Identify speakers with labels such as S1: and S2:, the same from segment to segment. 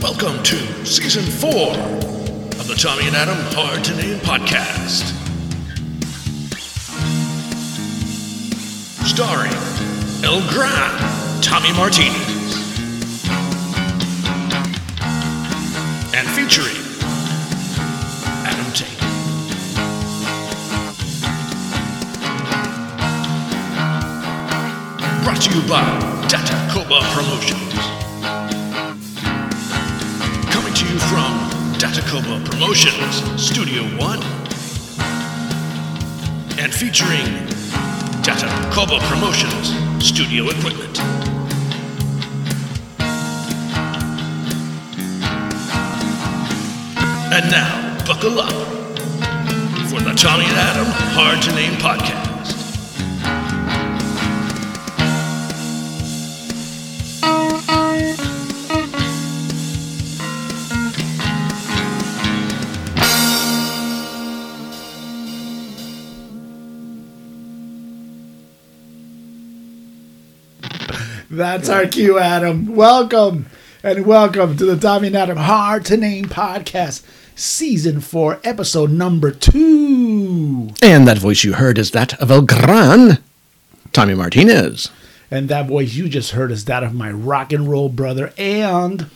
S1: Welcome to season four of the Tommy and Adam Hard to Name podcast. Starring El Gran, Tommy Martinez, and featuring Adam Tate. Brought to you by Datacoba Promotions. Coming to you from Datacoba Promotions, Studio One, and featuring Datacoba Promotions, Studio Equipment. And now, buckle up for the Tommy and Adam Hard to Name podcast.
S2: That's our cue, Adam. Welcome and welcome to the Tommy and Adam Hard to Name Podcast, Season 4, Episode Number 2.
S3: And that voice you heard is that of El Gran, Tommy Martinez.
S2: And that voice you just heard is that of my rock and roll brother and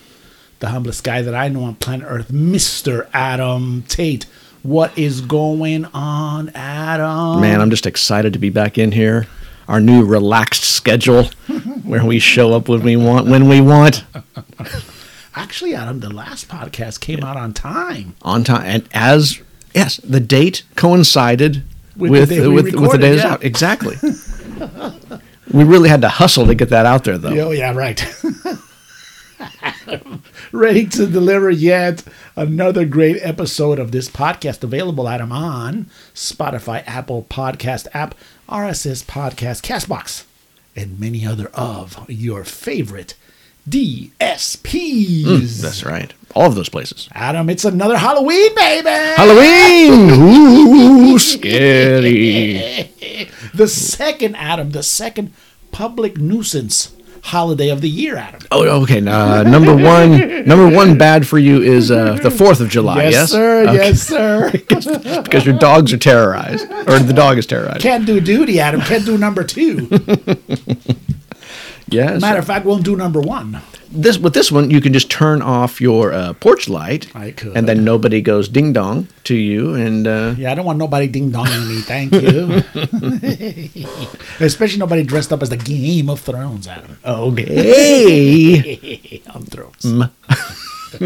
S2: the humblest guy that I know on planet Earth, Mr. Adam Tate. What is going on, Adam?
S3: Man, I'm just excited to be back in here. Our new relaxed schedule where we show up when we want, when we want,
S2: Actually, Adam, the last podcast came out on time.
S3: on time. And as, yes, the date coincided
S2: With
S3: with,
S2: the
S3: with,
S2: day we
S3: with, the
S2: recorded,
S3: day it was
S2: yeah.
S3: out. Exactly. we really had to hustle to get that out there, though.
S2: Oh, yeah, right. Ready to deliver yet another great episode of this podcast available, Adam, on Spotify, Apple Podcast app, RSS Podcast, Castbox, and many other of your favorite DSPs.
S3: Mm, That's right. All of those places.
S2: Adam, it's another Halloween, baby!
S3: Halloween! Ooh, scary.
S2: the second, Adam, the second public nuisance holiday of the year, Adam.
S3: Oh, okay. Uh, number one, number one bad for you is uh, the Fourth of July. Yes,
S2: sir.
S3: Okay.
S2: Yes, sir.
S3: because your dogs are terrorized, or the dog is terrorized.
S2: Can't do duty, Adam. Can't do number two.
S3: yes.
S2: Matter of fact, won't do number one.
S3: this with this one, you can just turn off your uh, porch light,
S2: I could.
S3: and then nobody goes ding dong to you. And uh,
S2: Yeah, I don't want nobody ding donging me. Thank you. Especially nobody dressed up as the Game of Thrones, Adam. Okay.
S3: hey,
S2: On Thrones.
S3: Mm.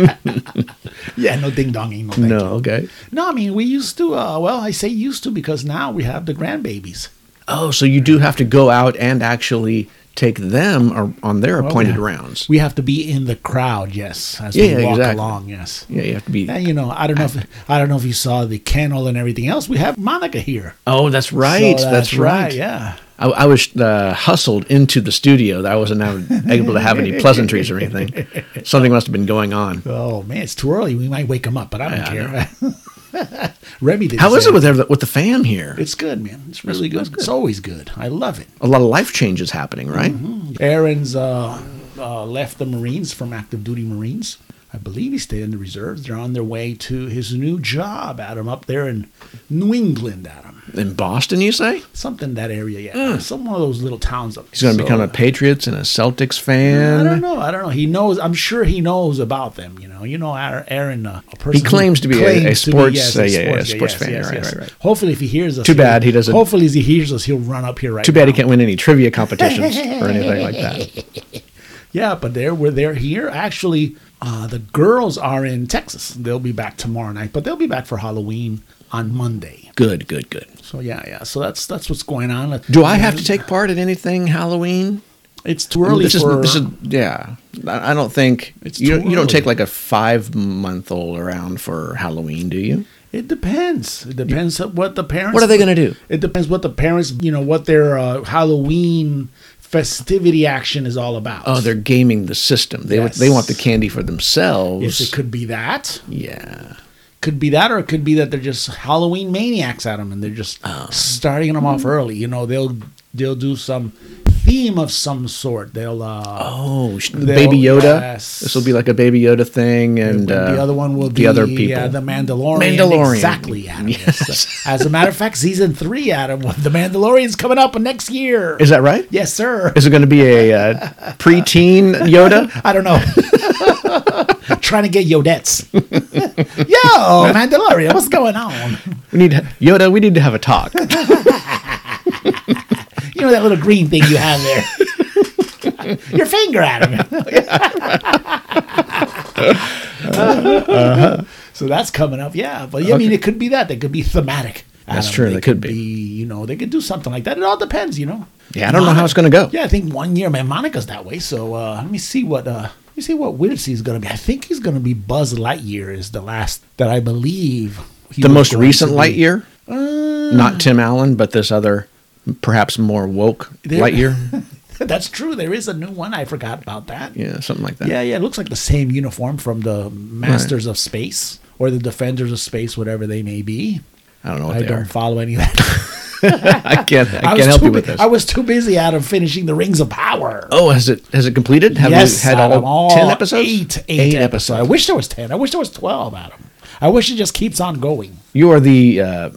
S2: yeah, no ding donging. No, thank
S3: no,
S2: you.
S3: okay.
S2: no, I mean, we used to, uh, well, I say used to because now we have the grandbabies.
S3: Oh, so you do have to go out and actually take them or, on their appointed
S2: Oh, yeah.
S3: rounds.
S2: We have to be in the crowd, yes, as
S3: Yeah,
S2: we walk
S3: exactly.
S2: along, yes.
S3: yeah, you have to be.
S2: And you know, I don't know if I don't know if you saw the kennel and everything else. We have Monica here.
S3: Oh, that's
S2: So
S3: right. that's, right.
S2: Yeah.
S3: I, I was uh, hustled into the studio. I wasn't av- able to have any pleasantries or anything. Something must have been going on.
S2: Oh man, it's too early. We might wake him up, but I don't care. Remy did.
S3: How
S2: the
S3: is it
S2: same.
S3: with every, with the fam here?
S2: It's good, man. It's really good. It's always good. I love it.
S3: a lot of life changes happening, right?
S2: Mm-hmm. Aaron's uh, uh, left the Marines from active duty Marines. I believe he stayed in the reserves. They're on their way to his new job, Adam, up there in New England, Adam.
S3: In Boston, you say
S2: Something that area, yeah. Some one of those little towns up there.
S3: Mm. he's going to
S2: So-
S3: become a Patriots and a Celtics
S2: I don't
S3: fan.
S2: know. I don't know. He knows. I'm sure he knows about them. You know. You know. Aaron- Aaron, uh, a person. who
S3: claims to be a- a sports- uh, yeah, yeah, sports fan.
S2: yes,
S3: Right,
S2: yes.
S3: right, right.
S2: Hopefully, if he hears us,
S3: Too
S2: he'll-
S3: bad he doesn't-
S2: Hopefully, as he hears us, he'll run up here right.
S3: Too bad he
S2: now.
S3: can't win any trivia competitions or anything like that.
S2: Yeah, but there we're there here. Actually, uh, the girls are in Texas. They'll be back tomorrow night, but they'll be back for Halloween on Monday.
S3: Good, good, good.
S2: So yeah, yeah. So that's that's what's going on.
S3: Do I have to take part in anything Halloween?
S2: It's too early
S3: this is,
S2: for.
S3: this is yeah. I I don't think
S2: It's
S3: you
S2: too
S3: don't, you don't
S2: early.
S3: take like a five month old around for Halloween, do you?
S2: It depends. It depends on what the parents.
S3: What are they gonna do?
S2: It depends what the parents, you know, what their uh, Halloween festivity action is all about.
S3: Oh, they're gaming the system. They
S2: Yes.
S3: they want the candy for themselves.
S2: Yes, it could be that.
S3: yeah.
S2: Could be that, or it could be that they're just
S3: Oh.
S2: Halloween maniacs at them, and they're just starting them off early. You know, they'll they'll do some theme of some sort. They'll uh,
S3: Oh, sh-
S2: They'll-
S3: Baby Yoda.
S2: yes.
S3: This will be like a Baby Yoda thing, and uh,
S2: the other one will
S3: the
S2: be
S3: other people.
S2: Uh, the Mandalorian.
S3: Mandalorian.
S2: exactly, Adam. uh,
S3: Yes.
S2: As a matter of fact, season three, Adam, with the Mandalorian's coming up next year.
S3: Is that right?
S2: yes, sir.
S3: Is it going to be a uh, preteen Yoda?
S2: I don't know. Trying to get Yodettes. Yo, Mandalorian, what's going on?
S3: We need Yoda. We need to have a talk.
S2: You know that little green thing you have there? Your finger, Adam. Uh-huh. So that's coming up, yeah. But yeah, I mean, it could be that. They could be thematic.
S3: That's
S2: Adam.
S3: true,
S2: They
S3: they could be.
S2: You know, they could do something like that. It all depends, you know.
S3: Yeah, I don't know how it's going to go.
S2: Yeah, I think one year, man, Monica's that way. So uh, let me see what uh, let me see what Whittlesey's gonna be. I think he's gonna be Buzz Lightyear is the last that I believe. he
S3: The
S2: was
S3: most
S2: going to
S3: recent
S2: be. Mm.
S3: Lightyear, not Tim Allen, but this other, perhaps more woke
S2: There-
S3: Lightyear.
S2: That's true. There is a new one. I forgot about that.
S3: Yeah, something like that.
S2: Yeah, yeah. It looks like the same uniform from the Masters of Space or the Defenders of Space, whatever they may be.
S3: I don't know what
S2: I
S3: Oh, they
S2: don't
S3: are.
S2: follow any of that.
S3: I can't. I,
S2: was
S3: can't help
S2: too
S3: you with
S2: bu-
S3: this.
S2: I was too busy out of finishing the Rings of Power.
S3: oh, has it has it completed? Have
S2: yes,
S3: we had
S2: Adam, all
S3: all, ten episodes?
S2: Eight, eight, episodes. I wish there was ten. I wish there was twelve, Adam. I wish it just keeps on going.
S3: You are the uh,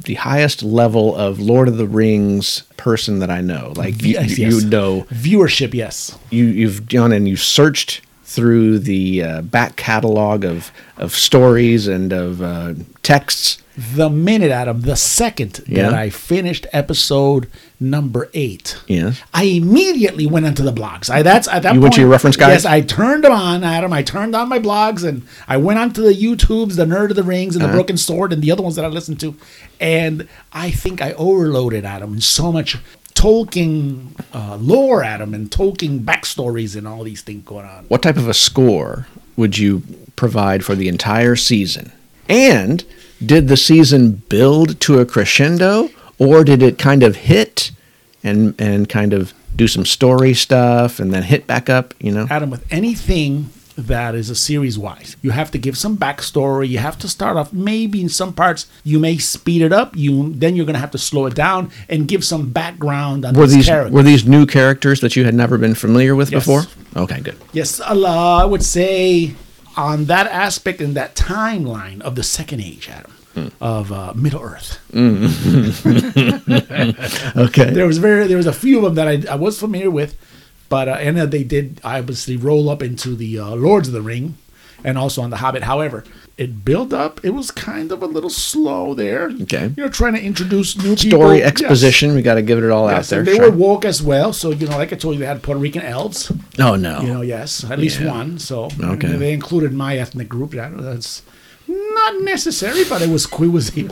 S3: the highest level of Lord of the Rings person that I know. Like you,
S2: Yes,
S3: you
S2: yes.
S3: know,
S2: Viewership, yes.
S3: you you've gone and you've searched through the uh, back catalog of of stories and of uh, texts.
S2: The minute, Adam, the second
S3: Yeah.
S2: that I finished episode number eight,
S3: Yes.
S2: I immediately went into the blogs. I that's at that
S3: You
S2: point,
S3: went to your reference guide?
S2: Yes, I turned them on, Adam. I turned on my blogs and I went onto the YouTubes, the Nerd of the Rings,
S3: Uh-huh.
S2: and the Broken Sword, and the other ones that I listened to. And I think I overloaded Adam and so much Tolkien uh, lore, Adam, and Tolkien backstories and all these things going on.
S3: What type of a score would you provide for the entire season? And did the season build to a crescendo, or did it kind of hit and and kind of do some story stuff and then hit back up? You know.
S2: Adam, with anything that is a series wise, you have to give some backstory. You have to start off maybe in some parts you may speed it up. You then you're gonna have to slow it down and give some background on
S3: Were
S2: this
S3: these
S2: character.
S3: were these new characters that you had never been familiar with
S2: Yes.
S3: before? Okay, good.
S2: yes, Allah, I would say on that aspect in that timeline of the Second Age, Adam,
S3: Hmm.
S2: of uh, Middle Earth.
S3: Okay.
S2: There was very there was a few of them that I, I was familiar with, but uh, and uh, they did obviously roll up into the uh, Lords of the Ring, and also on the Hobbit. However, it built up. It was kind of a little slow there.
S3: Okay.
S2: you know, trying to introduce new people.
S3: Story
S2: Yes.
S3: exposition. We got to give it all
S2: Yes,
S3: out there.
S2: and they
S3: sure.
S2: were woke as well, so you know, like I told you, they had Puerto Rican elves.
S3: oh no.
S2: You know, yes, at least
S3: Yeah.
S2: one. So
S3: Okay.
S2: they included my ethnic group. That- That's not necessary, but it was it was he.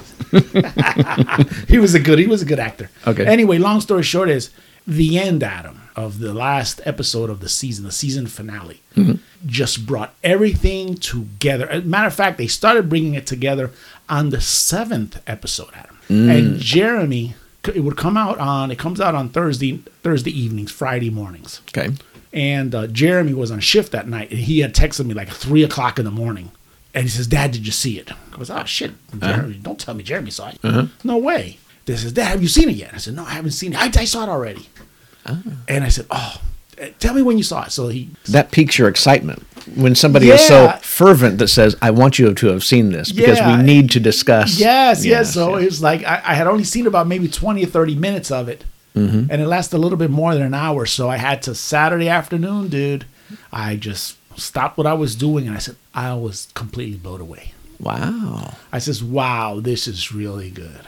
S2: he was a good he was a good actor.
S3: Okay.
S2: Anyway, long story short is the end, Adam, of the last episode of the season, the season finale,
S3: Mm-hmm.
S2: just brought everything together. As a matter of fact, they started bringing it together on the seventh episode, Adam,
S3: Mm.
S2: and Jeremy. It would come out on. It comes out on Thursday, Thursday evenings, Friday mornings
S3: Okay.
S2: and uh, Jeremy was on shift that night, and he had texted me like three o'clock in the morning, and he says, "Dad, did you see it?" I was, "Oh shit, Jeremy, don't tell me Jeremy saw it. No way." They says, "Dad, have you seen it yet?" I said, "No, I haven't seen it. I, I saw it already." And I said, "Oh, eh, tell me when you saw it." So he,
S3: That piques your excitement when somebody is so
S2: Yeah.
S3: fervent that says, "I want you to have seen this because
S2: Yeah.
S3: we need to discuss."
S2: yes, yes. so
S3: yes.
S2: it was like I, I had only seen about maybe 20 or 30 minutes of it, and it lasted a little bit more than an hour. So I had to Saturday afternoon, dude. I just stopped what I was doing, and I said, "I was completely blown away."
S3: wow.
S2: I says, "Wow, this is really good."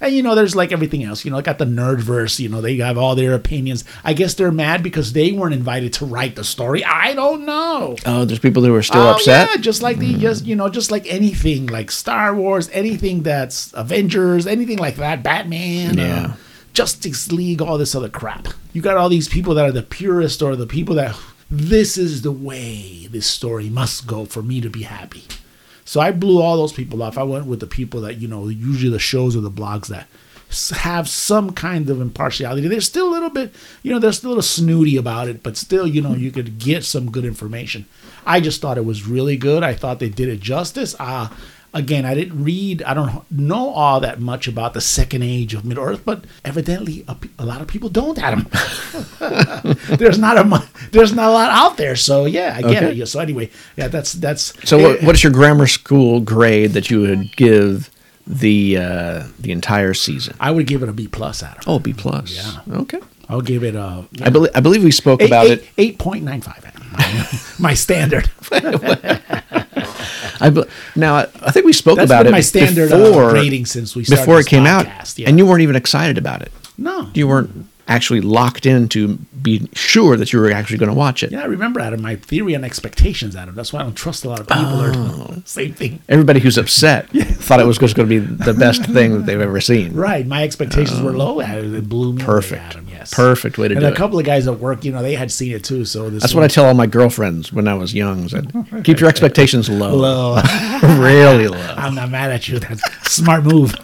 S2: And you know, there's like everything else. You know, I got the nerdverse. You know, they have all their opinions. I guess they're mad because they weren't invited to write the story. I don't know.
S3: Oh, there's people who are still upset. Hmm.
S2: yeah, just like the just you know, just like anything like Star Wars, anything that's Avengers, anything like that, Batman, uh,
S3: Yeah.
S2: Justice League, all this other crap. You got all these people that are the purist or the people that this is the way this story must go for me to be happy. So I blew all those people off. I went with the people that you know, usually the shows or the blogs that s- have some kind of impartiality. They're still a little bit, you know, they're still a little snooty about it, but still, you know, you could get some good information. I just thought it was really good. I thought they did it justice. Uh, Again, I didn't read, I don't know all that much about the second age of Middle Earth, but evidently a, pe- a lot of people don't, Adam. there's not a mu- there's not a lot out there, so yeah, I get
S3: Okay.
S2: it. Yeah, So anyway, yeah, that's that's
S3: So, what,
S2: eh,
S3: what is your grammar school grade that you would give the uh, the entire season?
S2: I would give it a B plus, Adam.
S3: Oh, B plus.
S2: Yeah.
S3: Okay.
S2: I'll give it a
S3: I believe I believe we spoke about it.
S2: eight point nine five. My, my standard.
S3: I be- now I I think we spoke
S2: That's
S3: about
S2: been
S3: it
S2: my standard, uh,
S3: before
S2: rating since we started
S3: before
S2: this
S3: it came
S2: podcast,
S3: out,
S2: yeah.
S3: and you weren't even excited about it.
S2: No,
S3: You weren't actually locked in to be sure that you were actually going to watch it.
S2: Yeah, I remember Adam. My theory and expectations, Adam. That's why I don't trust a lot of people.
S3: Oh.
S2: Or same thing.
S3: Everybody who's upset thought it was just going to be the best thing that they've ever seen.
S2: Right. My expectations were low. Adam. It blew me. away,
S3: Oh. Perfect.
S2: Adam, yes.
S3: Perfect way to
S2: And
S3: do
S2: a
S3: it.
S2: couple of guys at work, you know, they had seen it too. So this
S3: That's what I tell all my girlfriends when I was young. is that keep your expectations low,
S2: Low.
S3: really low.
S2: I'm not mad at you. That's a smart move.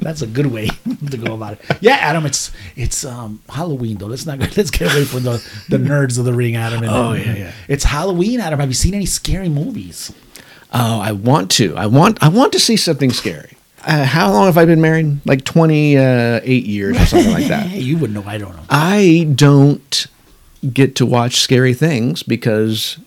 S2: That's a good way to go about it. Yeah, Adam, it's it's um, Halloween though. Let's not let's get away from the, the nerds of the ring, Adam. And
S3: Oh, yeah, yeah.
S2: It's Halloween, Adam. Have you seen any scary movies?
S3: Oh, I want to. I want. I want to see something scary. Uh, how long have I been married? Like twenty uh, eight years or something like that.
S2: Hey, you would know. I don't know.
S3: I don't get to watch scary things because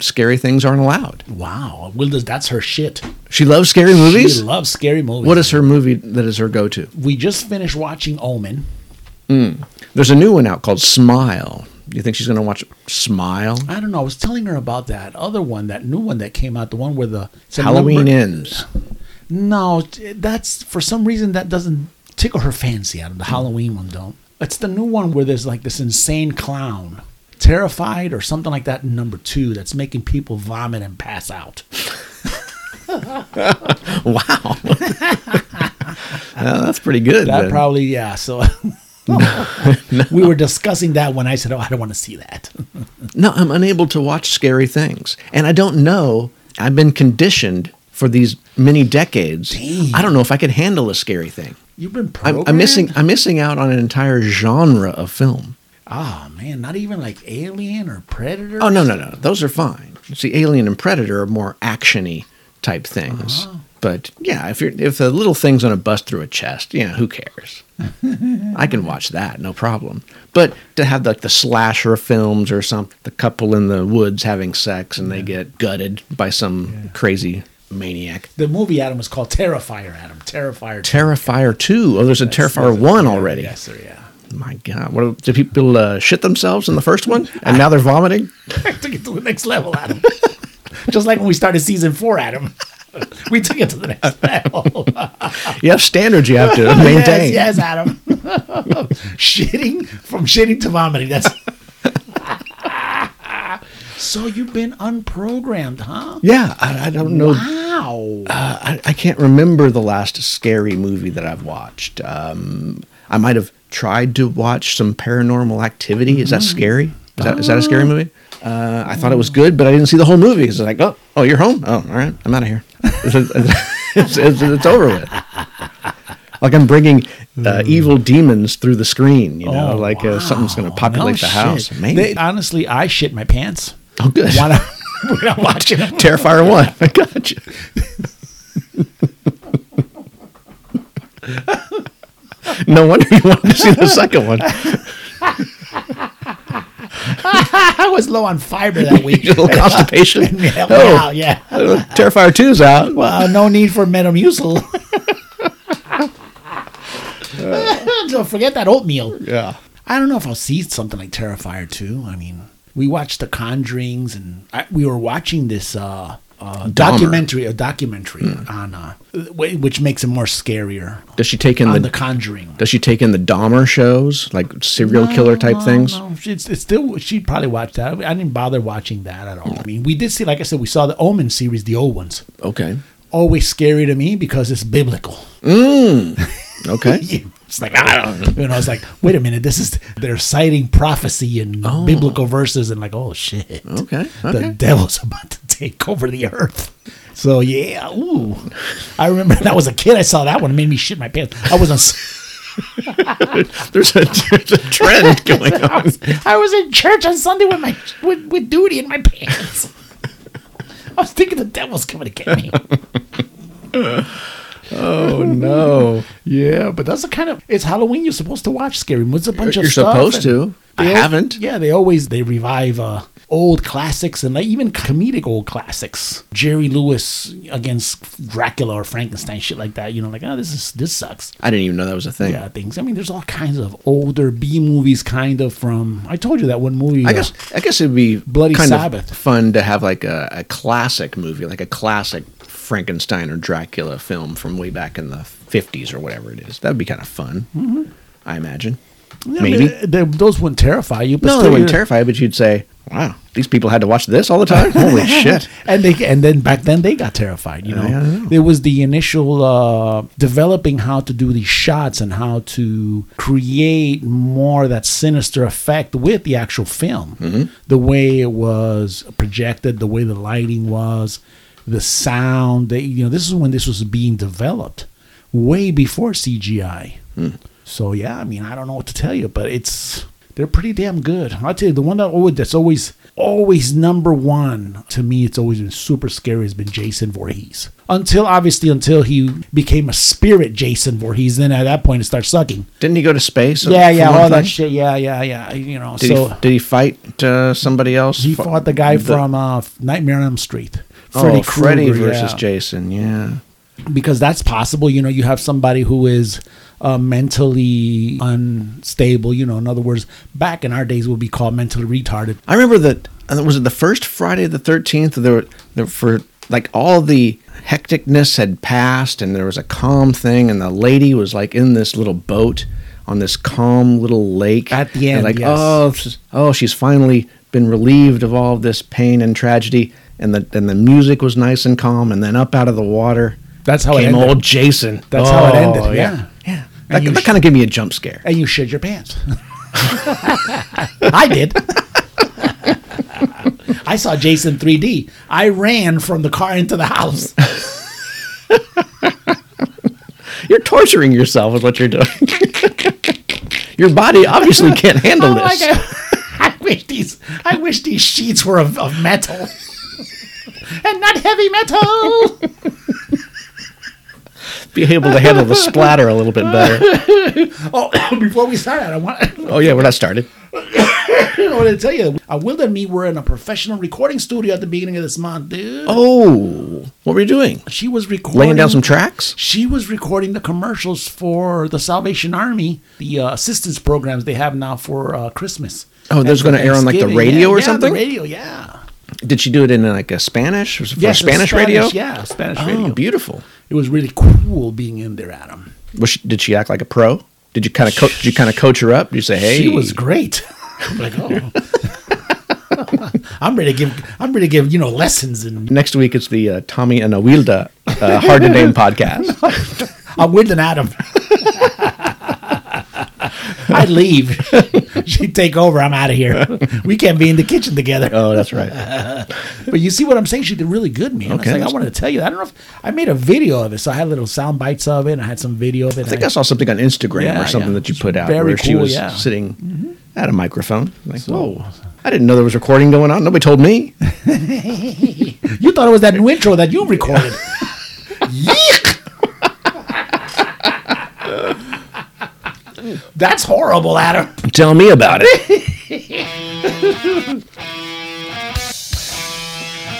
S3: scary things aren't allowed.
S2: Wow, Wilda's that's her shit.
S3: She loves scary movies.
S2: She loves scary movies.
S3: what is her movie that is her go to?
S2: We just finished watching Omen.
S3: There's a new one out called Smile. Do you think she's going to watch Smile?
S2: I don't know. I was telling her about that other one, that new one that came out, the one where the it's a
S3: Halloween
S2: number-
S3: ends.
S2: No, that's for some reason that doesn't tickle her fancy. Adam,
S3: Mm.
S2: the Halloween one don't. It's the new one where there's like this insane clown, terrified or something like that. Number two, that's making people vomit and pass out.
S3: Wow, Well, that's pretty good.
S2: That
S3: then.
S2: probably yeah. So. We were discussing that when I said, "Oh, I don't want to see that."
S3: No, I'm unable to watch scary things. And I don't know. I've been conditioned for these many decades. I don't know if I could handle a scary thing.
S2: You've been
S3: I'm,
S2: programmed.
S3: I'm missing I'm missing out on an entire genre of film.
S2: Ah, man, not even like Alien or Predator.
S3: Oh no, no, no. Those are fine. See, Alien and Predator are more actiony type things.
S2: Uh-huh.
S3: But yeah, if you're if the little thing's gonna bust through a chest, yeah, who cares? I can watch that, no problem. But to have like the slasher films or something, the couple in the woods having sex and they get gutted by some crazy maniac.
S2: The movie Adam was called Terrifier. Adam, Terrifier.
S3: Terrifier two. Oh, there's a Terrifier one already.
S2: Yes, sir. Yeah.
S3: My God, what did people uh, shit themselves in the first one, and now they're vomiting?
S2: took it to the next level, Adam. Just like when we started season four, Adam. we took it to the next level.
S3: You have standards you have to maintain.
S2: Yes, yes, Adam. shitting from shitting to vomiting. That's. so you've been unprogrammed, huh?
S3: Yeah, I, I don't know.
S2: Wow.
S3: Uh, I, I can't remember the last scary movie that I've watched. Um, I might have tried to watch some Paranormal Activity. Is
S2: Mm-hmm.
S3: that scary? Is that, is that a
S2: Oh.
S3: scary movie? Uh, I thought it was good, but I didn't see the whole movie. It's like, oh, oh, you're home. Oh, all right, I'm out of here. It's, it's, it's, it's over with. Like I'm bringing uh, evil demons through the screen. You know,
S2: Mm. Oh,
S3: like uh, something's going to
S2: wow.
S3: populate
S2: No
S3: the house.
S2: shit.
S3: Maybe.
S2: They- honestly, I shit my pants.
S3: oh, good.
S2: When I- when I'm watching them.
S3: Terrifier one. I got you. no wonder you wanted to see the second one.
S2: I was low on fiber that week.
S3: Your little constipation.
S2: yeah, wow,
S3: oh,
S2: yeah.
S3: Terrifier two's out.
S2: Well, no need for Metamucil. Don't forget that oatmeal.
S3: Yeah.
S2: I don't know if I'll see something like Terrifier 2. I mean, we watched The Conjurings and I, we were watching this uh, uh, documentary, a documentary on uh, wh- which makes it more scarier
S3: Does she take in
S2: on
S3: the,
S2: The Conjuring.
S3: Does she take in the Dahmer shows, like serial killer type
S2: No,
S3: things?
S2: Uh, no, It's, it's still she'd probably watch that. I didn't bother watching that at all. I mean, we did see, like I said, we saw the Omen series, the old ones.
S3: Okay.
S2: Always scary to me because it's biblical.
S3: Okay.
S2: you. It's like I don't. You know, it's like wait a minute. This is they're citing prophecy and biblical verses, and like oh shit,
S3: Okay.
S2: the
S3: Okay.
S2: devil's about to take over the earth. So yeah, ooh, I remember when I was a kid. I saw that one. It made me shit my pants. I was on. s-
S3: There's a, there's a trend going on.
S2: I was in church on Sunday with my with, with duty in my pants. I was thinking the devil's coming to get me.
S3: Oh no!
S2: yeah, but that's the kind of it's Halloween. You're supposed to watch scary movies. It's a bunch
S3: You're
S2: of stuff.
S3: supposed
S2: and
S3: to. I
S2: they al-
S3: haven't.
S2: Yeah, they always they revive uh, old classics and like, even comedic old classics. Jerry Lewis against Dracula or Frankenstein, shit like that. You know, like oh, this is this sucks.
S3: I didn't even know that was a thing.
S2: Yeah, uh, things. I mean, there's all kinds of older B movies, kind of from. I told you that one movie.
S3: I
S2: uh,
S3: guess I guess it'd be
S2: Bloody
S3: kind
S2: Sabbath.
S3: of fun to have like a, a classic movie, like a classic Frankenstein or Dracula film from way back in the fifties or whatever it is. That'd be kind of fun, I imagine.
S2: Mm-hmm. yeah, I mean,
S3: Maybe
S2: they- those wouldn't terrify you. But
S3: no,
S2: still
S3: they wouldn't
S2: you're-
S3: terrify you, but you'd say, "Wow, these people had to watch this all the time." Holy shit!
S2: and they and then back then they got terrified you know,
S3: yeah, I know.
S2: there was the initial uh, developing how to do these shots and how to create more of that sinister effect with the actual film
S3: Mm-hmm.
S2: the way it was projected the way the lighting was the sound they you know this is when this was being developed way before cgi
S3: Hmm.
S2: so yeah, I mean, I don't know what to tell you, but it's they're pretty damn good. I'll tell you, the one that always that's always always number one to me, it's always been super scary has been Jason Voorhees. Until obviously until he became a spirit Jason Voorhees, then at that point it starts sucking.
S3: Didn't he go to space?
S2: yeah,
S3: for
S2: yeah,
S3: one
S2: all that
S3: thing?
S2: shit. Yeah, yeah, yeah. You know,
S3: Did,
S2: so
S3: he, did he fight uh, somebody else?
S2: he,
S3: Fu-
S2: fought the guy from uh, Nightmare on Elm Street.
S3: oh, Freddy
S2: Krueger,
S3: versus
S2: yeah.
S3: Jason. Yeah.
S2: because that's possible. You know, you have somebody who is uh, mentally unstable. You know, in other words, back in our days, would be called mentally retarded.
S3: I remember that uh, was it the first Friday the thirteenth. There, were- there for like all the hecticness had passed, and there was a calm thing, and the lady was like in this little boat on this calm little lake
S2: At the
S3: and,
S2: end,
S3: Like
S2: yes.
S3: oh, she's- oh, she's finally been relieved of all this pain and tragedy, and the and the music was nice and calm, and then up out of the water.
S2: That's how it
S3: came
S2: ended.
S3: old Jason.
S2: That's how it ended,
S3: Oh,
S2: yeah.
S3: yeah.
S2: And
S3: That,
S2: you
S3: that
S2: sh-
S3: kind of gave me a jump scare.
S2: And you shed your pants. I did. I saw Jason 3D. I ran from the car into the house.
S3: You're torturing yourself is what you're doing. Your body obviously can't handle
S2: Oh my
S3: this.
S2: God. I wish these I wish these sheets were of, of metal. and not heavy metal.
S3: Be able to handle the splatter a little bit better.
S2: Oh, before we start, I want
S3: Oh yeah, we're not started.
S2: I don't know what to tell you. Uh, Will and me were in a professional recording studio at the beginning of this month, dude.
S3: Oh, what were you doing?
S2: She was recording.
S3: Laying down some tracks?
S2: She was recording the commercials for the Salvation Army, the uh, assistance programs they have now for uh, Christmas.
S3: Oh, those
S2: And for
S3: gonna air on, like, the
S2: Thanksgiving.
S3: radio
S2: Yeah,
S3: or
S2: yeah, the
S3: something?
S2: radio, yeah.
S3: Did she do it in like a Spanish? Was it For
S2: Yes, the
S3: Spanish, radio?
S2: Yeah, Spanish
S3: Oh,
S2: radio.
S3: beautiful.
S2: It was really cool being in there, Adam.
S3: Was she, did she act like a pro? Did you kind of co- did you kind of coach her up? Did you say, "Hey,
S2: She was great. I'm like, oh. I'm ready to give. I'm ready to give you know lessons and
S3: next week it's the uh, Tommy and Awilda uh, hard to name podcast."
S2: I'm with an Adam. I'd leave. She'd take over. I'm out of here. We can't be in the kitchen together.
S3: Oh, that's right.
S2: But you see what I'm saying? She did really good, man.
S3: Okay,
S2: I, was like, I
S3: that's
S2: wanted to tell you. that. I don't know if I made a video of it. So I had little sound bites of it. And I had some video of it.
S3: I think I saw something on Instagram
S2: Yeah,
S3: or something
S2: yeah.
S3: that you put out
S2: Very
S3: where she
S2: cool,
S3: was
S2: yeah. Mm-hmm.
S3: sitting at a microphone. Like, whoa, I didn't know there was recording going on. Nobody told me.
S2: you thought it was that new intro that you recorded. Yeek! That's horrible, Adam.
S3: Tell me about it.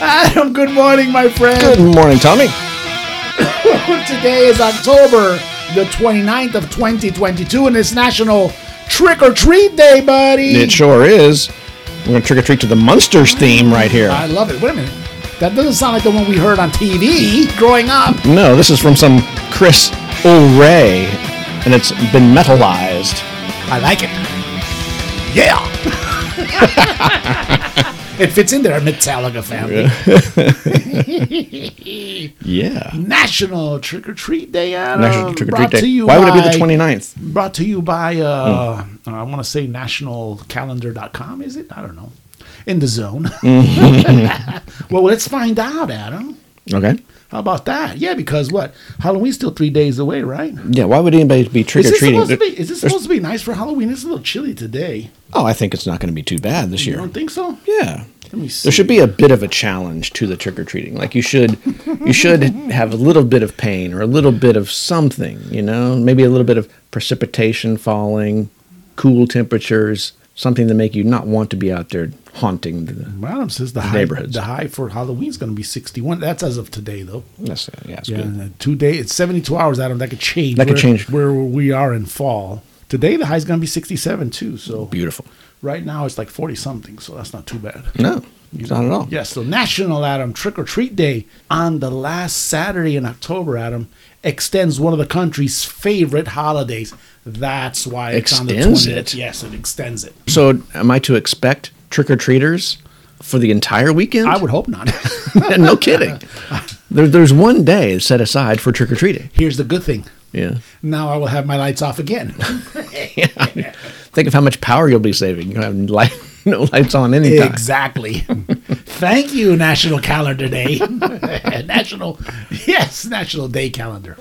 S2: Adam, good morning, my friend.
S3: Good morning, Tommy.
S2: Today is October the 29th of 2022, and it's National Trick or Treat Day, buddy.
S3: It sure is. We're gonna trick or treat to the monsters theme right here.
S2: I love it. Wait a minute. That doesn't sound like the one we heard on TV growing up.
S3: No, this is from some Chris O'Ray, and it's been metalized.
S2: I like it. Yeah. it fits in there, Metallica family.
S3: Yeah.
S2: National Trick or Treat Day, Adam.
S3: National Trick or
S2: Oh, Brought
S3: Treat
S2: to
S3: Day.
S2: you
S3: Why would it be the
S2: by-
S3: 29th?
S2: brought to you by uh,
S3: Hmm.
S2: I want to say nationalcalendar.com is it? I don't know. In the zone.
S3: Mm-hmm.
S2: well, let's find out, Adam.
S3: Okay.
S2: How about that? Yeah, because what? Halloween's still three days away, right?
S3: Yeah. Why would anybody be Mm-hmm. trick
S2: Is
S3: or
S2: this
S3: treating?
S2: supposed to be? Is this supposed to be nice for Halloween? It's a little chilly today.
S3: Oh, I think it's not going to be too bad this
S2: You
S3: year.
S2: don't think so?
S3: Yeah.
S2: me
S3: there should be a bit of a challenge to the trick or treating. Like you should, you should have a little bit of pain or a little bit of something. You know, maybe a little bit of precipitation falling, cool temperatures, something to make you not want to be out there haunting the.
S2: Adam says the high,
S3: Neighborhoods.
S2: the high for Halloween's going to be 61. That's as of today, though.
S3: That's, yeah, that's
S2: Yeah,
S3: good.
S2: and, uh, two day. It's 72 hours, Adam. That could change.
S3: That could
S2: where-
S3: change.
S2: where we are in fall. Today, the high's going to be 67 too. So
S3: Beautiful.
S2: right now, it's like 40 something. So that's not too bad.
S3: No, not at all.
S2: Yes, so National Adam Trick or Treat Day on the last Saturday in October, Adam, extends one of the country's favorite holidays. That's why it's
S3: Extends
S2: on the 20th.
S3: it?
S2: Yes, it extends it.
S3: So, am I to expect trick or treaters for the entire weekend?
S2: I would hope not.
S3: no kidding. There, there's one day set aside for trick or treating.
S2: Here's the good thing.
S3: Yeah.
S2: Now I will have my lights off again.
S3: Think of how much power you'll be saving. You have light, no lights on any time.
S2: exactly. Thank you, National Calendar Day. National, yes, National Day Calendar.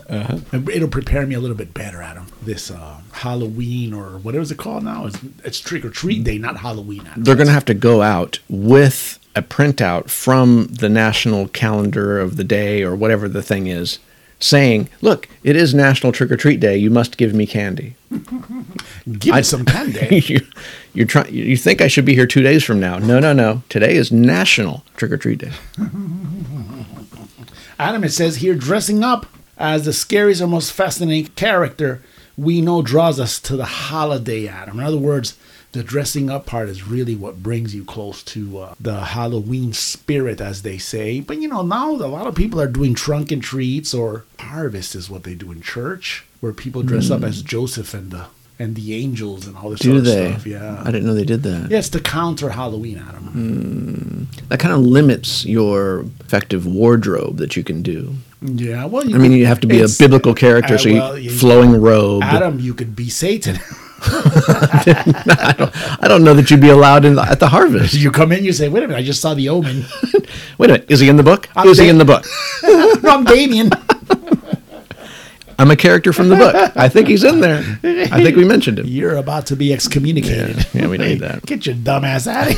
S2: It'll prepare me a little bit better, Adam. This uh, Halloween or whatever is it called now? It's, it's Trick or Treat Day, not Halloween. Adam.
S3: They're going to have to go out with a printout from the national calendar of the day or whatever the thing is, saying, "Look, it is National Trick or Treat Day. You must give me candy."
S2: Give me some candy.
S3: you, you're trying. You think I should be here two days from now? No, no, no. Today is National Trick or Treat Day.
S2: Adam, it says here, dressing up as the scariest or most fascinating character we know draws us to the holiday, Adam. In other words, the dressing up part is really what brings you close to uh, the Halloween spirit, as they say. But you know, now a lot of people are doing trunk and treats or harvest is what they do in church, where people dress up as Joseph and the and the angels and all this
S3: Mm. Do
S2: sort
S3: they?
S2: of stuff. Yeah.
S3: I didn't know they did that.
S2: Yes, to counter Halloween, Adam.
S3: That kind of limits your effective wardrobe that you can do.
S2: Yeah, well, you
S3: Mm. I mean,
S2: could-
S3: you have to be a
S2: it's-
S3: biblical character,
S2: uh,
S3: so you,
S2: well, you-
S3: flowing robe.
S2: Adam, you could be Satan.
S3: I don't know that you'd be allowed in the, at the harvest.
S2: you come in, you say, "Wait a minute, I just saw the Omen."
S3: Wait a minute, is he in the book?
S2: I'm
S3: is he
S2: dead.
S3: in the book?
S2: no, I'm Damien.
S3: I'm a character from the book. I think he's in there. I think we mentioned him.
S2: You're about to be excommunicated.
S3: Yeah, we need that.
S2: Get your dumb ass out of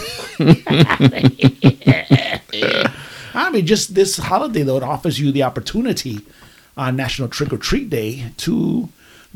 S2: here. I mean, just this holiday though, it offers you the opportunity on National Trick or Treat Day to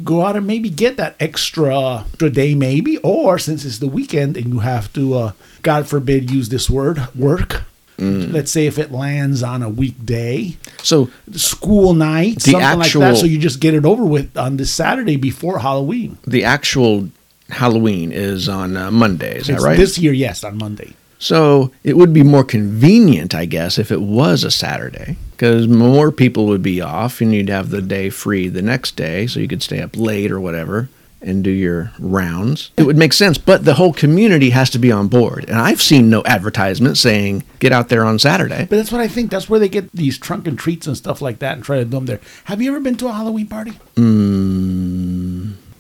S2: go out and maybe get that extra, extra day, maybe, or since it's the weekend and you have to, uh, God forbid, use this word, work.
S3: Mm.
S2: Let's say if it lands on a weekday,
S3: So
S2: school night,
S3: The
S2: something like
S3: actual-
S2: that. So you just get it over with on this Saturday before Halloween.
S3: the actual Halloween is on uh, Monday, is that
S2: It's
S3: right?
S2: This year, yes, on Monday.
S3: so it would be more convenient, I guess, if it was a Saturday, because more people would be off and you'd have the day free the next day, so you could stay up late or whatever and do your rounds. It would make sense, but the whole community has to be on board. And I've seen no advertisement saying, get out there on Saturday.
S2: But that's what I think. That's where they get these trunk and treats and stuff like that and try to do them there. Have you ever been to a Halloween party?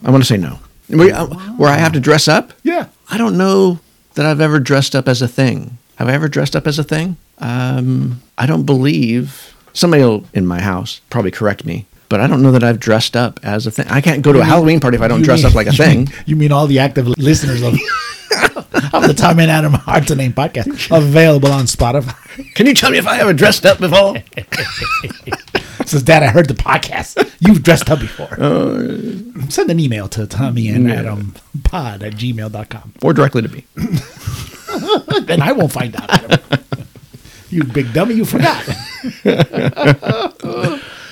S3: I want to say no. Where, uh, where I have to dress up?
S2: Yeah.
S3: I don't know that I've ever dressed up as a thing. Have I ever dressed up as a thing? Um, I don't believe somebody will, in my house probably correct me, but I don't know that I've dressed up as a thing. I can't go to a Halloween party if I don't
S2: You
S3: dress
S2: mean-
S3: up like a thing.
S2: You mean all the active listeners of, of the Tom and Adam Hard to Name podcast available on Spotify?
S3: Can you tell me if I ever dressed up before?
S2: Says Dad, I heard the podcast. You've dressed up before.
S3: Uh,
S2: Send an email to Tommy and Adam Pod at gmail.com.
S3: or directly to me.
S2: Then I won't find out. Adam. you big dummy, you forgot.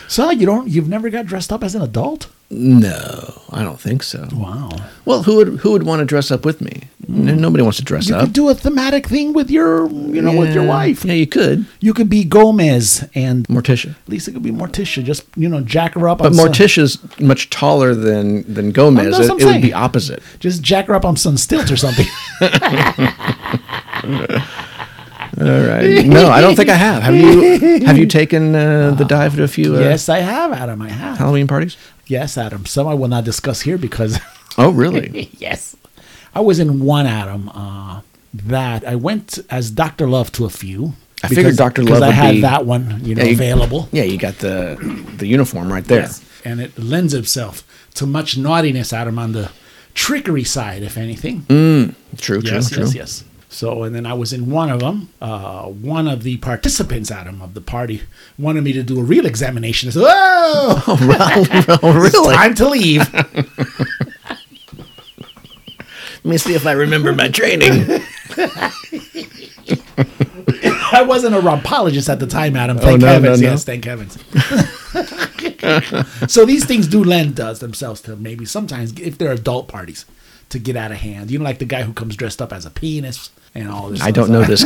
S2: so you don't you've never got dressed up as an adult?
S3: No, I don't think so.
S2: Wow.
S3: Well, who would who would want to dress up with me? N- Nobody wants to dress
S2: You
S3: up.
S2: could do a thematic thing with your you know, with your
S3: Yeah.
S2: wife.
S3: Yeah, you could.
S2: You could be Gomez and
S3: Morticia.
S2: Lisa could be Morticia, just you know, jack her up
S3: But
S2: on some-
S3: Morticia's much taller than than
S2: that's
S3: Gomez. It,
S2: what I'm
S3: it would
S2: saying.
S3: be opposite.
S2: just jack her up on some stilts or something.
S3: All right. No, I don't think I have. Have you? Have you taken uh, the dive to a few uh,
S2: yes, I have, Adam. I have.
S3: Halloween parties?
S2: Yes, Adam. Some I will not discuss here because
S3: Oh, really?
S2: yes. I was in one Adam uh, that I went as Doctor Love to a few.
S3: I figured Dr.
S2: because I
S3: Love would
S2: had
S3: be-
S2: that one, you know,
S3: Yeah, you-
S2: available.
S3: yeah, you got the the uniform right there.
S2: Yes. And it lends itself to much naughtiness, Adam, on the trickery side, if anything.
S3: Mm, True, true,
S2: yes,
S3: true.
S2: yes, yes. So, and then I was in one of them. Uh, one of the participants, Adam, of the party, wanted me to do a real examination. I said, "Whoa,
S3: oh, really?
S2: time to leave."
S3: Let me see if I remember my training.
S2: I wasn't a rhombologist at the time, Adam. Thank
S3: Oh, no, no,
S2: heavens.
S3: no.
S2: Yes, thank heavens. so these things do lend us themselves to maybe sometimes, if they're adult parties, to get out of hand. You know, like the guy who comes dressed up as a penis and all this.
S3: I don't
S2: stuff.
S3: know this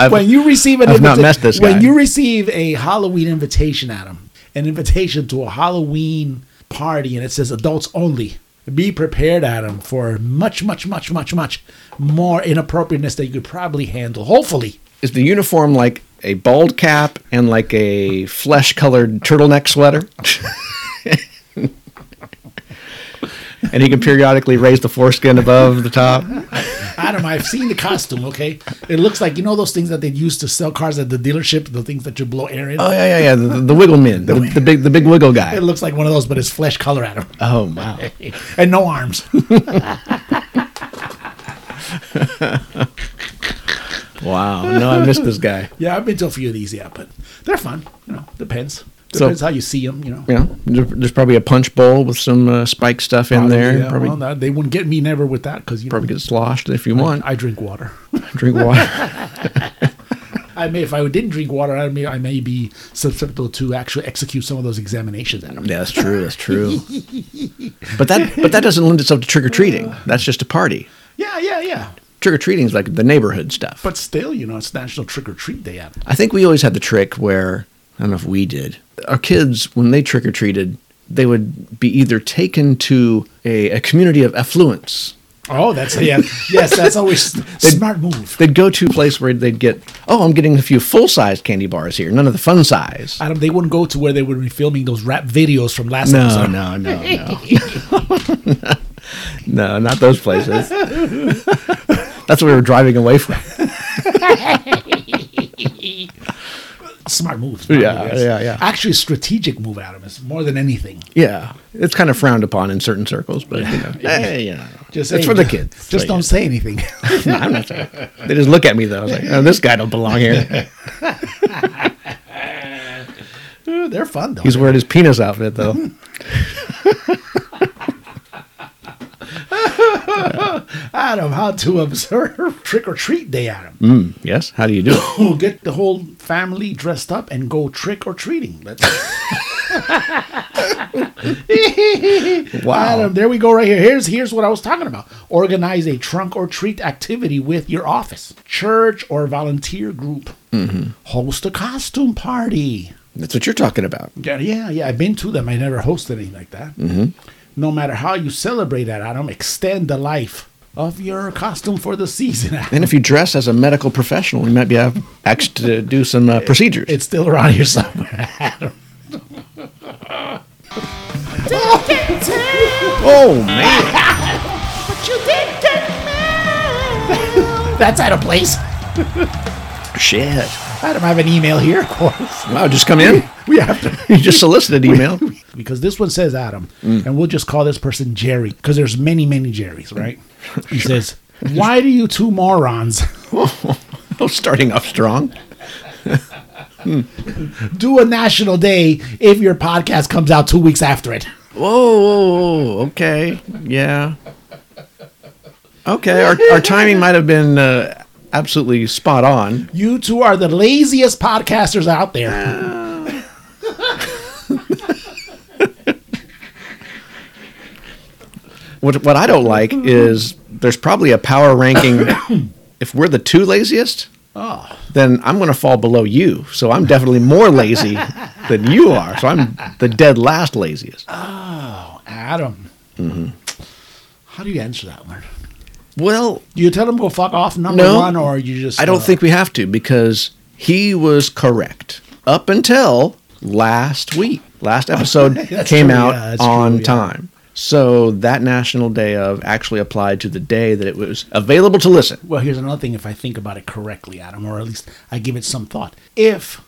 S3: guy.
S2: When you receive an
S3: I've not
S2: invita-
S3: met this
S2: when
S3: guy.
S2: you receive a Halloween invitation, Adam, an invitation to a Halloween party, and it says adults only. Be prepared, Adam, for much, much, much, much, much more inappropriateness that you could probably handle. Hopefully.
S3: Is the uniform like a bald cap and like a flesh-colored turtleneck sweater? and he can periodically raise the foreskin above the top.
S2: Adam, I've seen the costume. Okay, it looks like you know those things that they use to sell cars at the dealership, the things that you blow air in.
S3: Oh yeah, yeah, yeah. The, the wiggle men, the, the big, the big wiggle
S2: It
S3: guy.
S2: looks like one of those, but it's flesh color, Adam,
S3: Oh wow.
S2: and no arms.
S3: Wow. No, I missed this guy.
S2: yeah, I've been to a few of these, yeah, but they're fun. You know, depends.
S3: So-
S2: Depends how you see them. You know,
S3: Yeah, there- there's probably a punch bowl with some uh, spike stuff in there.
S2: Yeah,
S3: probably,
S2: well, no, they wouldn't get me never with that because you
S3: probably
S2: know,
S3: get sloshed if you want.
S2: I drink water.
S3: Drink water.
S2: I may, if I didn't drink water, I may, I may be susceptible to actually execute some of those examinations, Adam.
S3: yeah, that's true. That's true. but that, but that doesn't lend itself to trick or treating. That's just a party.
S2: Yeah, yeah, yeah.
S3: Trick or treating is like the neighborhood stuff.
S2: But still, you know, it's National Trick or Treat Day, Adam.
S3: I think we always had the trick where I don't know if we did. Our kids, when they trick or treated, they would be either taken to a, a community of affluence.
S2: Oh, that's yeah, yes, that's always smart move.
S3: They'd go to a place where they'd get, oh, I'm getting a few full size candy bars here, none of the fun size.
S2: Adam, they wouldn't go to where they would be filming those rap videos from last
S3: No,
S2: episode.
S3: no, no, no. no, not those places. That's what we were driving away from.
S2: Smart moves.
S3: Yeah, yeah, yeah.
S2: Actually, a strategic move, Adam, is more than anything.
S3: Yeah. It's kind of frowned upon in certain circles, but you know, hey, you know,
S2: Just saying,
S3: it's for the kids. It's
S2: Just
S3: for
S2: don't
S3: kids.
S2: say anything.
S3: No, I'm not saying. They just look at me though. I was like, oh, this guy don't belong here.
S2: They're fun though.
S3: He's wearing his penis outfit though.
S2: Adam, how to observe trick or treat day, Adam.
S3: Mm. yes. How do you do it?
S2: We'll get the whole family dressed up and go trick or treating. Let's.
S3: Wow.
S2: Adam, there we go right here. Here's here's what I was talking about. Organize a trunk or treat activity with your office, church, or volunteer group.
S3: Mm-hmm.
S2: Host a costume party.
S3: That's what you're talking about.
S2: Yeah, yeah, yeah. I've been to them. I never hosted anything like that.
S3: Mm-hmm.
S2: No matter how you celebrate that, Adam, extend the life of your costume for the season. Adam.
S3: And if you dress as a medical professional, you might be able- asked to do some uh, procedures.
S2: It's still around here somewhere.
S3: oh man.
S2: That's out of place.
S3: Shit.
S2: Adam, I have an email here, of course.
S3: Wow, just come in?
S2: We have to.
S3: You just solicited email.
S2: Because this one says Adam,
S3: Mm.
S2: and we'll just call this person Jerry, because there's many, many Jerrys, right? He says, Why do you two morons
S3: Oh, starting off strong.
S2: do a national day if your podcast comes out two weeks after it?
S3: Whoa, whoa, whoa, okay, yeah, okay. Our our timing might have been uh, absolutely spot on.
S2: You two are the laziest podcasters out there.
S3: What what I don't like is there's probably a power ranking. if we're the two laziest,
S2: Oh.
S3: then I'm going to fall below you. So I'm definitely more lazy than you are. So I'm the dead last laziest.
S2: Adam.
S3: Mm-hmm.
S2: How do you answer that one?
S3: Well,
S2: Do you tell them go fuck off, number
S3: No.
S2: one, or you just.
S3: I
S2: uh,
S3: don't think we have to because he was correct up until last week. Last episode
S2: That's
S3: came
S2: true,
S3: out
S2: yeah, that's
S3: on
S2: true, yeah.
S3: time. So that National Day of actually applied to the day that it was available to listen.
S2: Well, here's another thing if I think about it correctly, Adam, or at least I give it some thought. If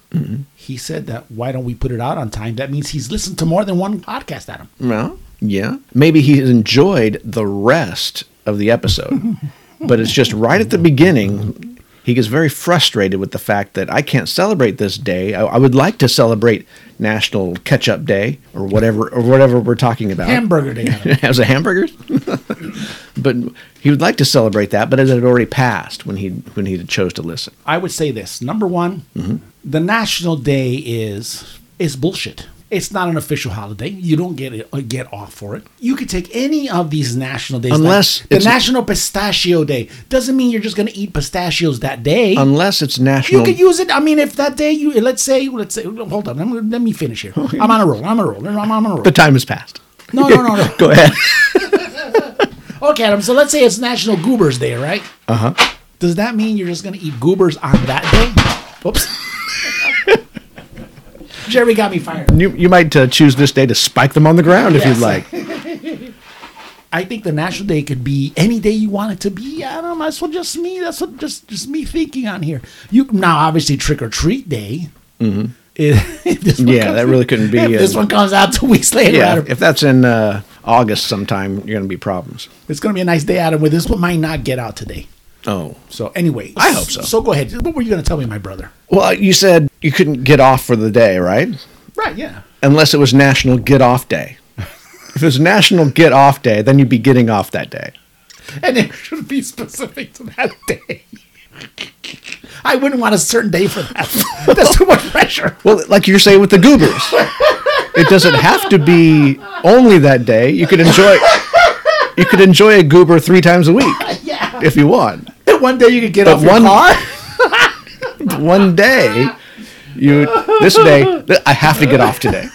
S2: he said that, why don't we put it out on time? That means he's listened to more than one podcast, Adam.
S3: Well, yeah. Maybe he enjoyed the rest of the episode But it's just right at the beginning, he gets very frustrated with the fact that I can't celebrate this day. I, I would like to celebrate National Ketchup Day or whatever or whatever we're talking about.
S2: Hamburger day. Adam.
S3: As a hamburger, but he would like to celebrate that, but it had already passed when he when he chose to listen.
S2: I would say this. Number one,
S3: Mm-hmm.
S2: the national day is is bullshit. It's not an official holiday. You don't get it, uh, get off for it. You could take any of these national days, like
S3: Unless
S2: the
S3: it's-
S2: National Pistachio Day doesn't mean you're just going to eat pistachios that day.
S3: Unless it's
S2: you
S3: national,
S2: could use it. I mean, if that day you let's say let's say hold on, let me, let me finish here.
S3: Oh,
S2: I'm on a roll. I'm on a roll. I'm, I'm on a roll.
S3: the time has passed.
S2: No, no, no, no.
S3: Go ahead.
S2: Okay, Adam. So let's say it's National Goobers Day, right? Uh
S3: Uh-huh.
S2: huh. Does that mean you're just gonna eat goobers on that day? Oops. Jerry got me fired.
S3: You, you might uh, choose this day to spike them on the ground if
S2: Yes.
S3: you'd like.
S2: I think the National Day could be any day you want it to be. I don't know. That's what just me. That's what just just me thinking on here. You now obviously Trick or Treat Day. Mm-hmm. If, if this one
S3: Yeah,
S2: comes-
S3: that really couldn't be,
S2: If this
S3: uh,
S2: one comes out two weeks later,
S3: Yeah,
S2: Adam,
S3: if that's in uh, August sometime, you're going to be problems.
S2: it's gonna be a nice day, Adam. With this one might not get out today.
S3: Oh.
S2: So anyway,
S3: I hope so.
S2: So go ahead. What were you gonna tell me, my brother?
S3: Well, you said you couldn't get off for the day, right?
S2: Right. Yeah.
S3: Unless it was National Get Off Day. if it was National Get Off Day, then you'd be getting off that day.
S2: and it should be specific to that day. I wouldn't want a certain day for that. That's too much pressure.
S3: Well, like you're saying with the goobers. it doesn't have to be only that day. You could enjoy you could enjoy a goober 3 times a week
S2: Yeah.
S3: if you want.
S2: One day you could get off
S3: one-
S2: your car.
S3: one day you this day th- i have to get off today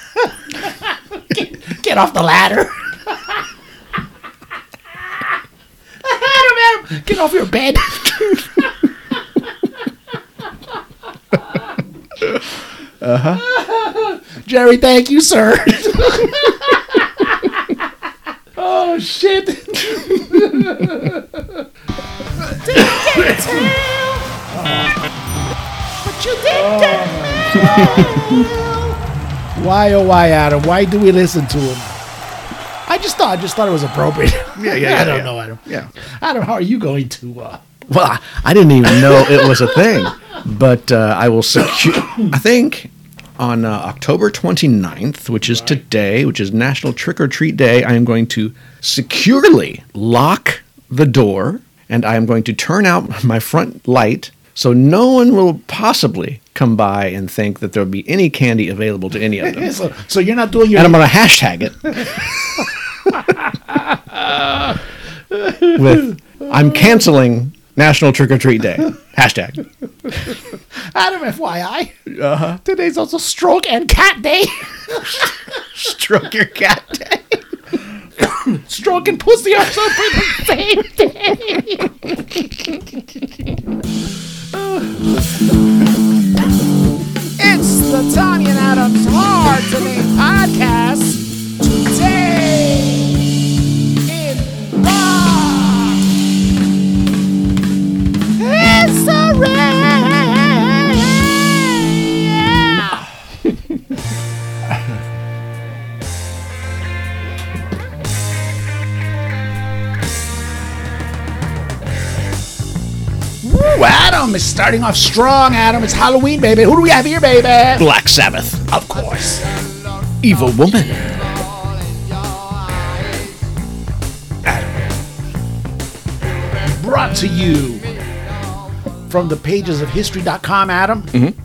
S2: Get off the ladder. Adam, Adam, get off your bed. uh-huh. Jerry, thank you, sir. oh, shit. Why, oh, why, Adam? Why do we listen to him? I just thought, I just thought it was appropriate.
S3: Yeah, yeah, yeah,
S2: I don't
S3: yeah.
S2: know, Adam.
S3: Yeah.
S2: Adam, how are you going to? Uh,
S3: well I- i didn't even know it was a thing but uh, i will secure i think on uh, october 29th which is today which is national trick-or-treat day i am going to securely lock the door and i am going to turn out my front light so no one will possibly come by and think that there'll be any candy available to any of them
S2: so, so you're not doing your.
S3: and I'm going to hashtag it with I'm canceling National Trick or Treat Day. Hashtag.
S2: Adam, FYI, uh-huh. today's also Stroke and Cat Day.
S3: Stroke your cat day.
S2: stroke and pussy are so the same day. it's the Tanya and Adam's Hard to Name podcast today in rock history. Woo, Adam is starting off strong. Adam, it's Halloween, baby. Who do we have here, baby?
S3: Black Sabbath.
S2: Of course.
S3: Evil woman.
S2: brought to you from the pages of history.com, Adam. Mm-hmm.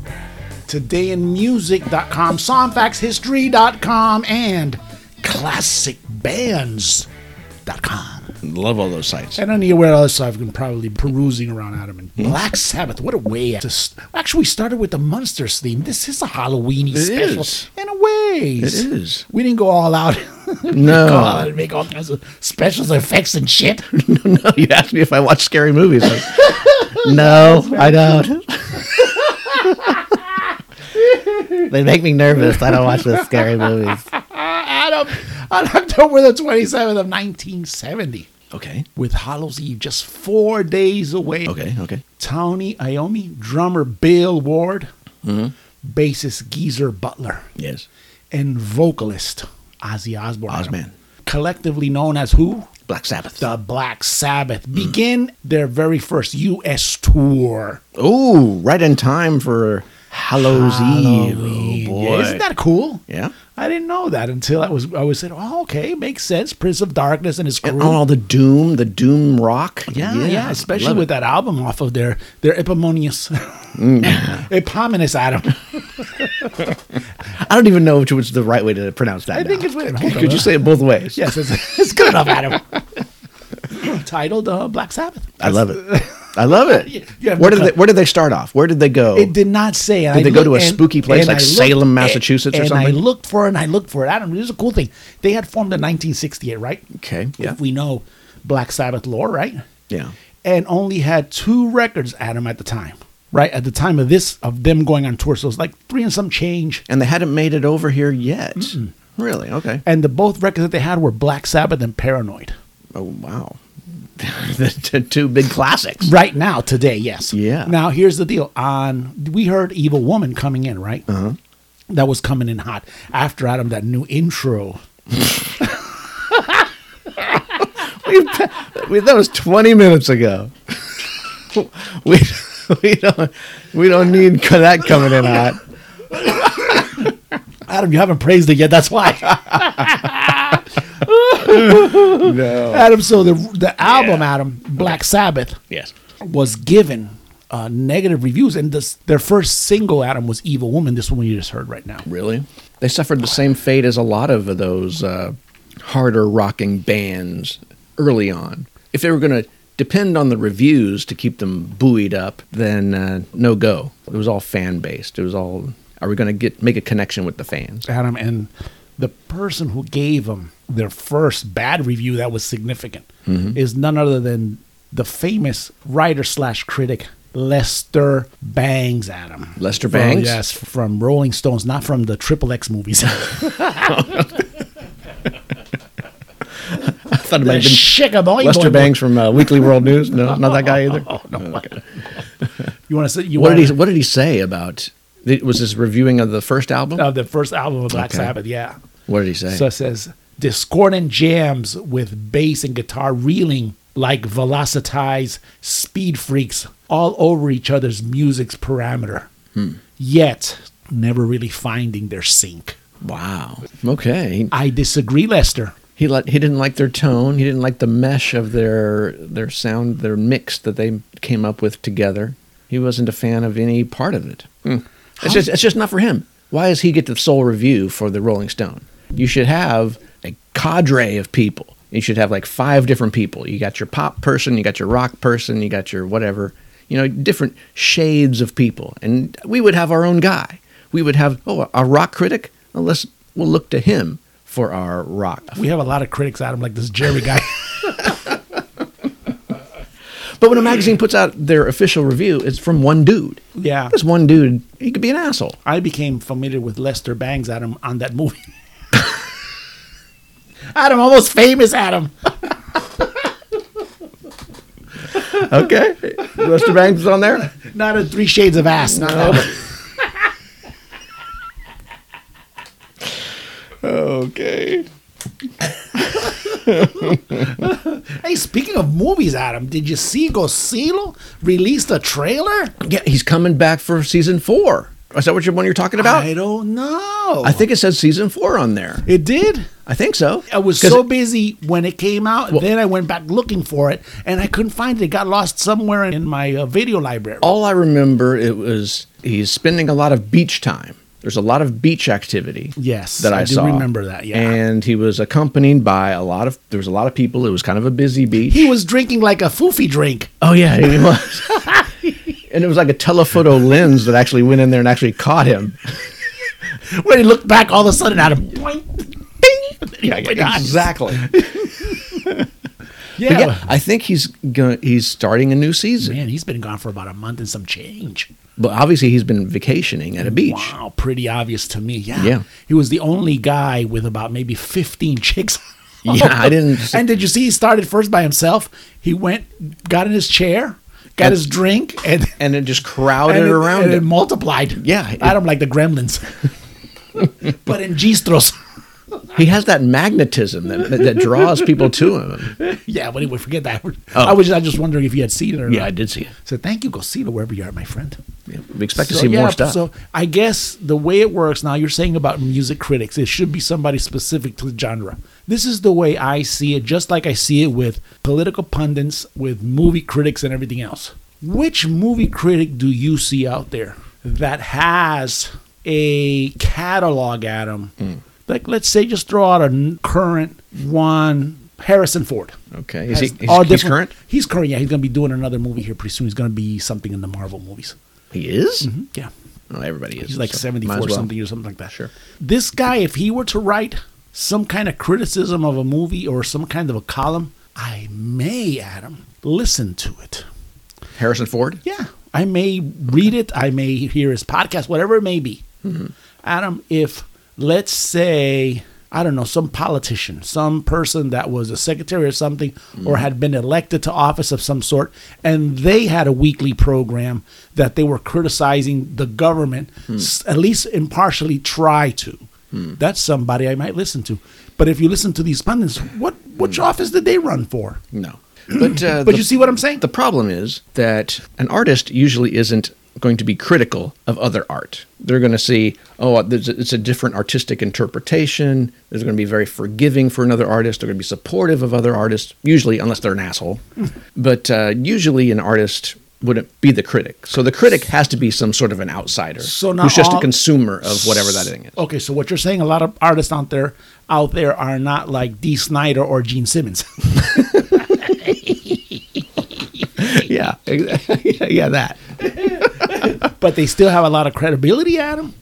S2: Todayinmusic.com, songfactshistory.com, and classicbands.com.
S3: Love all those sites.
S2: And anywhere else I've been probably perusing around Adam
S3: Hmm?
S2: and Black Sabbath. What a way to st- actually we started with the Monsters theme. This is a Halloweeny special
S3: is.
S2: in a way.
S3: It is.
S2: We didn't go all out.
S3: No.
S2: go all out and make all kinds of special effects and shit.
S3: No, you asked me if I watch scary movies. I- no, I don't. they make me nervous. I don't watch those scary movies.
S2: Adam on October the 27th of 1970.
S3: Okay.
S2: With Hallows Eve just four days away,
S3: Okay. Okay.
S2: Tony Iommi, drummer Bill Ward,
S3: Mm-hmm.
S2: bassist Geezer Butler,
S3: Yes.
S2: and vocalist Ozzy Osbourne. Adam,
S3: Ozman.
S2: collectively known as who?
S3: Black Sabbath.
S2: The Black
S3: Mm.
S2: Sabbath begin their very first U.S. tour.
S3: Oh, right in time for Hallows Eve. Oh,
S2: Yeah,
S3: boy.
S2: Isn't that cool?
S3: Yeah.
S2: I didn't know that until I was I was saying, oh, okay, makes sense. Prince of Darkness and his crew.
S3: and all the doom, the doom rock.
S2: yeah, yeah,
S3: oh, I
S2: especially
S3: love
S2: with that album off of their their eponymous,
S3: Mm.
S2: eponymous album.
S3: it. I don't even know which was the right way to pronounce that.
S2: I think
S3: now.
S2: it's wait, hold on.
S3: Could you say it both ways?
S2: Yes, it's, it's good enough, Adam. Titled uh, Black Sabbath.
S3: I love it. I love it.
S2: you have
S3: where
S2: no
S3: did they, where did they start off? Where did they go?
S2: It did not say. Did
S3: Oh. they go to a spooky place like Salem, Massachusetts or
S2: And I
S3: something?
S2: looked for it and I looked for it. Adam, this is a cool thing. They had formed in 1968, right?
S3: okay. Yeah.
S2: If we know Black Sabbath lore, right?
S3: yeah.
S2: And only had two records, Adam, at the time. Right at the time of this, of them going on tour, so it's like three and some change.
S3: And they hadn't made it over here yet. Really? Okay.
S2: And the both records that they had were Black Sabbath and Paranoid.
S3: Oh wow. the t- two big classics.
S2: Right now, today, yes.
S3: Yeah.
S2: Now here's the deal. On we heard Evil Woman coming in, right? Uh-huh. That was coming in hot after Adam that new intro.
S3: We, that was 20 minutes ago. we we don't we don't need that coming in hot.
S2: Adam, you haven't praised it yet. That's why.
S3: No.
S2: Adam, so the the album, Adam, Black Sabbath,
S3: Yes.
S2: was given uh, negative reviews, and this their first single, Adam, was Evil Woman. This one you just heard right now.
S3: Really? They suffered the same fate as a lot of those uh, harder rocking bands early on. If they were going to depend on the reviews to keep them buoyed up, then uh, no go. It was all fan based. It was all are we going to get make a connection with the fans?
S2: Adam, and the person who gave them their first bad review that was significant is none other than the famous writer slash critic Lester Bangs. Adam
S3: Lester
S2: From-
S3: Bangs?
S2: yes, from Rolling Stones, not from the Triple X movies.
S3: I thought it might have been
S2: Shaka boing,
S3: Lester
S2: boing, boing.
S3: Bangs from uh, Weekly World News. No, not that guy either.
S2: Oh,
S3: Okay.
S2: You want to say you
S3: What
S2: wanna,
S3: did he What did he say about? it Was his reviewing of the first album?
S2: uh, the first album of Black
S3: Okay.
S2: Sabbath? Yeah.
S3: what did he say?
S2: So it says discordant jams with bass and guitar reeling like velocitized speed freaks all over each other's music's parameter, yet never really finding their sync.
S3: wow. Okay. He-
S2: I disagree, Lester.
S3: He li- he didn't like their tone. He didn't like the mesh of their their sound, their mix that they came up with together. He wasn't a fan of any part of it. It's just it's just not for him. Why does he get the sole review for the Rolling Stone? You should have a cadre of people. You should have like five different people. You got your pop person, you got your rock person, you got your whatever. You know, different shades of people, and we would have our own guy. We would have oh a rock critic. Well, let's we'll look to him for our rock.
S2: We have a lot of critics, Adam, like this Jerry guy.
S3: But when a magazine puts out their official review, it's from one dude.
S2: Yeah.
S3: This one dude, he could be an asshole.
S2: I became familiar with Lester Bangs, Adam, on that movie. Adam, almost famous, Adam.
S3: Okay. Lester Bangs is on there.
S2: Not in Three Shades of Ass. Not that one.
S3: Okay.
S2: Hey, speaking of movies, Adam, did you see Gosilo released a trailer?
S3: Yeah, he's coming back for season four. Is that what you're, one you're talking about?
S2: I
S3: I,
S2: don't know.
S3: think it says season four on there.
S2: it did.
S3: I think so.
S2: I was
S3: 'Cause
S2: so
S3: it-
S2: busy when it came out. then I went back looking for it, and I couldn't find it. It got lost somewhere in my uh, video library.
S3: all I remember it was he's spending a lot of beach time. There's a lot of beach activity.
S2: Yes,
S3: that I,
S2: I do
S3: saw.
S2: remember that, yeah.
S3: and he was accompanied by a lot of there was a lot of people. It was kind of a busy beach.
S2: He was drinking like a foofy drink.
S3: Oh yeah, he was. and it was like a telephoto lens that actually went in there and actually caught him.
S2: When he looked back, all of a sudden, Adam. boing, ding. Oh my God.
S3: But
S2: Yeah.
S3: yeah, I think he's going he's starting a new season.
S2: Man, he's been gone for about a month and some change.
S3: But obviously he's been vacationing at a beach.
S2: Wow, pretty obvious to me. Yeah.
S3: Yeah.
S2: He was the only guy with about maybe 15 chicks.
S3: Yeah, I didn't-
S2: and did you see he started first by himself? He went, got in his chair, got
S3: And-
S2: his drink, and.
S3: And it just crowded
S2: and it-
S3: around
S2: and it
S3: him.
S2: multiplied.
S3: Yeah, it-
S2: I don't like the gremlins. but in Gistros.
S3: He has that magnetism that, that draws people to him.
S2: yeah, but anyway, forget that.
S3: Oh.
S2: I was I was just wondering if you had seen it or
S3: Yeah, I
S2: not.
S3: did see it.
S2: So thank you, Gosita, wherever you are, my friend.
S3: Yeah, We expect to
S2: So,
S3: see
S2: yeah,
S3: more stuff.
S2: So I guess the way it works now, you're saying about music critics, it should be somebody specific to the genre. This is the way I see it, just like I see it with political pundits, with movie critics, and everything else. Which movie critic do you see out there that has a catalog at 'em?
S3: Hmm.
S2: Like, let's say, just throw out a n- current one Harrison Ford.
S3: okay, is he?
S2: Has
S3: He's,
S2: all
S3: he's
S2: different-
S3: current.
S2: He's current, yeah. He's going to be doing another movie here pretty soon. He's going to be something in the Marvel movies.
S3: He is.
S2: Yeah.
S3: Well, everybody is.
S2: Mm-hmm. He's like
S3: so might
S2: 74
S3: as well.
S2: something or something like that.
S3: Sure.
S2: This guy, if he were to write some kind of criticism of a movie or some kind of a column, I may, Adam, listen to it.
S3: Harrison Ford.
S2: Yeah. I may read it. I may hear his podcast, whatever it may be. Adam, if let's say, I don't know, some politician, some person that was a secretary or something, or had been elected to office of some sort, and they had a weekly program that they were criticizing the government, s- at least impartially try to. That's somebody I might listen to. But if you listen to these pundits, what which office did they run for?
S3: No. But uh,
S2: But
S3: the-
S2: you see what I'm saying?
S3: The problem is that an artist usually isn't going to be critical of other art. They're going to see, oh, there's a, it's a different artistic interpretation. They're going to be very forgiving for another artist. They're going to be supportive of other artists, usually, unless they're an asshole. but uh, usually, an artist wouldn't be the critic. So the critic has to be some sort of an outsider
S2: So now
S3: who's just
S2: all-
S3: a consumer of whatever that thing is.
S2: Okay, so what you're saying, a lot of artists out there out there are not like Dee Snyder or Gene Simmons.
S3: yeah. yeah, that.
S2: but they still have a lot of credibility at them.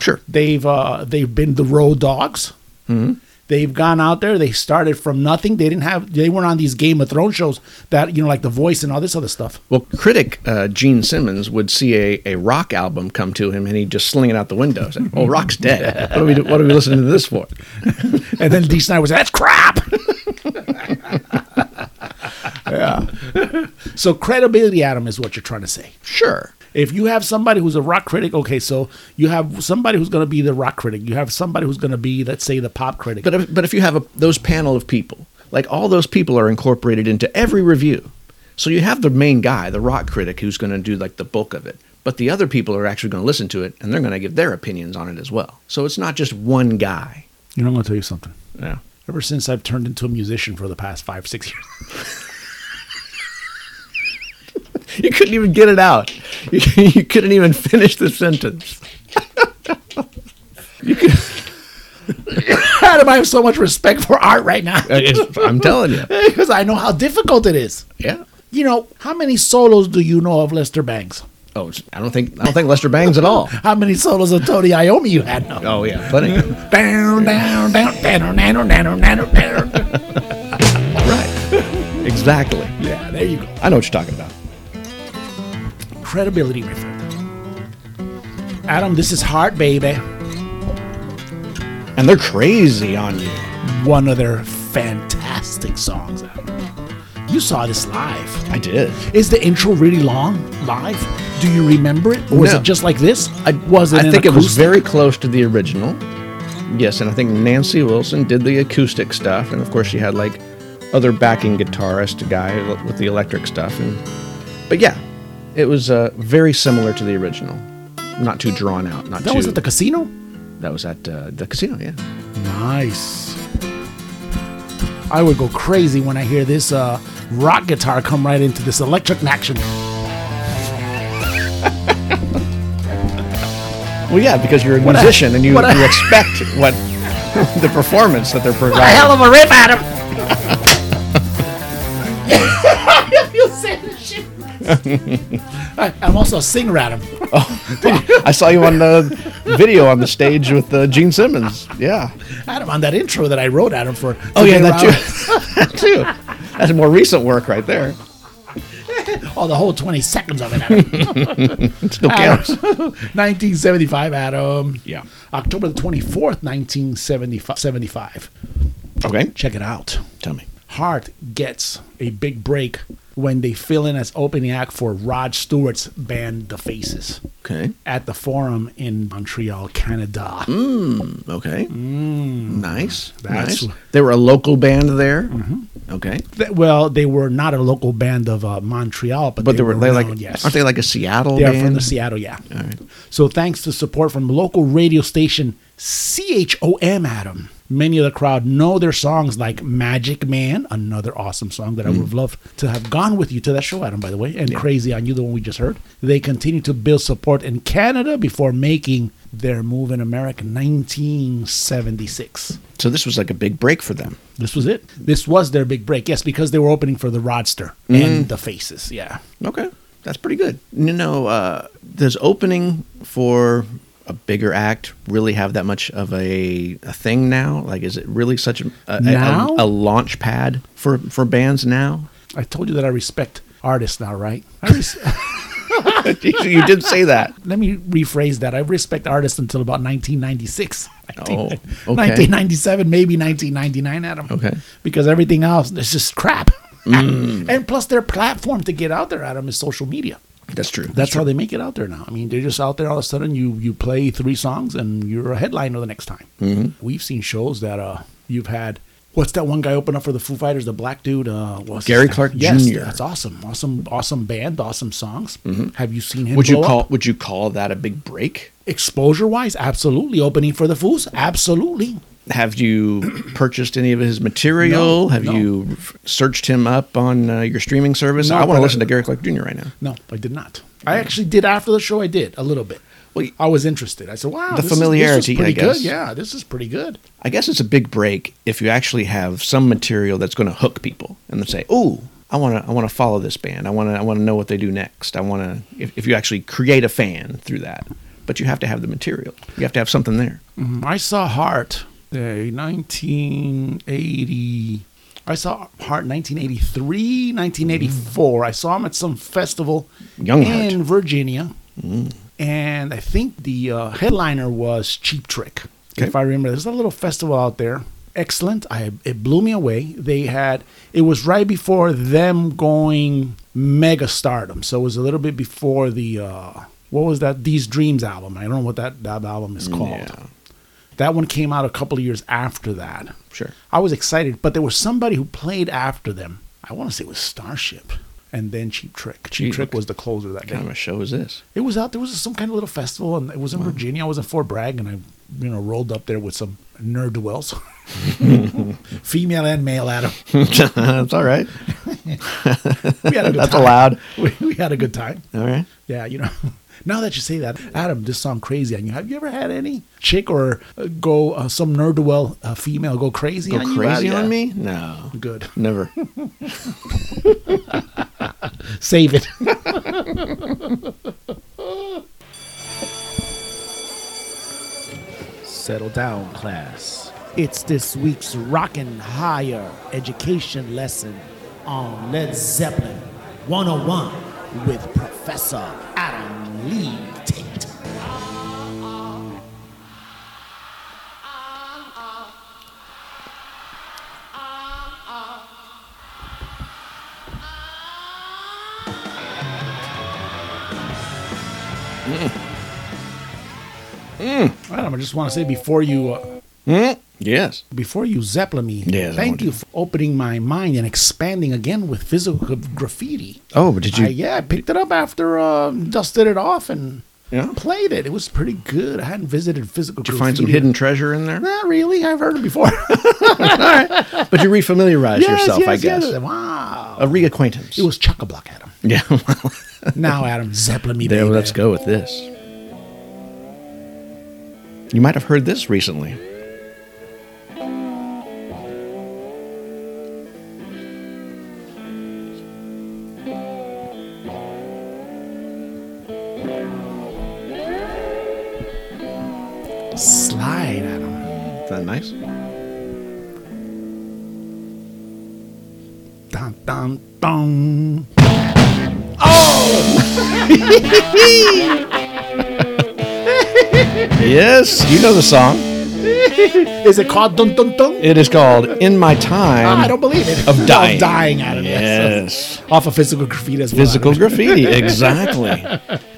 S3: Sure.
S2: They've uh, they've been the road dogs. They've gone out there. They started from nothing. They didn't have. They weren't on these Game of Thrones shows that you know, like The Voice and all this other stuff.
S3: Well, critic uh, Gene Simmons would see a, a rock album come to him and he'd just sling it out the window. Say, oh, rock's dead. What are, we, do- what are we listening to this for?
S2: And then Dee Snyder was that's crap. yeah. so credibility, Adam, is what you're trying to say.
S3: Sure.
S2: If you have somebody who's a rock critic, okay, so you have somebody who's going to be the rock critic. You have somebody who's going to be, let's say, the pop critic.
S3: But if, but if you have a, those panel of people, like all those people are incorporated into every review. So you have the main guy, the rock critic, who's going to do like the bulk of it. But the other people are actually going to listen to it and they're going to give their opinions on it as well. So it's not just one guy.
S2: you know, I'm going to tell you something.
S3: Yeah.
S2: Ever since I've turned into a musician for the past five, six years,
S3: You couldn't even get it out. You, you couldn't even finish the sentence.
S2: Adam, I have so much respect for art right now
S3: I guess- I'm telling you.
S2: because I know how difficult it is.
S3: Yeah.
S2: You know, how many solos do you know of Lester Bangs?
S3: Oh, it's- I don't think I don't think Lester bangs at all.
S2: How many solos of Tony Iommi you had? No.
S3: Oh yeah, plenty.
S2: Down, down, down, down, down, down, down, down.
S3: right, exactly.
S2: Yeah, there you go.
S3: I know what you're talking about.
S2: credibility, my friend. Adam, this is hard, baby.
S3: And they're crazy on you.
S2: One of their fantastic songs. Adam. You saw this live.
S3: I did.
S2: Is the intro really long live? Do you remember it, or is
S3: No.
S2: it just like this? I was it.
S3: I
S2: an
S3: think it was
S2: acoustic?
S3: very close to the original. Yes, and I think Nancy Wilson did the acoustic stuff, and of course she had like other backing guitarist guy with the electric stuff. And but yeah, it was uh, very similar to the original. Not too drawn out. Not
S2: That
S3: too.
S2: was at the casino.
S3: that was at uh, the casino. Yeah.
S2: Nice. I would go crazy when I hear this uh, rock guitar come right into this electric action.
S3: Well, yeah, because you're a
S2: a-
S3: musician and you,
S2: what a-
S3: you expect what the performance that they're providing.
S2: a hell of a rip, Adam. you said the shit. I, I'm also a singer, Adam.
S3: I saw you on the video on the stage with uh, Gene Simmons. Yeah.
S2: Adam, on that intro that I wrote, Adam, for Today
S3: Oh, that too. too. That's more recent work right there.
S2: Round- oh, the whole 20 seconds of it, Adam.
S3: Still
S2: Adam.
S3: counts.
S2: 1975, Adam.
S3: Yeah.
S2: October the 24th, 1975. 75.
S3: Okay.
S2: Check it out.
S3: Tell me.
S2: Hart gets a big break when they fill in as opening act for Rod Stewart's band The Faces
S3: Okay.
S2: at the Forum in Montreal, Canada.
S3: Hmm? Okay. nice.
S2: Mm. That's- Mm-hmm.
S3: nice. They were a local band there. Okay.
S2: Th- well, they were not a local band of uh, Montreal, but,
S3: But
S2: they,
S3: they were, they like
S2: known, yes.
S3: aren't they like a Seattle
S2: They are
S3: band?
S2: from the Seattle, yeah.
S3: All right.
S2: So thanks to support from local radio station CHOM Adam, many of the crowd know their songs like Magic Man, another awesome song that I would have loved to have gone with you to that show, Adam, by the way, and Crazy on You, the one we just heard. They continue to build support in Canada before making their move in America in 1976.
S3: So this was like a big break for them.
S2: This was it. This was their big break. Yes, because they were opening for the Rodster and the Faces. Yeah.
S3: Okay. That's pretty good. You know, uh, does opening for a bigger act really have that much of a, a thing now? Like, is it really such a, a, a-
S2: Now?
S3: a, launch pad for, for bands now?
S2: I told you that I respect artists now, right? I res-
S3: you did say that.
S2: let me rephrase that. I respect artists until about 1996.
S3: Oh, okay.
S2: 1997, maybe 1999, Adam.
S3: Okay. Mm.
S2: Because everything else is just crap. and plus, their platform to get out there, Adam, is social media.
S3: That's true.
S2: That's how they make it out there now. I mean, they're just out there all of a sudden. You you play three songs and you're a headliner the next time. Mm-hmm. We've seen shows that uh you've had. What's that one guy open up for the Foo Fighters? The black dude, uh, what's his
S3: Gary
S2: name?
S3: Clark
S2: Yes,
S3: Jr..
S2: That's awesome, awesome, awesome band, awesome songs. Have you seen him?
S3: Mm-hmm. Would you
S2: blow up?
S3: call Would you call that a big break?
S2: exposure wise, absolutely. Opening for the Foos, absolutely.
S3: Have you purchased any of his material?
S2: No,
S3: Have
S2: no.
S3: you f- searched him up on uh, your streaming service?
S2: No,
S3: I want
S2: but
S3: to
S2: I-
S3: listen to Gary Clark Jr. right now.
S2: No, I did not. I actually did after the show. I did a little bit.
S3: Well, y-
S2: I was interested. I said, "Wow,
S3: The
S2: this is- this is
S3: familiarity, I
S2: pretty
S3: guess.
S2: good. Yeah, this is pretty good."
S3: I guess it's a big break if you actually have some material that's going to hook people and they say, "Ooh, I want to, I want to follow this band. I want to, I want to know what they do next. I want to." If, if you actually create a fan through that, but you have to have the material. You have to have something there.
S2: Mhm. I saw Heart, the 1980. I saw Heart 1983, 1984. I saw him at some festival
S3: Young
S2: in
S3: Heart.
S2: Virginia, and I think the uh, headliner was Cheap Trick, if I remember. There's a little festival out there. Excellent. I it blew me away. They had it was right before them going mega stardom, so it was a little bit before the uh, what was that? These Dreams album. I don't know what that, that album is called.
S3: Yeah.
S2: That one came out a couple of years after that.
S3: Sure.
S2: I was excited, but there was somebody who played after them. I want to say it was Starship and then Cheap Trick. Cheap
S3: Jeez,
S2: Trick
S3: what
S2: was the closer that
S3: What kind
S2: day.
S3: of a show is this?
S2: It was out there was some kind of little festival and it was in Virginia. I was in Fort Bragg and I you know rolled up there with some nerd dwells. Female and male Adam.
S3: That's all right.
S2: We had a good
S3: That's
S2: time.
S3: allowed.
S2: We, we had a good time.
S3: All right.
S2: Yeah, you know. Now that you say that, Adam, this song "Crazy" on you. Have you ever had any chick or uh, go uh, some nerd dwell uh, female go crazy
S3: Go
S2: on you?
S3: crazy
S2: Yeah.
S3: on me? No,
S2: Good.
S3: never.
S2: Save it. Settle down, class. It's this week's Rockin' Higher Education lesson on Led Zeppelin 101 with Professor Adam Lee Tate. Adam, I just want to say before you. Uh,
S3: yes.
S2: before you Zeppelin me,
S3: Yes, I
S2: thank
S3: want
S2: you for opening my mind and expanding again with physical graffiti.
S3: Oh, but did you?
S2: I, yeah, I picked it up after uh, dusted it off and
S3: Yeah?
S2: played it. It was pretty good. I hadn't visited physical.
S3: did you find some hidden treasure in there?
S2: Not really. I've heard it before.
S3: But you refamiliarize
S2: Yes,
S3: yourself, I
S2: yes,
S3: guess.
S2: yes. Wow.
S3: A reacquaintance.
S2: It was chock a block, Adam.
S3: yeah. well,
S2: Now, Adam, Zeppelin me.
S3: there,
S2: baby.
S3: let's go with this. You might have heard this recently.
S2: Slide, Adam.
S3: Is that nice?
S2: Dun, dun, dun.
S3: Yes, you know the song.
S2: Is it called Dun Dun Dun?
S3: It is called In My Time.
S2: Ah, I don't believe it.
S3: Um, of dying.
S2: Of dying out of
S3: Yes.
S2: this. Off of physical graffiti as well.
S3: Physical graffiti, exactly.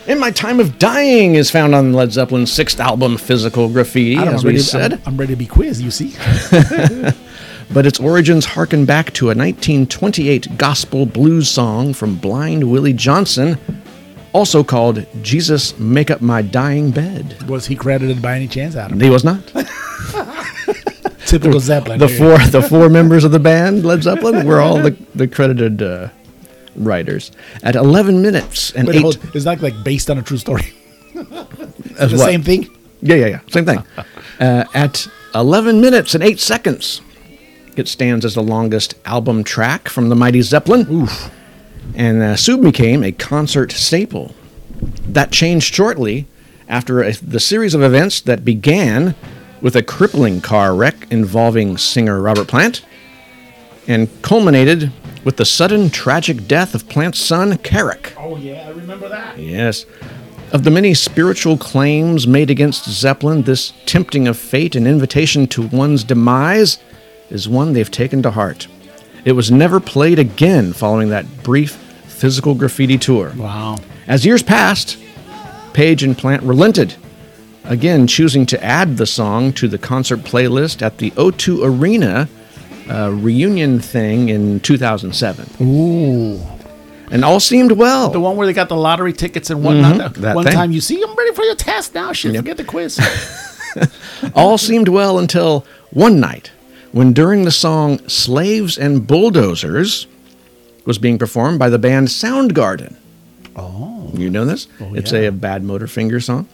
S3: In My Time of Dying is found on Led Zeppelin's sixth album, Physical Graffiti,
S2: I don't know,
S3: as
S2: I'm
S3: we
S2: ready-
S3: said.
S2: I'm, I'm ready to be quiz, you see.
S3: But its origins harken back to a 1928 gospel blues song from Blind Willie Johnson, also called Jesus Make Up My Dying Bed.
S2: Was he credited by any chance, Adam?
S3: He was not.
S2: Typical Zeppelin.
S3: The
S2: here.
S3: four, the four members of the band, Led Zeppelin, were all the, the credited uh, writers. At 11 minutes and
S2: Wait,
S3: eight,
S2: hold, it's not like based on a true story.
S3: as
S2: the
S3: what?
S2: same thing.
S3: Yeah, yeah, yeah. Same thing. Uh, at 11 minutes and 8 seconds, it stands as the longest album track from the Mighty Zeppelin. Oof. And uh, soon became a concert staple. That changed shortly after a, the series of events that began with a crippling car wreck involving singer Robert Plant and culminated with the sudden tragic death of Plant's son, Carrick.
S2: Oh yeah, I remember that.
S3: Yes. Of the many spiritual claims made against Zeppelin, this tempting of fate and invitation to one's demise is one they've taken to heart. It was never played again following that brief physical graffiti tour.
S2: Wow.
S3: As years passed, Page and Plant relented, again choosing to add the song to the concert playlist at the O2 Arena uh, reunion thing in 2007.
S2: Ooh.
S3: And all seemed well.
S2: The one where they got the lottery tickets and whatnot.
S3: Mm-hmm. that
S2: one
S3: thing.
S2: time you see, I'm ready for your test now. Shit, forget the quiz.
S3: All seemed well until one night when, during the song Slaves and Bulldozers, was being performed by the band Soundgarden. Oh. You know this? it's a,
S2: yeah.
S3: Bad Motor Finger song.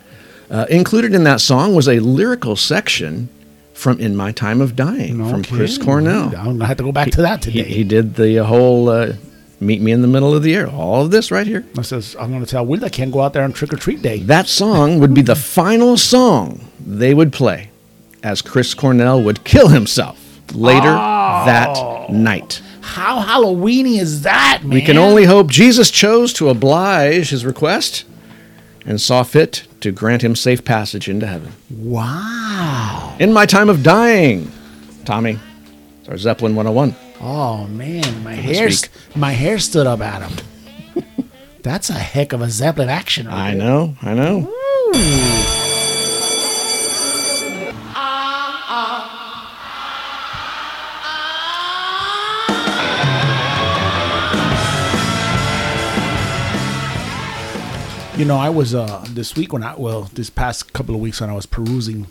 S3: Uh, included in that song was a lyrical section from In My Time of Dying from Chris
S2: Okay.
S3: Cornell.
S2: I'm gonna have to go back to that
S3: He,
S2: today.
S3: he did the whole uh, Meet Me in the Middle of the Air, all of this right here.
S2: I says, I'm gonna tell Will I can't go out there on trick or treat day.
S3: That song would be the final song they would play as Chris Cornell would kill himself later that night.
S2: How Halloweeny is that, man?
S3: We can only hope Jesus chose to oblige his request and saw fit to grant him safe passage into heaven.
S2: Wow.
S3: In my time of dying, Tommy, it's our Zeppelin 101.
S2: Oh man, my hair,
S3: week.
S2: st- my hair stood up, Adam. That's a heck of a Zeppelin action. right
S3: I
S2: there.
S3: know, I know.
S2: You know, I was uh, this week when I well, this past couple of weeks when I was perusing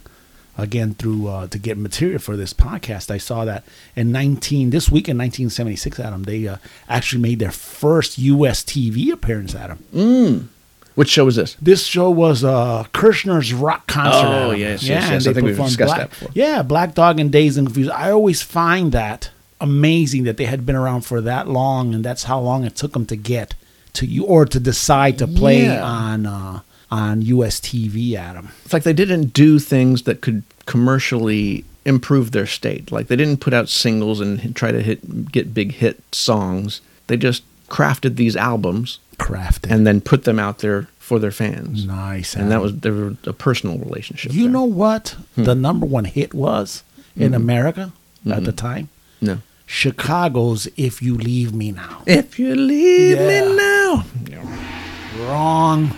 S2: again through uh, to get material for this podcast, I saw that in nineteen this week in nineteen seventy six, Adam, they uh, actually made their first U.S. TV appearance, Adam.
S3: Which show is this?
S2: This show was uh, Kirshner's rock concert.
S3: Oh,
S2: Adam.
S3: yes, yes, yes.
S2: and
S3: I
S2: they
S3: think we've
S2: performed
S3: discussed
S2: Black,
S3: that before.
S2: Yeah, Black Dog and Days and Confused. I always find that amazing that they had been around for that long, and that's how long it took them to get to you or to decide to play
S3: Yeah.
S2: on uh, on US TV, Adam.
S3: It's like they didn't do things that could commercially improve their state. Like they didn't put out singles and hit- try to hit get big hit songs. They just crafted these albums
S2: Crafted.
S3: and then put them out there for their fans.
S2: nice.
S3: And that Hmm.
S2: Adam.
S3: was there were a personal relationship.
S2: You
S3: there.
S2: know what the number one hit was
S3: Hmm.
S2: in America at the time?
S3: No.
S2: Chicago's If You Leave Me Now.
S3: If you leave
S2: Yeah.
S3: me now.
S2: Wrong.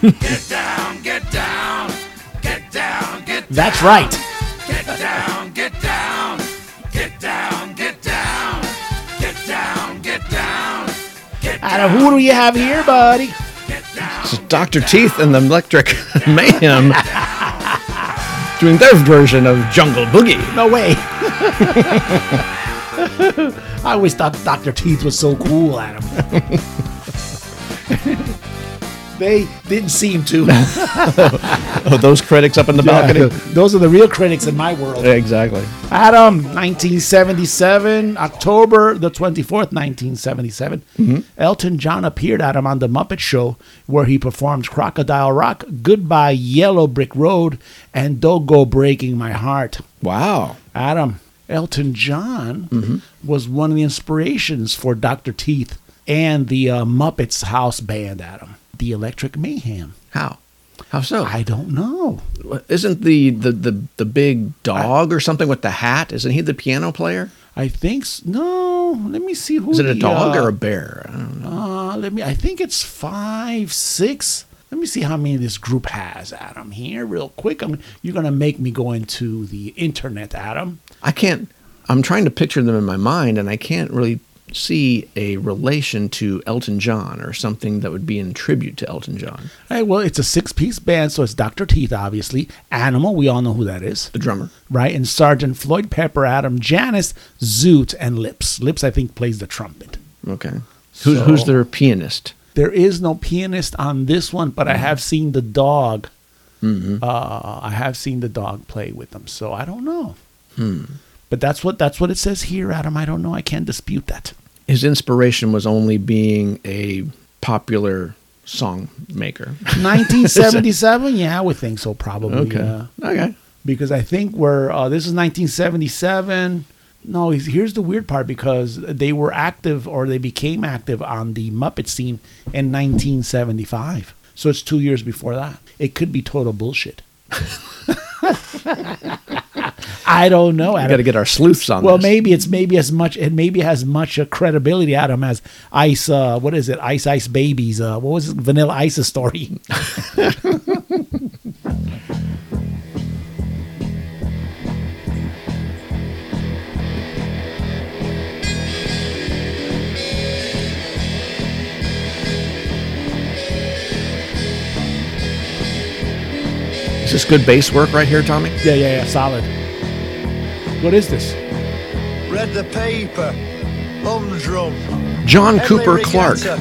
S1: Get down, get down, get down, get
S2: That's right.
S1: Get down, get down, get down, get down, get down, get down, get
S2: Adam, who do we have here, buddy?
S3: It's Dr. Teeth and the Electric Mayhem doing their version of Jungle Boogie.
S2: No way. I always thought Dr. Teeth was so cool, Adam. they didn't seem to.
S3: Oh, those critics up in the balcony.
S2: Those are the real critics in my world.
S3: Exactly.
S2: Adam, 1977, October the 24th, 1977.
S3: Mm-hmm.
S2: Elton John appeared, Adam, on The Muppet Show, where he performed Crocodile Rock, Goodbye Yellow Brick Road, and Don't Go Breaking My Heart.
S3: Wow.
S2: Adam, Elton John
S3: Mm-hmm.
S2: was one of the inspirations for Dr. Teeth and the uh, Muppets House Band, Adam. The Electric Mayhem.
S3: How? How so?
S2: I don't know.
S3: Isn't the, the, the, the big dog or something with the hat? Isn't he the piano player?
S2: I think s- no. Let me see who.
S3: Is it a
S2: the,
S3: dog
S2: uh,
S3: or a bear? I don't know.
S2: Uh, let me. I think it's five, six. Let me see how many this group has, Adam. Here, real quick. I'm, you're gonna make me go into the internet, Adam.
S3: I can't. I'm trying to picture them in my mind, and I can't really see a relation to Elton John or something that would be in tribute to Elton John,
S2: Hey, well, it's a six-piece band, so it's Dr. Teeth, obviously. Animal, we all know who that is,
S3: the drummer.
S2: right? And Sergeant Floyd Pepper, Adam Janis, Zoot, and Lips. Lips, I think, plays the trumpet.
S3: Okay. Who's who's
S2: So-
S3: their pianist?
S2: There is no pianist on this one, but I have seen the dog. Uh, I have seen the dog play with them, so I don't know. But that's what that's what it says here, Adam. I don't know. I can't dispute that.
S3: His inspiration was only being a popular song maker.
S2: 1977, yeah, I would think so, probably.
S3: okay.
S2: yeah.
S3: Okay.
S2: because I think we're uh, this is 1977. No, he's- here's the weird part because they were active or they became active on the Muppet scene in 1975. So it's two years before that. It could be total bullshit. I don't know.
S3: I
S2: Adam.
S3: got to get our sleuths on.
S2: well,
S3: this.
S2: maybe it's maybe as much it maybe has much uh, credibility, Adam, as Ice. Uh, what is it? Ice Ice Babies. Uh, what was it? Vanilla Ice's story?
S3: is this good bass work right here, Tommy?
S2: yeah, yeah, yeah. Solid. What is this?
S4: Read the paper. Humdrum.
S3: John
S4: Henry
S3: Cooper
S4: Ricketts,
S3: Clark
S4: uh,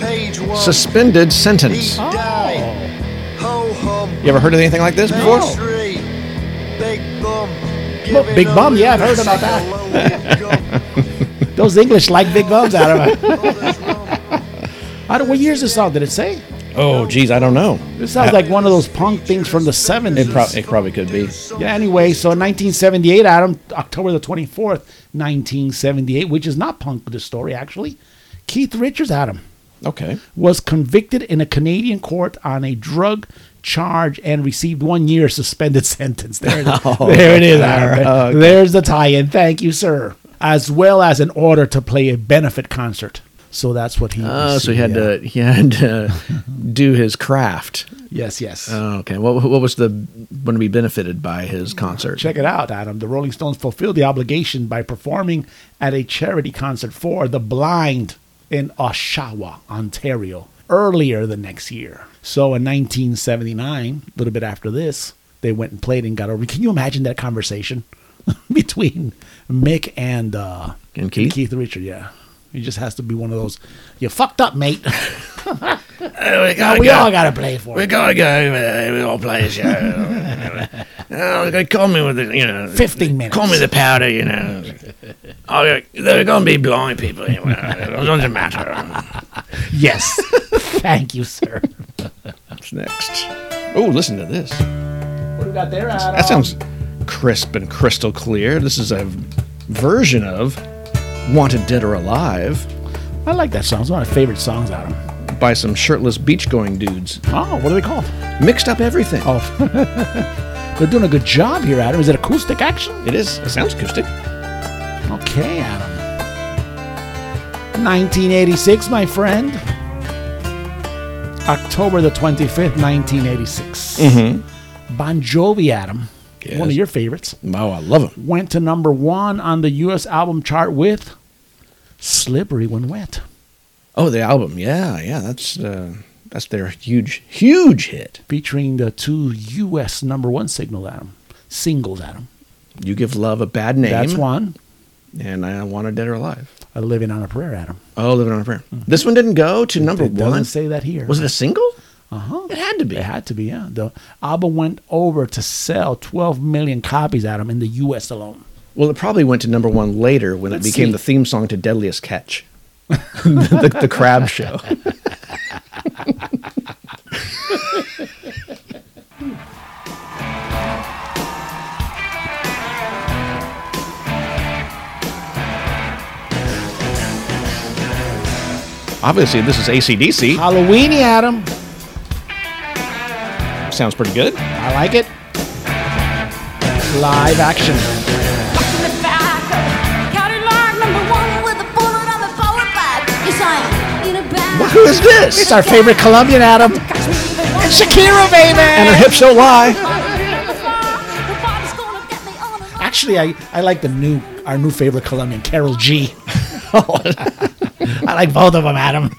S4: Page one.
S3: suspended sentence.
S2: Oh.
S4: He died. Ho hum.
S3: You ever heard of anything like this
S4: Page
S3: before?
S4: three. Big bum.
S2: Well,
S4: Giving
S2: Big
S4: a
S2: Bum, yeah, I've heard
S4: lunatic
S2: about that.
S4: a loaded gun.
S2: Those English like big bums, Adam.
S4: Others run.
S2: I don't, what year is this song? Did it say?
S3: Oh, geez, I don't know.
S2: This sounds like one of those punk things from the
S3: It,
S2: 70s.
S3: prob- it probably could be.
S2: yeah, anyway, so in 1978, Adam, October the 24th, 1978, which is not punk, the story actually, Keith Richards, Adam,
S3: Okay.
S2: was convicted in a Canadian court on a drug charge and received one year suspended sentence. There it is.
S3: Oh.
S2: there it is, Adam. There's the tie in. Thank you, sir. As well as an order to play a benefit concert. So that's what he.
S3: Oh, so he had
S2: received, yeah.
S3: to he had to do his craft.
S2: Yes, yes.
S3: Oh, okay. What what was the going to be benefited by his concert?
S2: Check it out, Adam. The Rolling Stones fulfilled the obligation by performing at a charity concert for the blind in Oshawa, Ontario, earlier the next year. So in 1979, a little bit after this, they went and played and got over. Can you imagine that conversation between Mick and uh,
S3: And Keith?
S2: Keith Richard? Yeah, he just has to be one of those. You fucked up, mate. Oh,
S3: oh, we got
S2: we all gotta play for it.
S3: gotta go. uh, We all play a show. oh, they call me with the you know.
S2: 15 minutes.
S3: the powder, you know. Oh, they're going to be blind people. It doesn't matter.
S2: yes. Thank you, sir.
S3: What's next? Oh, listen to this.
S2: What do we got there, Adam?
S3: That sounds crisp and crystal clear. This is a version of Wanted Dead or Alive
S2: I like that song. It's one of my favorite songs, Adam.
S3: by some shirtless beach going dudes.
S2: Oh, what are they called?
S3: Mixed up everything.
S2: Oh, they're doing a good job here, Adam. Is it acoustic action?
S3: It is. It sounds acoustic.
S2: Okay, Adam. 1986, my friend. October the 25th, 1986. Bon Jovi, Adam. One of
S3: Mm-hmm. Yes.
S2: your favorites.
S3: Oh, I love them.
S2: Went to number one on the U.S. album chart with Slippery When Wet.
S3: Oh, the album. Yeah, yeah. That's uh, that's their huge, huge hit.
S2: Featuring the two U.S. number one signal, Adam. Singles, Adam.
S3: You give love a bad name.
S2: That's one.
S3: And I wanted dead or alive.
S2: A Living on a Prayer, Adam.
S3: Oh, living on a prayer. This one didn't go to number
S2: it
S3: one.
S2: doesn't say that here.
S3: Was it a single?
S2: Uh-huh.
S3: It had to be.
S2: It had to be, yeah. The album went over to sell 12 million copies, Adam, in the U.S. alone.
S3: Well, it probably went to number one later when
S2: Let's
S3: it became
S2: see.
S3: the theme song to Deadliest Catch, the, the, the crab show. Obviously, this is ACDC.
S2: Halloweeny, Adam.
S3: sounds pretty good.
S2: I like it. That live action.
S5: in the back of county line number one with a bullet on the forward back. Yes, I am in a bag.
S3: Who is this?
S2: It's our favorite Colombian, Adam.
S5: It's
S2: Shakira, baby!
S3: And her hips don't lie.
S2: Actually, I, I like the new our new favorite Colombian, Carol G. I like both of them, Adam.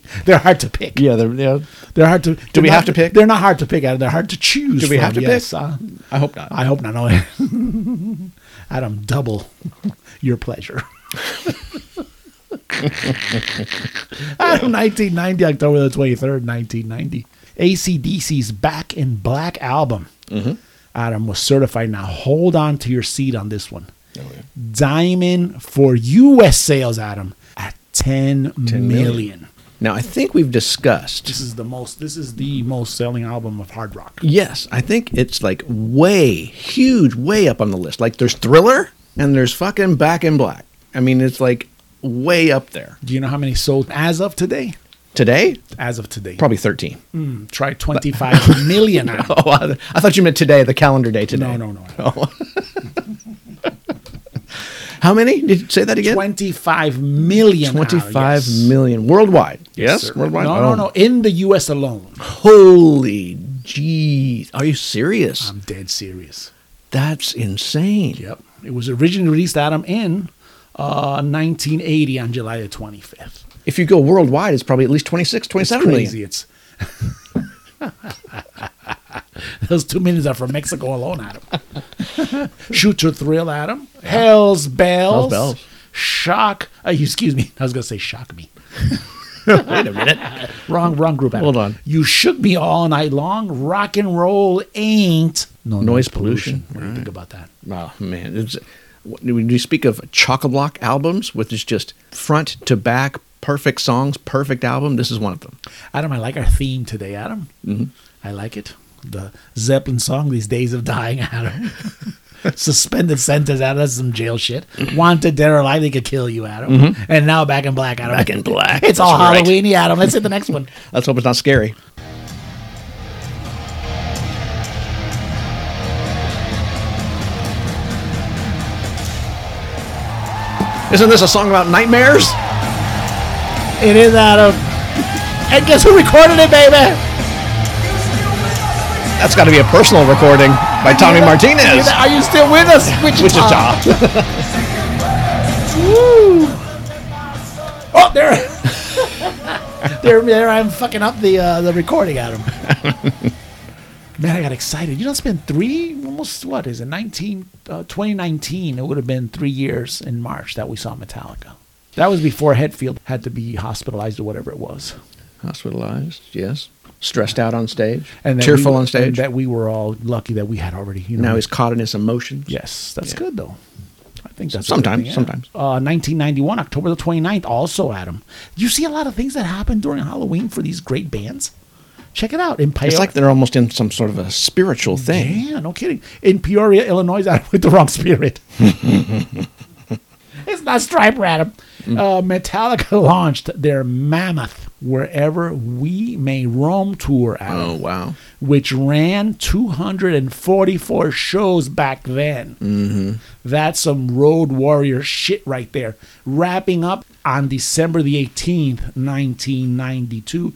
S2: they're hard to pick.
S3: Yeah, they're, yeah.
S2: They're hard to. Do
S3: we have to pick?
S2: They're not hard to pick, Adam. They're hard to choose.
S3: Do we have
S2: from,
S3: to pick?
S2: yes. Uh,
S3: I hope not.
S2: I hope not. No. Adam, double your pleasure. Adam, 1990, October the 23rd, 1990. ACDC's Back in Black album. Adam was certified. Now hold on to your seat on this one. Diamond for U.S. sales, Adam, at 10, 10 million. million.
S3: Now I think we've
S2: This
S3: discussed.
S2: is the most. This is the most selling album of hard rock.
S3: Yes, I think it's like way huge, way up on the list. Like there's Thriller and there's fucking Back in Black. I mean, it's like way up there.
S2: Do you know how many sold as of today?
S3: Today,
S2: As of today,
S3: probably 13.
S2: Mm. try 25 million. Adam.
S3: Oh, I, I thought you meant today, the calendar day
S2: No,
S3: today.
S2: no, no.
S3: How many? Did you say that again?
S2: 25 million. Adam,
S3: 25
S2: yes.
S3: million worldwide.
S2: sir.
S3: worldwide.
S2: No,
S3: Oh.
S2: no, no. In the U.S. alone.
S3: Holy jeez. Are you serious?
S2: I'm dead serious.
S3: That's insane.
S2: Yep. It was originally released, Adam, in uh, 1980 on July the 25th.
S3: If you go worldwide, it's probably at least 26,
S2: It's
S3: 27 million.
S2: crazy. It's. Those two minutes are from Mexico alone, Adam. Shoot to Thrill, Adam. Hell's Bells.
S3: Bells.
S2: Shock. Uh, you- excuse me. I was going to say shock me.
S3: Wait a minute.
S2: Wrong, wrong group. Adam.
S3: Hold on.
S2: You shook me all night long. Rock and roll ain't no
S3: Noise pollution.
S2: What do you think about that?
S3: Oh, man. It's, when you speak of chock-a-block albums, which is just front to back, perfect songs, perfect album, this is one of them.
S2: Adam, I like our theme today, Adam.
S3: Mm-hmm.
S2: I like it. The Zeppelin song, These Days of Dying, Adam. Suspended sentence, Adam. That's some jail shit.
S3: Mm-hmm.
S2: Wanted dead or alive, they could kill you, Adam. And now back in black, Adam.
S3: Back in black.
S2: It's all
S3: That's right.
S2: Halloweeny, Adam. Let's hit the next one.
S3: Let's hope it's not scary. Isn't this a song about nightmares?
S2: It is Adam. And guess who recorded it, baby?
S3: That's got to be a personal recording by Tommy Martinez.
S2: Are you still with us, Wichita?
S3: Wichita.
S2: Woo! Oh, there, there, there! I'm fucking up the uh, the recording, Adam. Man, I got excited. You know, it's been three, almost what is it, 19, uh, 2019? It would have been three years in March that we saw Metallica. That was before Hetfield had to be hospitalized or whatever it was,
S3: Hospitalized, yes. Stressed out on stage.
S2: and
S3: And
S2: that
S3: tearful
S2: we-
S3: on
S2: and
S3: stage.
S2: that we were all lucky that we had already. You know,
S3: now he's caught in his emotions.
S2: Yes, that's
S3: Yeah.
S2: good though. I think that's a good
S3: Sometimes,
S2: thing, yeah.
S3: sometimes.
S2: Uh, 1991, October the 29th, also Adam. You see a lot of things that happen during Halloween for these great bands. Check it out. In Peoria.
S3: It's like they're almost in some sort of a spiritual thing.
S2: yeah, no kidding. In Peoria, Illinois, Adam, with the wrong spirit. it's not Striper, Adam. Uh, Metallica launched their Mammoth Wherever We May Roam tour, Adam
S3: Oh, wow.
S2: which ran 244 shows back then.
S3: Mm-hmm.
S2: That's some road warrior shit right there. Wrapping up on December the 18th, 1992,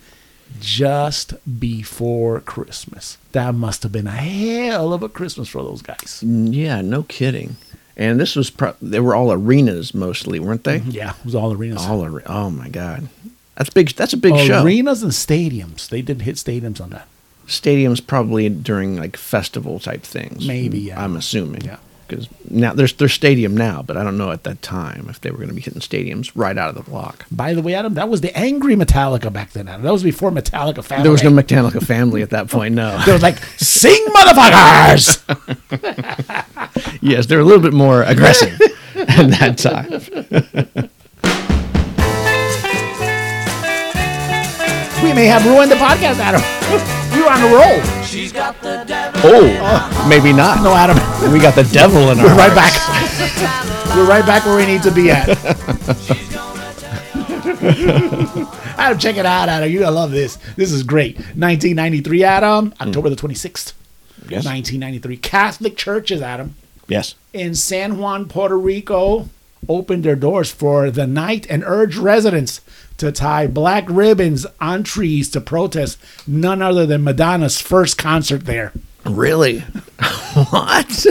S2: just before Christmas. That must have been a hell of a Christmas for those guys.
S3: Yeah, no kidding. And this was pro- they were all arenas mostly, weren't they?
S2: Yeah, it was all arenas.
S3: All are- oh my god, that's big. That's a big show.
S2: arenas and stadiums. They did hit stadiums on that.
S3: Stadiums probably during like festival type things.
S2: Maybe, yeah.
S3: I'm assuming.
S2: Yeah.
S3: Because now there's there's stadium now, but I don't know at that time if they were going to be hitting stadiums right out of the block.
S2: By the way, Adam, that was the angry Metallica back then. Adam. That was before Metallica family.
S3: There was no Metallica family at that point. No.
S2: They was like, sing, motherfuckers!
S3: yes, they were a little bit more aggressive at that time.
S2: We may have ruined the podcast, Adam. We were on a roll.
S3: Oh, maybe not.
S2: No, Adam.
S3: We got the devil in our
S2: We're right
S3: hearts.
S2: back. We're right back where we need to be at. Adam, check it out, Adam. You're going to love this. This is great. 1993, Adam. October the 26th.
S3: Yes.
S2: 1993. Catholic churches, Adam,
S3: Yes.
S2: in San Juan, Puerto Rico, opened their doors for the night and urged residents to tie black ribbons on trees to protest none other than Madonna's first concert there.
S3: Really? what?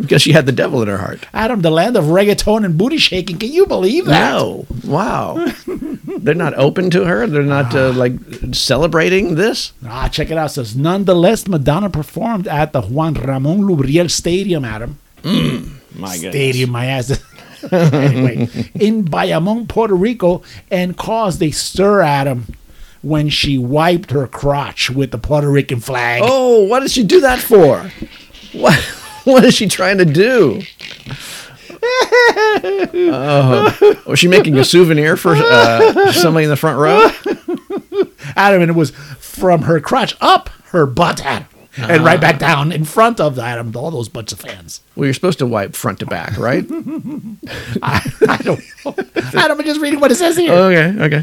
S3: because she had the devil in her heart.
S2: Adam, the land of reggaeton and booty shaking. Can you believe that?
S3: No. Wow. They're not open to her. They're not uh, like celebrating this.
S2: Ah, check it out. Says nonetheless, Madonna performed at the Juan Ramon Lubriel Stadium, Adam.
S3: My
S2: Stadium, my ass. anyway, in Bayamon, Puerto Rico, and caused a stir, Adam, when she wiped her crotch with the Puerto Rican flag.
S3: Oh, what did she do that for? What? What is she trying to do? Oh, was she making a souvenir for uh, somebody in the front row?
S2: Adam, and it was from her crotch up her butt, Adam, and right back down in front of Adam, all those bunch of fans.
S3: Well, you're supposed to wipe front to back, right?
S2: I, I don't know. Adam, I'm just reading what it says here.
S3: okay, okay.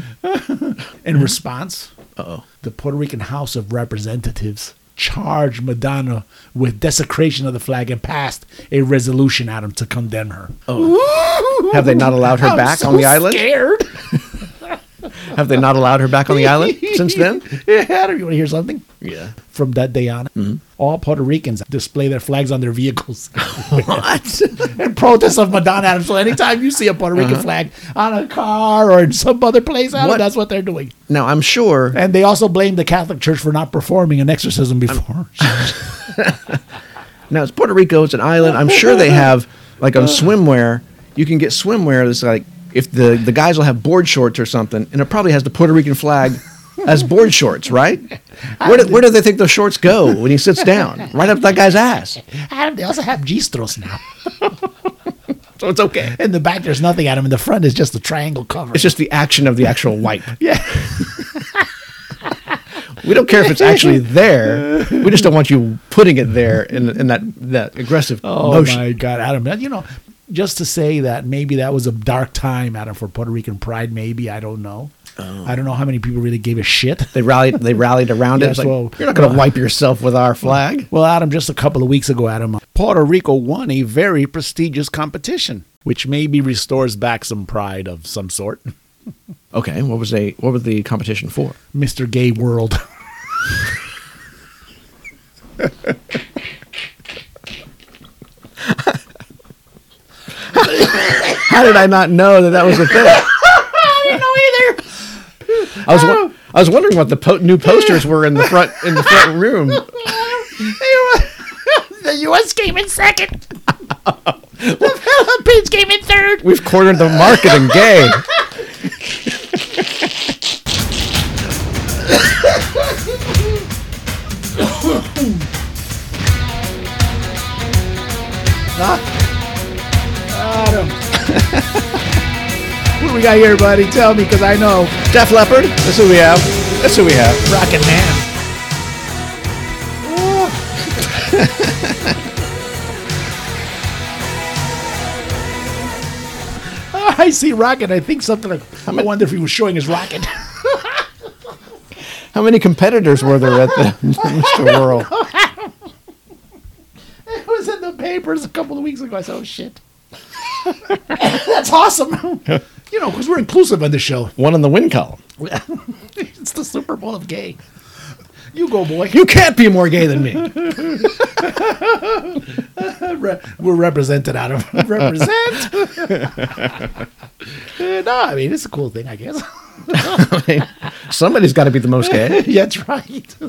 S2: In response,
S3: Mm-hmm. Uh-oh.
S2: the Puerto Rican House of Representatives charged Madonna with desecration of the flag and passed a resolution, Adam, to condemn her. Oh.
S3: Have they not allowed her back on the island?
S2: Scared.
S3: Have they not allowed her back on the island since then?
S2: yeah, Adam, you want to hear something?
S3: Yeah.
S2: From that day on,
S3: Mm-hmm.
S2: all Puerto Ricans display their flags on their vehicles
S3: What? Uh-huh.
S2: in protest of Madonna, Adam. So anytime you see a Puerto Rican flag on a car or in some other place, Adam,
S3: What?
S2: that's what they're doing.
S3: now I'm sure
S2: And they also blame the Catholic Church for not performing an exorcism before.
S3: Now it's Puerto Rico. It's an island. I'm sure they have like
S2: Uh.
S3: on swimwear. You can get swimwear that's like if the the guys will have board shorts or something, and it probably has the Puerto Rican flag as board shorts, right? Where do, where do they think those shorts go when he sits down? Right up that guy's ass.
S2: Adam, they also have gistros now.
S3: So it's okay.
S2: In the back, there's nothing, Adam. In the front is just a triangle cover.
S3: It's just the action of the actual wipe.
S2: yeah.
S3: We don't care if it's actually there. We just don't want you putting it there in, in that that aggressive
S2: Oh
S3: motion.
S2: my God, Adam. that- You know, just to say that maybe that was a dark time, Adam, for Puerto Rican pride. Maybe I don't know.
S3: Oh.
S2: I don't know how many people really gave a shit.
S3: They rallied. They rallied around
S2: Yes,
S3: it. It's like,
S2: well-
S3: you're not going to wipe yourself with our flag.
S2: Well, Adam, just a couple of weeks ago, Adam, Puerto Rico won a very prestigious competition, which maybe restores back some pride of some sort.
S3: Okay. What was they? What was the competition for?
S2: Mr. Gay World.
S3: How did I not know that that was a thing? I didn't know either. I was wa- I was wondering what the po- new posters were in the front in the front room.
S2: the U.S. came in second. the Philippines came in third.
S3: We've cornered the market in gay.
S2: What do we got here, buddy? Tell me, because I know.
S3: Def Leppard. That's who we have. That's who we have.
S2: Rockin' man. Oh, I see rocket. I think something like I wonder if he was showing his rocket.
S3: How many competitors were there at the Mr. World?
S2: it was in the papers a couple of weeks ago. I said, "Oh shit, that's awesome." you know, because we're inclusive on the show.
S3: One in the win column.
S2: it's the Super Bowl of gay. You go, boy.
S3: You can't be more gay than me.
S2: Re- we're represented out of represent. Uh, no, I mean it's a cool thing, I guess.
S3: Somebody's got to be the most gay.
S2: yeah, that's right.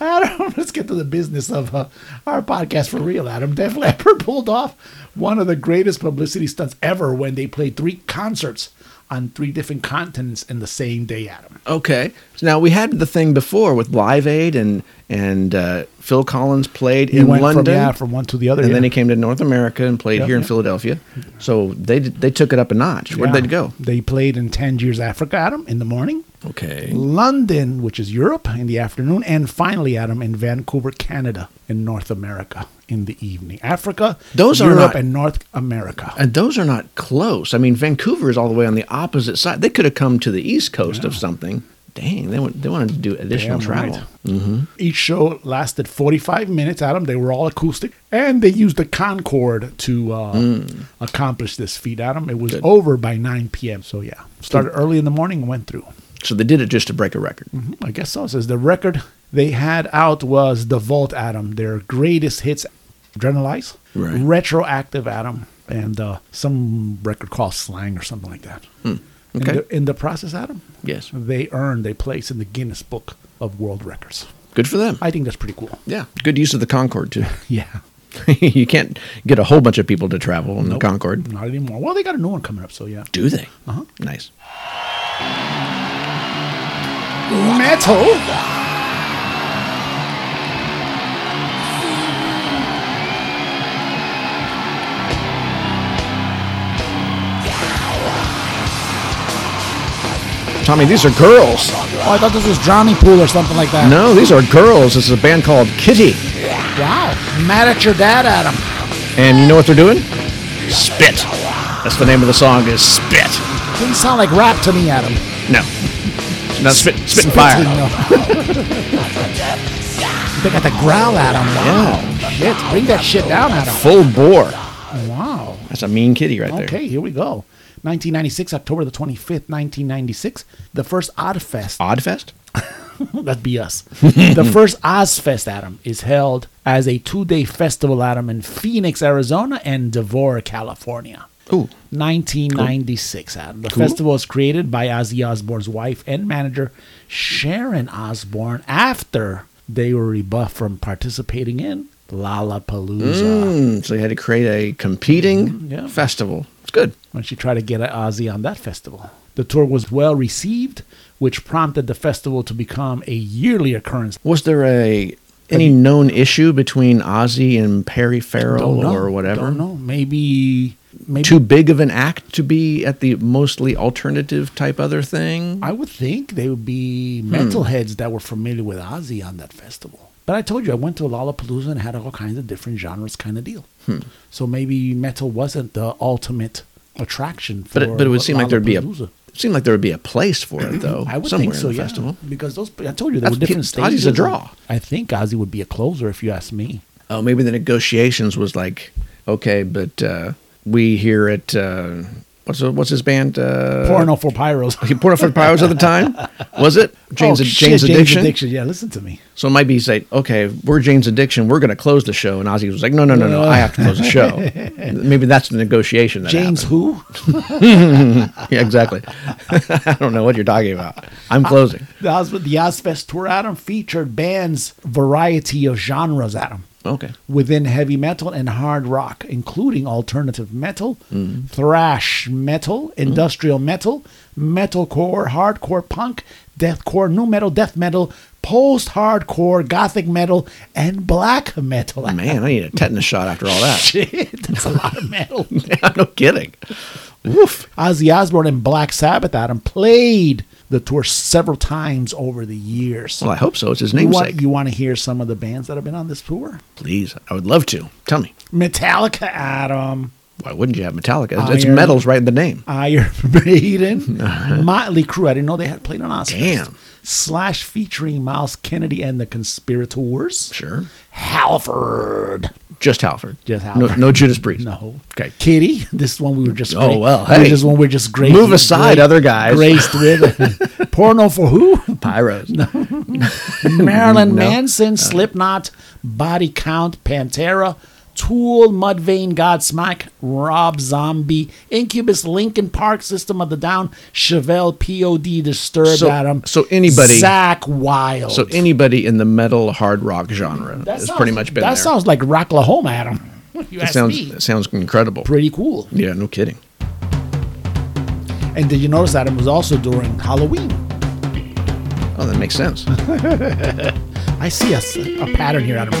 S2: Adam, let's get to the business of uh, our podcast for real. Adam Def Leppard pulled off one of the greatest publicity stunts ever when they played three concerts on three different continents in the same day. Adam,
S3: Okay. So now we had the thing before with Live Aid and and uh, Phil Collins played
S2: he
S3: in
S2: went
S3: London.
S2: from yeah from one to the other,
S3: and
S2: yeah.
S3: then he came to North America and played
S2: Yep,
S3: here in
S2: yep.
S3: Philadelphia. So they d- they took it up a notch. Where'd
S2: Yeah.
S3: they go?
S2: They played in Tangiers, Africa, Adam, in the morning.
S3: Okay.
S2: London, which is Europe, in the afternoon, and finally, Adam, in Vancouver, Canada, in North America, in the evening. Africa,
S3: Those are
S2: Europe,
S3: not-
S2: and North America.
S3: And those are not close. I mean, Vancouver is all the way on the opposite side. They could have come to the east coast of something. Dang, they, want, they wanted to do additional
S2: Damn right.
S3: travel. Mm-hmm.
S2: Each show lasted 45 minutes, Adam. They were all acoustic. And they used the Concorde to uh, accomplish this feat, Adam. It was
S3: Mm. Good.
S2: over by 9 p.m. So, yeah, started early in the morning and went through.
S3: So they did it just to break a record.
S2: I guess so. It says the record they had out was The Vault Adam, their greatest hits, Adrenalize,
S3: Right.
S2: Retroactive Adam, and uh, some record called Slang or something like that. In,
S3: Hmm. okay.
S2: the, in the process, Adam,
S3: Yes.
S2: they earned a place in the Guinness Book of World Records.
S3: Good for them.
S2: I think that's pretty cool.
S3: yeah. Good use of the Concorde, too.
S2: Yeah.
S3: you can't get a whole bunch of people to travel on
S2: Nope,
S3: the Concorde.
S2: Not anymore. Well, they got a new one coming up, so yeah.
S3: Do they?
S2: Uh-huh.
S3: Nice.
S2: Metal. Oh,
S3: Tommy, these are girls.
S2: Oh, I thought this was Drowning Pool or something like that.
S3: No, these are girls. This is a band called Kitty.
S2: Wow. Mad at your dad, Adam.
S3: And you know what they're doing? Spit. That's the name of the song is Spit.
S2: Didn't sound like rap to me, Adam.
S3: No. Not spit, spit and fire.
S2: Spitting, no. they got the growl, Adam. Wow. Shit. Bring that shit down, Adam.
S3: Full bore.
S2: Wow.
S3: That's a mean kitty right there.
S2: Okay, here we go. 1996, October the 25th, 1996. The first Oddfest. Oh,
S3: Oddfest?
S2: That'd be us. the first Ozfest, Adam, is held as a two day festival, Adam, in Phoenix, Arizona and Devore, California.
S3: Ooh.
S2: 1996, Adam. The festival was created by Ozzy Osbourne's wife and manager, Sharon Osbourne, after they were rebuffed from participating in Lollapalooza.
S3: Mm, so you had to create a competing
S2: Mm, yeah.
S3: festival. It's good.
S2: When she tried to get Ozzy on that festival, the tour was well received, which prompted the festival to become a yearly occurrence.
S3: Was there a any known issue between Ozzy and Perry Farrell
S2: Don't know.
S3: or whatever?
S2: Don't know. Maybe. Maybe
S3: Too big of an act to be at the mostly alternative type other thing?
S2: I would think they would be
S3: Hmm.
S2: mental heads that were familiar with Ozzy on that festival. But I told you, I went to Lollapalooza and had all kinds of different genres kind of deal.
S3: Hmm.
S2: So maybe metal wasn't the ultimate attraction for
S3: But it, but it would seem like there'd be a
S2: Lollapalooza.
S3: it seemed like there would be a place for it though.
S2: I would
S3: somewhere
S2: think so,
S3: in the
S2: yeah.
S3: festival.
S2: Because those, I told you, there were
S3: That's-
S2: different
S3: Ozzy's a
S2: stages.
S3: draw.
S2: I think Ozzy would be a closer if you ask me.
S3: Oh, maybe the negotiations was like, okay, but uh, we here at uh, what's what's his band? Uh,
S2: Porno for oh Pyros.
S3: He poured for Pyros at the time. Was it Jane's,
S2: Oh,
S3: Jane's
S2: shit,
S3: Addiction?
S2: Yeah, listen to me.
S3: So it might be say, okay, we're Jane's Addiction. We're going to close the show. And Ozzy was like, no, no, no, no. I have to close the show. Maybe that's the negotiation. That
S2: James
S3: happened.
S2: who?
S3: Yeah, exactly. I don't know what you're talking about. I'm closing.
S2: The, Oz, the Ozfest tour, Adam, featured bands variety of genres, Adam.
S3: Okay.
S2: within heavy metal and hard rock, including alternative metal, thrash metal, industrial metal, metalcore, hardcore punk, deathcore, new metal, death metal, post hardcore, gothic metal, and black metal.
S3: Man, I need a tetanus shot after all that.
S2: Shit, that's a lot of metal.
S3: Oh, no kidding. Woof.
S2: Ozzy Osbourne and Black Sabbath, Adam, played the tour several times over the years.
S3: Well, I hope so. It's his
S2: you,
S3: namesake.
S2: want, you want to hear some of the bands that have been on this tour?
S3: Please. I would love to. Tell me.
S2: Metallica, Adam.
S3: Why wouldn't you have Metallica? It's, it's
S2: Iron-
S3: metals right in the name.
S2: Iron Maiden, Motley Crue. I didn't know they had played on Ozfest.
S3: Uh-huh. Damn.
S2: Slash featuring Miles Kennedy and the Conspirators.
S3: Sure.
S2: Halford.
S3: Just Halford.
S2: Just
S3: No,
S2: Halford.
S3: no Judas Priest.
S2: No.
S3: Okay.
S2: Kitty. This one we were just.
S3: Oh, well,
S2: we were
S3: hey.
S2: just one we are just great.
S3: Move aside, other guys.
S2: Graced with porno for who?
S3: Pyros. Hmm,
S2: Marilyn
S3: No.
S2: Manson, Slipknot, Body Count, Pantera, Tool, Mudvayne, Godsmack, Rob Zombie, Incubus, Linkin Park, System of the Down, Chevelle, P.O.D., Disturbed,
S3: So-
S2: Adam.
S3: so anybody-
S2: Zach Wild.
S3: So anybody in the metal hard rock genre
S2: That
S3: has
S2: sounds-
S3: pretty much been
S2: That
S3: there.
S2: sounds like Rocklahoma, Adam. If you
S3: It
S2: ask
S3: sounds
S2: me,
S3: it sounds incredible.
S2: pretty cool.
S3: Yeah, no kidding.
S2: And did you notice Adam was also during Halloween?
S3: Oh, that makes sense.
S2: I see a, s- a pattern here, Adam.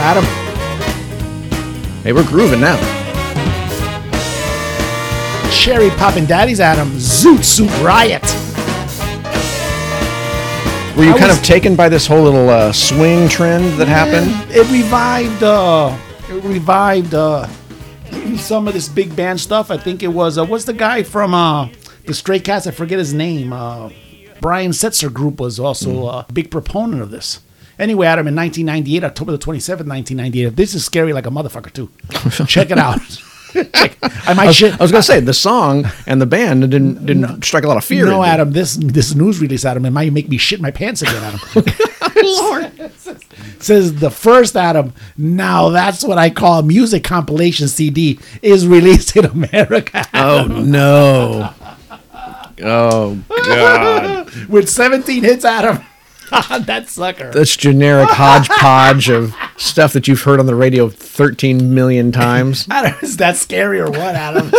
S2: Adam,
S3: hey, we're grooving now.
S2: Cherry Poppin' Daddies, Adam, Zoot Suit Riot.
S3: Were you
S2: I
S3: kind
S2: was-
S3: of taken by this whole little uh, swing trend that happened?
S2: It revived. Uh, it revived uh, some of this big band stuff. I think it was uh, what's the guy from uh, the Stray Cats? I forget his name. Uh, Brian Setzer group was also a big proponent of this. Anyway, Adam, in 1998, October the 27th, 1998, this is scary like a motherfucker, too. Check it out. Check- I might shit.
S3: I was gonna say the song and the band didn't didn't strike a lot of fear.
S2: No,
S3: in me.
S2: Adam, this this news release, Adam, it might make me shit my pants again, Adam. Lord. Says the first Adam, now that's what I call music compilation CD, is released in America
S3: Oh no. Oh god.
S2: with 17 hits, Adam. that sucker.
S3: That's generic hodgepodge of stuff that you've heard on the radio 13 million times.
S2: I don't, is that scary or what, Adam?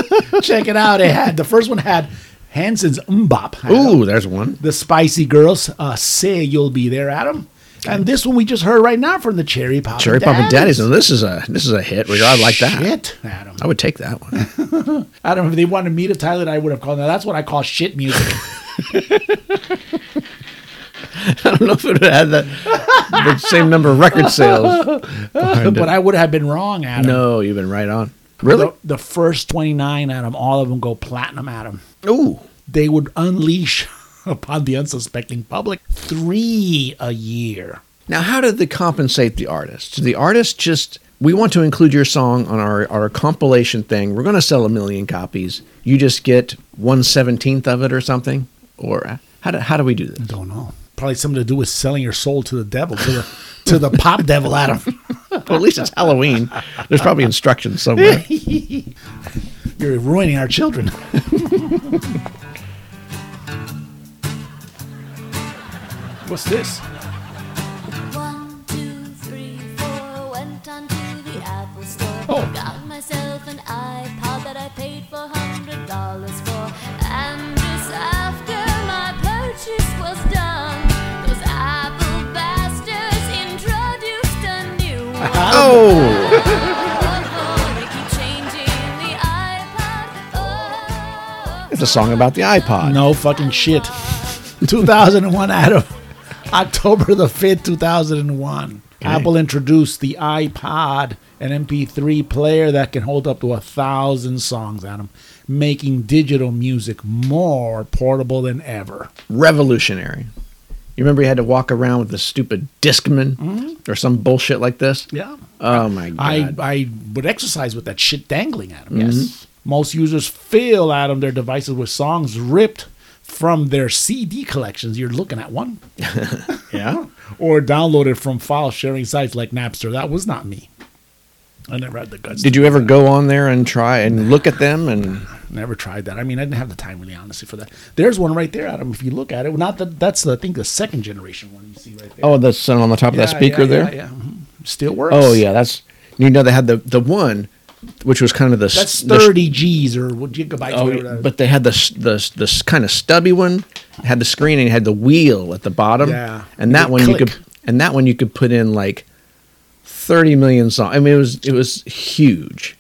S2: Check it out. It had the first one had Hanson's Mbop. Adam.
S3: Ooh, there's one.
S2: the Spicy Girls uh, say you'll be there, Adam. And this one we just heard right now from the Cherry Pop.
S3: Cherry Pop and Daddies. Now this is a this is a hit. Regard like that.
S2: Shit, Adam.
S3: I would take that one.
S2: Adam, if they wanted me to Tyler, I would have called. Now that's what I call shit music.
S3: I don't know if it would have had that the same number of record sales. behind
S2: but
S3: it.
S2: I would have been wrong, Adam.
S3: no, you've been right on. Really?
S2: The, the first 29, Adam, all of them go platinum, Adam.
S3: Ooh.
S2: They would unleash upon the unsuspecting public three a year.
S3: Now, how did they compensate the artists? Did The artist just, we want to include your song on our, our compilation thing. We're going to sell a million copies. You just get one seventeenth of it or something? Or uh, how do, how do we do this?
S2: Don't know. Probably something to do with selling your soul to the devil, to the, to the pop devil, Adam.
S3: Well, at least it's Halloween. There's probably instructions somewhere.
S2: You're ruining our children. What's this?
S6: One, two, three, four. Went on to the Apple store.
S2: Oh.
S6: Got myself an iPod that I paid for hundred dollars for. And just after my purchase was done, those Apple bastards introduced a new one.
S3: Oh!
S6: Oh, they keep changing the iPod. Oh.
S3: It's a song about the iPod.
S2: No fucking shit. 2001 Adam. October the 5th, 2001. Apple introduced the iPod, an MP3 player that can hold up to a thousand songs, Adam, making digital music more portable than ever.
S3: Revolutionary. You remember you had to walk around with a stupid Discman or some bullshit like this?
S2: Mm-hmm. Yeah.
S3: Oh, my God.
S2: I, I would exercise with that shit dangling at them. Yes. Most users fill out of their devices with songs ripped from their CD collections. You're looking at one.
S3: yeah?
S2: Or downloaded from file sharing sites like Napster. That was not me. I never had the guts.
S3: Did you ever go on there and try and look at them and.
S2: Never tried that. I mean, I didn't have the time really, honestly, for that. There's one right there, Adam. If you look at it, not that that's the, I think the second generation one you see right there.
S3: Oh, that's uh, on the top of that
S2: Yeah,
S3: speaker
S2: yeah,
S3: there.
S2: yeah, yeah. Mhm. Still works.
S3: Oh yeah, that's you know they had the the one, which was kind of the s-
S2: That's
S3: the s-
S2: 30 G's or what gigabytes.
S3: oh,
S2: whatever that is.
S3: but they had the s- the s- the s- kind of stubby one had the screen and had the wheel at the bottom.
S2: Yeah.
S3: and that
S2: They
S3: one you
S2: click.
S3: could and that one you could put in like thirty million songs. I mean, it was it was huge,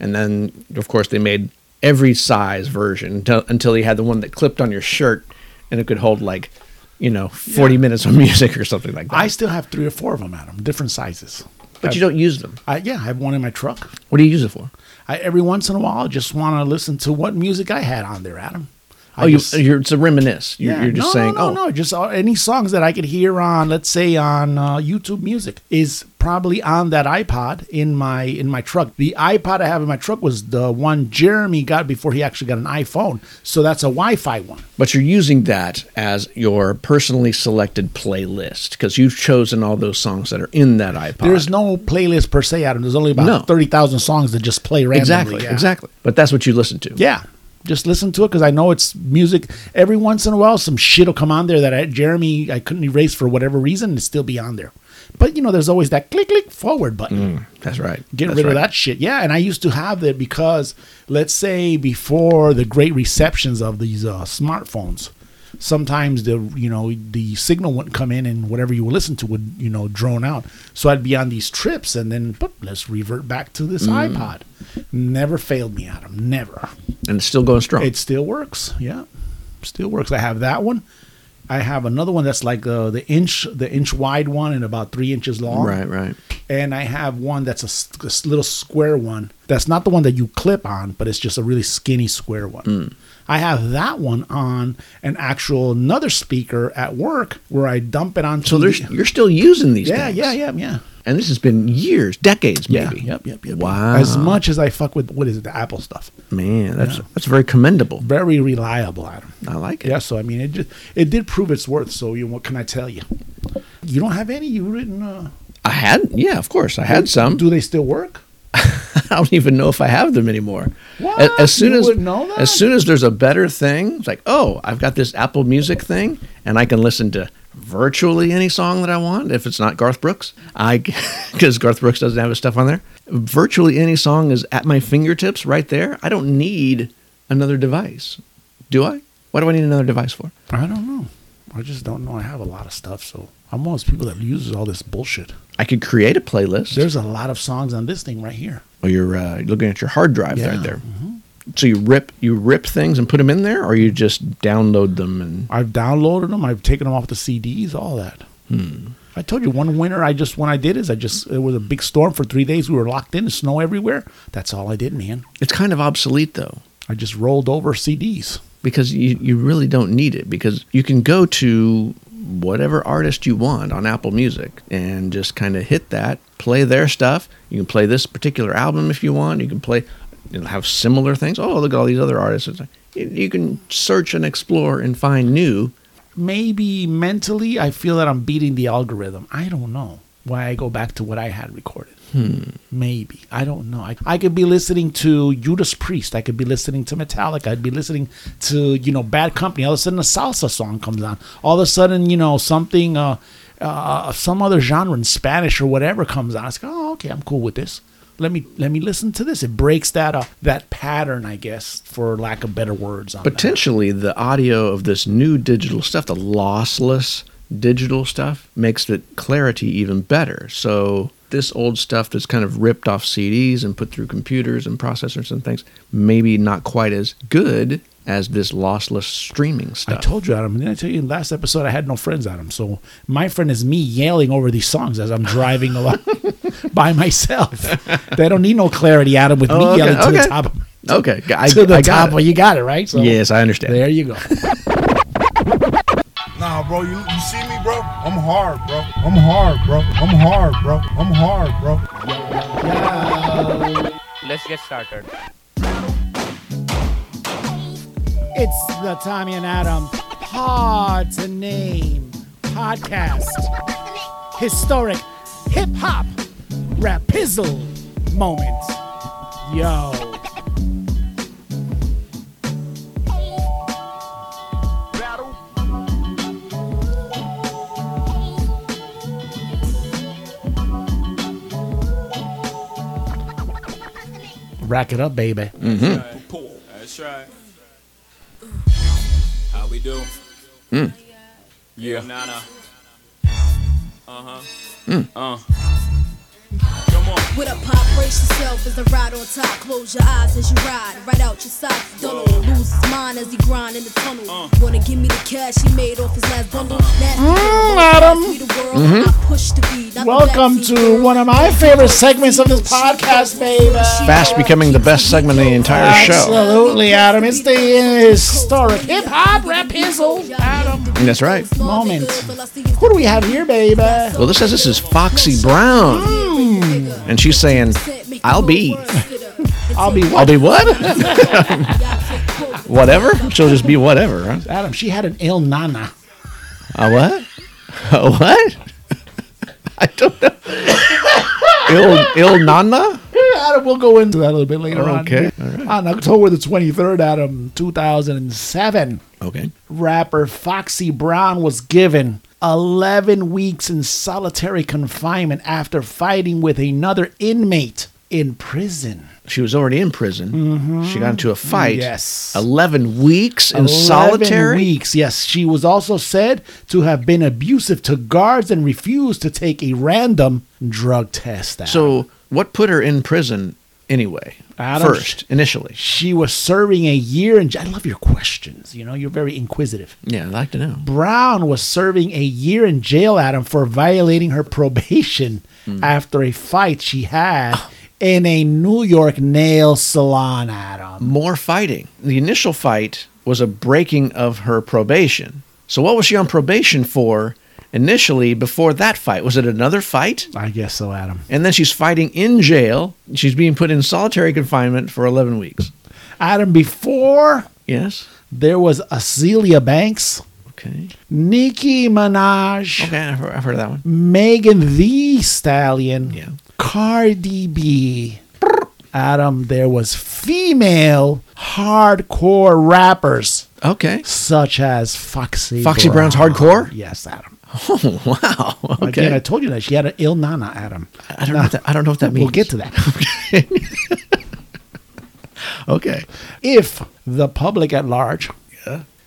S3: and then of course they made every size version until until you had the one that clipped on your shirt and it could hold like you know forty minutes of music or something like that.
S2: I still have three or four of them, Adam, different sizes.
S3: but you don't use them.
S2: I, yeah, I have one in my truck.
S3: What do you use it for?
S2: I every once in a while I just want to listen to what music I had on there, Adam. I
S3: Oh, you,
S2: just-
S3: you're it's a reminisce. You're,
S2: yeah.
S3: you're just
S2: No,
S3: saying,
S2: no, no,
S3: oh,
S2: no, just uh, any songs that I could hear on, let's say on uh, YouTube Music, is probably on that iPod in my in my truck. The iPod I have in my truck was the one Jeremy got before he actually got an iPhone, so that's a Wi-Fi one.
S3: but you're using that as your personally selected playlist because you've chosen all those songs that are in that iPod.
S2: There's no playlist per se, Adam. There's only about
S3: No.
S2: thirty thousand songs that just play randomly.
S3: exactly,
S2: yeah.
S3: exactly. But that's what you listen to.
S2: Yeah. Just listen to it because I know it's music. Every once in a while, some shit will come on there that I, Jeremy I couldn't erase for whatever reason. It'd still be on there. But you know, there's always that click click forward button.
S3: that's right.
S2: Get
S3: Mm, That's
S2: rid of
S3: right.
S2: that shit. Yeah, and I used to have that because let's say before the great receptions of these uh, smartphones, sometimes the you know the signal wouldn't come in and whatever you would listen to would you know drone out. So I'd be on these trips and then boop, let's revert back to this
S3: Mm.
S2: iPod. Never failed me, Adam. Never.
S3: And it's still going strong.
S2: It still works. Yeah. Still works. I have that one. I have another one that's like uh, the inch, the inch wide one, and about three inches long.
S3: Right, right.
S2: And I have one that's a s- a, s- little square one. That's not the one that you clip on, but it's just a really skinny square one.
S3: Hmm.
S2: I have that one on an actual another speaker at work where I dump it onto.
S3: So there's
S2: the-
S3: you're still using these
S2: yeah,
S3: things.
S2: yeah, yeah, yeah.
S3: And this has been years, decades
S2: Yeah,
S3: maybe.
S2: yep, yep, yep.
S3: Wow.
S2: As much as I fuck with what is it, the Apple stuff.
S3: Man, that's that's very commendable.
S2: Very reliable, Adam.
S3: I like it.
S2: Yeah, so I mean, it just, it did prove its worth. So you, what can I tell you? You don't have any you written. Uh,
S3: I had yeah, of course. I had some.
S2: Do they still work?
S3: I don't even know if I have them anymore. A-
S2: What?
S3: As soon
S2: You
S3: as
S2: wouldn't know that?
S3: as soon as there's a better thing, it's like, oh, I've got this Apple Music thing, and I can listen to virtually any song that I want if it's not Garth Brooks. I because Garth Brooks doesn't have his stuff on there. Virtually any song is at my fingertips right there. I don't need another device, do I? What do I need another device for?
S2: I don't know. I just don't know. I have a lot of stuff, so I'm one of those people that uses all this bullshit.
S3: I could create a playlist.
S2: There's a lot of songs on this thing right here.
S3: or you're uh, looking at your hard drive
S2: Yeah. Mm-hmm.
S3: right there. So you rip you rip things and put them in there, or you just download them and
S2: I've downloaded them. I've taken them off the CDs. All that.
S3: Hmm.
S2: I told you one winter. I just when I did is I just it was a big storm for three days. We were locked in. Snow everywhere. That's all I did, man.
S3: it's kind of obsolete though
S2: I just rolled over CDs.
S3: because you, you really don't need it because you can go to whatever artist you want on Apple Music and just kind of hit that, play their stuff. You can play this particular album if you want. You can play you know, have similar things. Oh, look at all these other artists. It's like, You, you can search and explore and find new.
S2: maybe mentally I feel that I'm beating the algorithm. I don't know why I go back to what I had recorded. Maybe. I don't know. I, I could be listening to Judas Priest. I could be listening to Metallica. I'd be listening to, you know, Bad Company. All of a sudden a salsa song comes on. All of a sudden, you know, something, uh, uh, some other genre in Spanish or whatever comes on. It's like, oh, okay, I'm cool with this. Let me let me listen to this. It breaks that uh, that pattern, I guess, for lack of better words. On that.
S3: Potentially, the audio of this new digital stuff, the lossless digital stuff, makes the clarity even better. So, this old stuff that's kind of ripped off CDs and put through computers and processors and things, maybe not quite as good as this lossless streaming
S2: I
S3: stuff.
S2: told you, Adam. And then I tell you, in last episode, I had no friends, Adam. So my friend is me yelling over these songs as I'm driving along by myself. They don't need no clarity, Adam, with me
S3: Oh, okay,
S2: yelling to the
S3: okay.
S2: top.
S3: okay, I,
S2: to the
S3: I
S2: top.
S3: got
S2: Well,
S3: it.
S2: you got it right. So
S3: Yes, I understand.
S2: There you go.
S7: Nah, bro, you, you see me, bro? I'm hard, bro. I'm hard, bro. I'm hard, bro. I'm hard, bro.
S8: Let's get started.
S2: it's the Tommy and Adam Hard to Name podcast. Historic hip hop rapizzle moment. Yo.
S4: Battle.
S2: Rack it up, baby.
S7: That's right. How we do? Yeah. Nana. Uh huh. Uh. Come on.
S9: With a pop, brace yourself as I ride on top. Close your eyes as you ride, right out your socks. Don't lose his mind as he grind in the tunnel. Wanna give me the cash he made off his last bundle? Nasty pheromone,
S2: Mm, Adam. Mm-hmm.
S9: pass me the world. I push the beat, not the
S2: Welcome
S9: backseat
S2: to
S9: girl.
S2: one of my favorite segments of this podcast, baby.
S3: Fast becoming the best segment in the entire show.
S2: Absolutely, Adam. It's the historic hip hop rapizzle. Adam.
S3: That's right.
S2: Moment. Who do we have here, baby?
S3: Well, this says this is Foxy Brown, and she's saying, I'll be.
S2: I'll be
S3: I'll
S2: what?
S3: be what? whatever? She'll just be whatever, right?
S2: Adam, she had an ill nana.
S3: A what? A what? I don't know. Il, Il Nana?
S2: Adam, we'll go into that a little bit later
S3: Okay, all
S2: on. On October the 23rd, Adam, 2007.
S3: Okay.
S2: rapper Foxy Brown was given 11 weeks in solitary confinement after fighting with another inmate in prison.
S3: She was already in prison. She got into a fight.
S2: Mm-hmm. Yes.
S3: 11 weeks in
S2: 11
S3: solitary?
S2: weeks. Yes, she was also said to have been abusive to guards and refused to take a random drug test. Adam.
S3: So, what put her in prison anyway?
S2: I don't-
S3: first, initially.
S2: She was serving a year in. j- I love your questions. You know, you're very inquisitive.
S3: Yeah, I'd like to know.
S2: Brown was serving a year in jail, Adam, for violating her probation
S3: Hmm.
S2: after a fight she had in a New York nail salon, Adam.
S3: More fighting. The initial fight was a breaking of her probation. So what was she on probation for initially before that fight? Was it another fight?
S2: I guess so, Adam.
S3: And then she's fighting in jail. She's being put in solitary confinement for 11 weeks.
S2: Adam, before
S3: Yes.
S2: there was Acelia Banks,
S3: Okay.
S2: Nicki Minaj,
S3: Okay, I've heard, I've heard of that one.
S2: Megan the Stallion,
S3: Yeah.
S2: Cardi B. Adam, there was female hardcore rappers
S3: Okay.
S2: such as Foxy
S3: Foxy Brown's hardcore?
S2: Yes, Adam.
S3: Oh, wow. Okay.
S2: Again, I told you that she had an ill nana, Adam.
S3: I don't know what that, I don't know what that means.
S2: We'll get to that.
S3: Okay.
S2: if the public at large,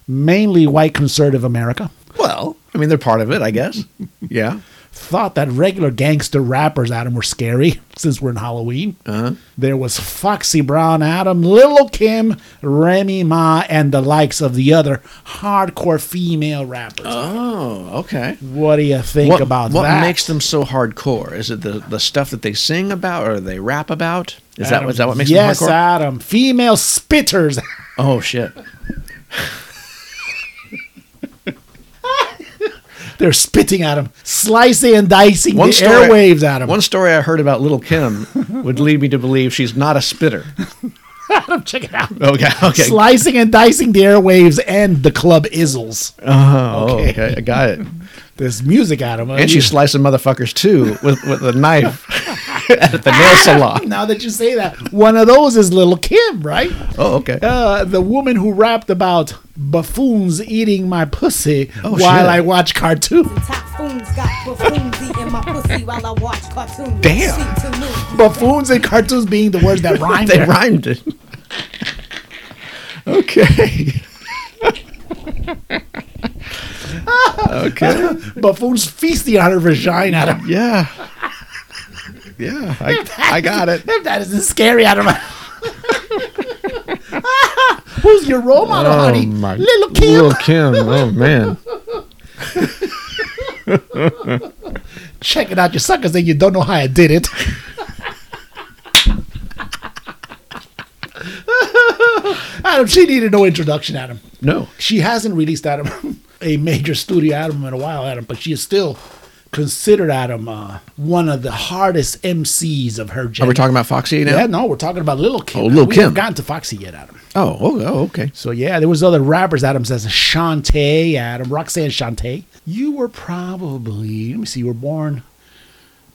S2: mainly white conservative America,
S3: Well, I mean, they're part of it, I guess. Yeah.
S2: thought that regular gangster rappers, Adam, were scary since we're in Halloween.
S3: Uh-huh.
S2: There was Foxy Brown, Adam, Lil Kim, Remy Ma, and the likes of the other hardcore female rappers.
S3: Oh, okay.
S2: what do you think
S3: what,
S2: about
S3: what
S2: that?
S3: makes them so hardcore? Is it the, the stuff that they sing about or they rap about? Is that
S2: Adam,
S3: that is that what makes
S2: yes,
S3: them hardcore?
S2: Adam. Female spitters.
S3: oh shit.
S2: They're spitting at him, slicing and dicing the
S3: story-
S2: airwaves at him.
S3: One story I heard about Little Kim would lead me to believe she's not a spitter.
S2: Check it out.
S3: Okay, okay.
S2: Slicing and dicing the airwaves and the club izzles.
S3: oh, okay. I got it.
S2: There's music, uh, Adam.
S3: And she's slicing motherfuckers too with with a knife at the nail salon.
S2: now that you say that, one of those is Little Kim, right?
S3: Oh, okay.
S2: Uh, the woman who rapped about buffoons eating my pussy
S3: Oh,
S2: while
S3: shit.
S2: I watch cartoons.
S9: Typhoons got buffoons eating my pussy while I watch cartoons.
S3: Damn.
S9: Sleep till noon.
S2: Buffoons and cartoons being the words that rhyme.
S3: they
S2: there.
S3: rhymed it. okay. okay.
S2: Buffoons feasting on her vagina. Adam.
S3: Yeah. Yeah, I, I got it.
S2: If that isn't scary, Adam. Who's your role model, honey? Little Kim.
S3: Oh Little Kim. Oh man.
S2: Check it out, you suckers, and you don't know how I did it. Adam, she needed no introduction, Adam.
S3: No.
S2: She hasn't released Adam a major studio album in a while, Adam, but she is still considered Adam uh, one of the hardest MCs of her
S3: Are
S2: generation.
S3: we talking about Foxy now?
S2: Yeah, no, we're talking about Lil Kim.
S3: Oh, Lil
S2: We haven't
S3: Kim.
S2: gotten to Foxy yet, Adam.
S3: Oh, oh, oh, okay.
S2: So yeah, there was other rappers, Adam says Shantae, Adam, Roxanne Shantae. You were probably let me see, you were born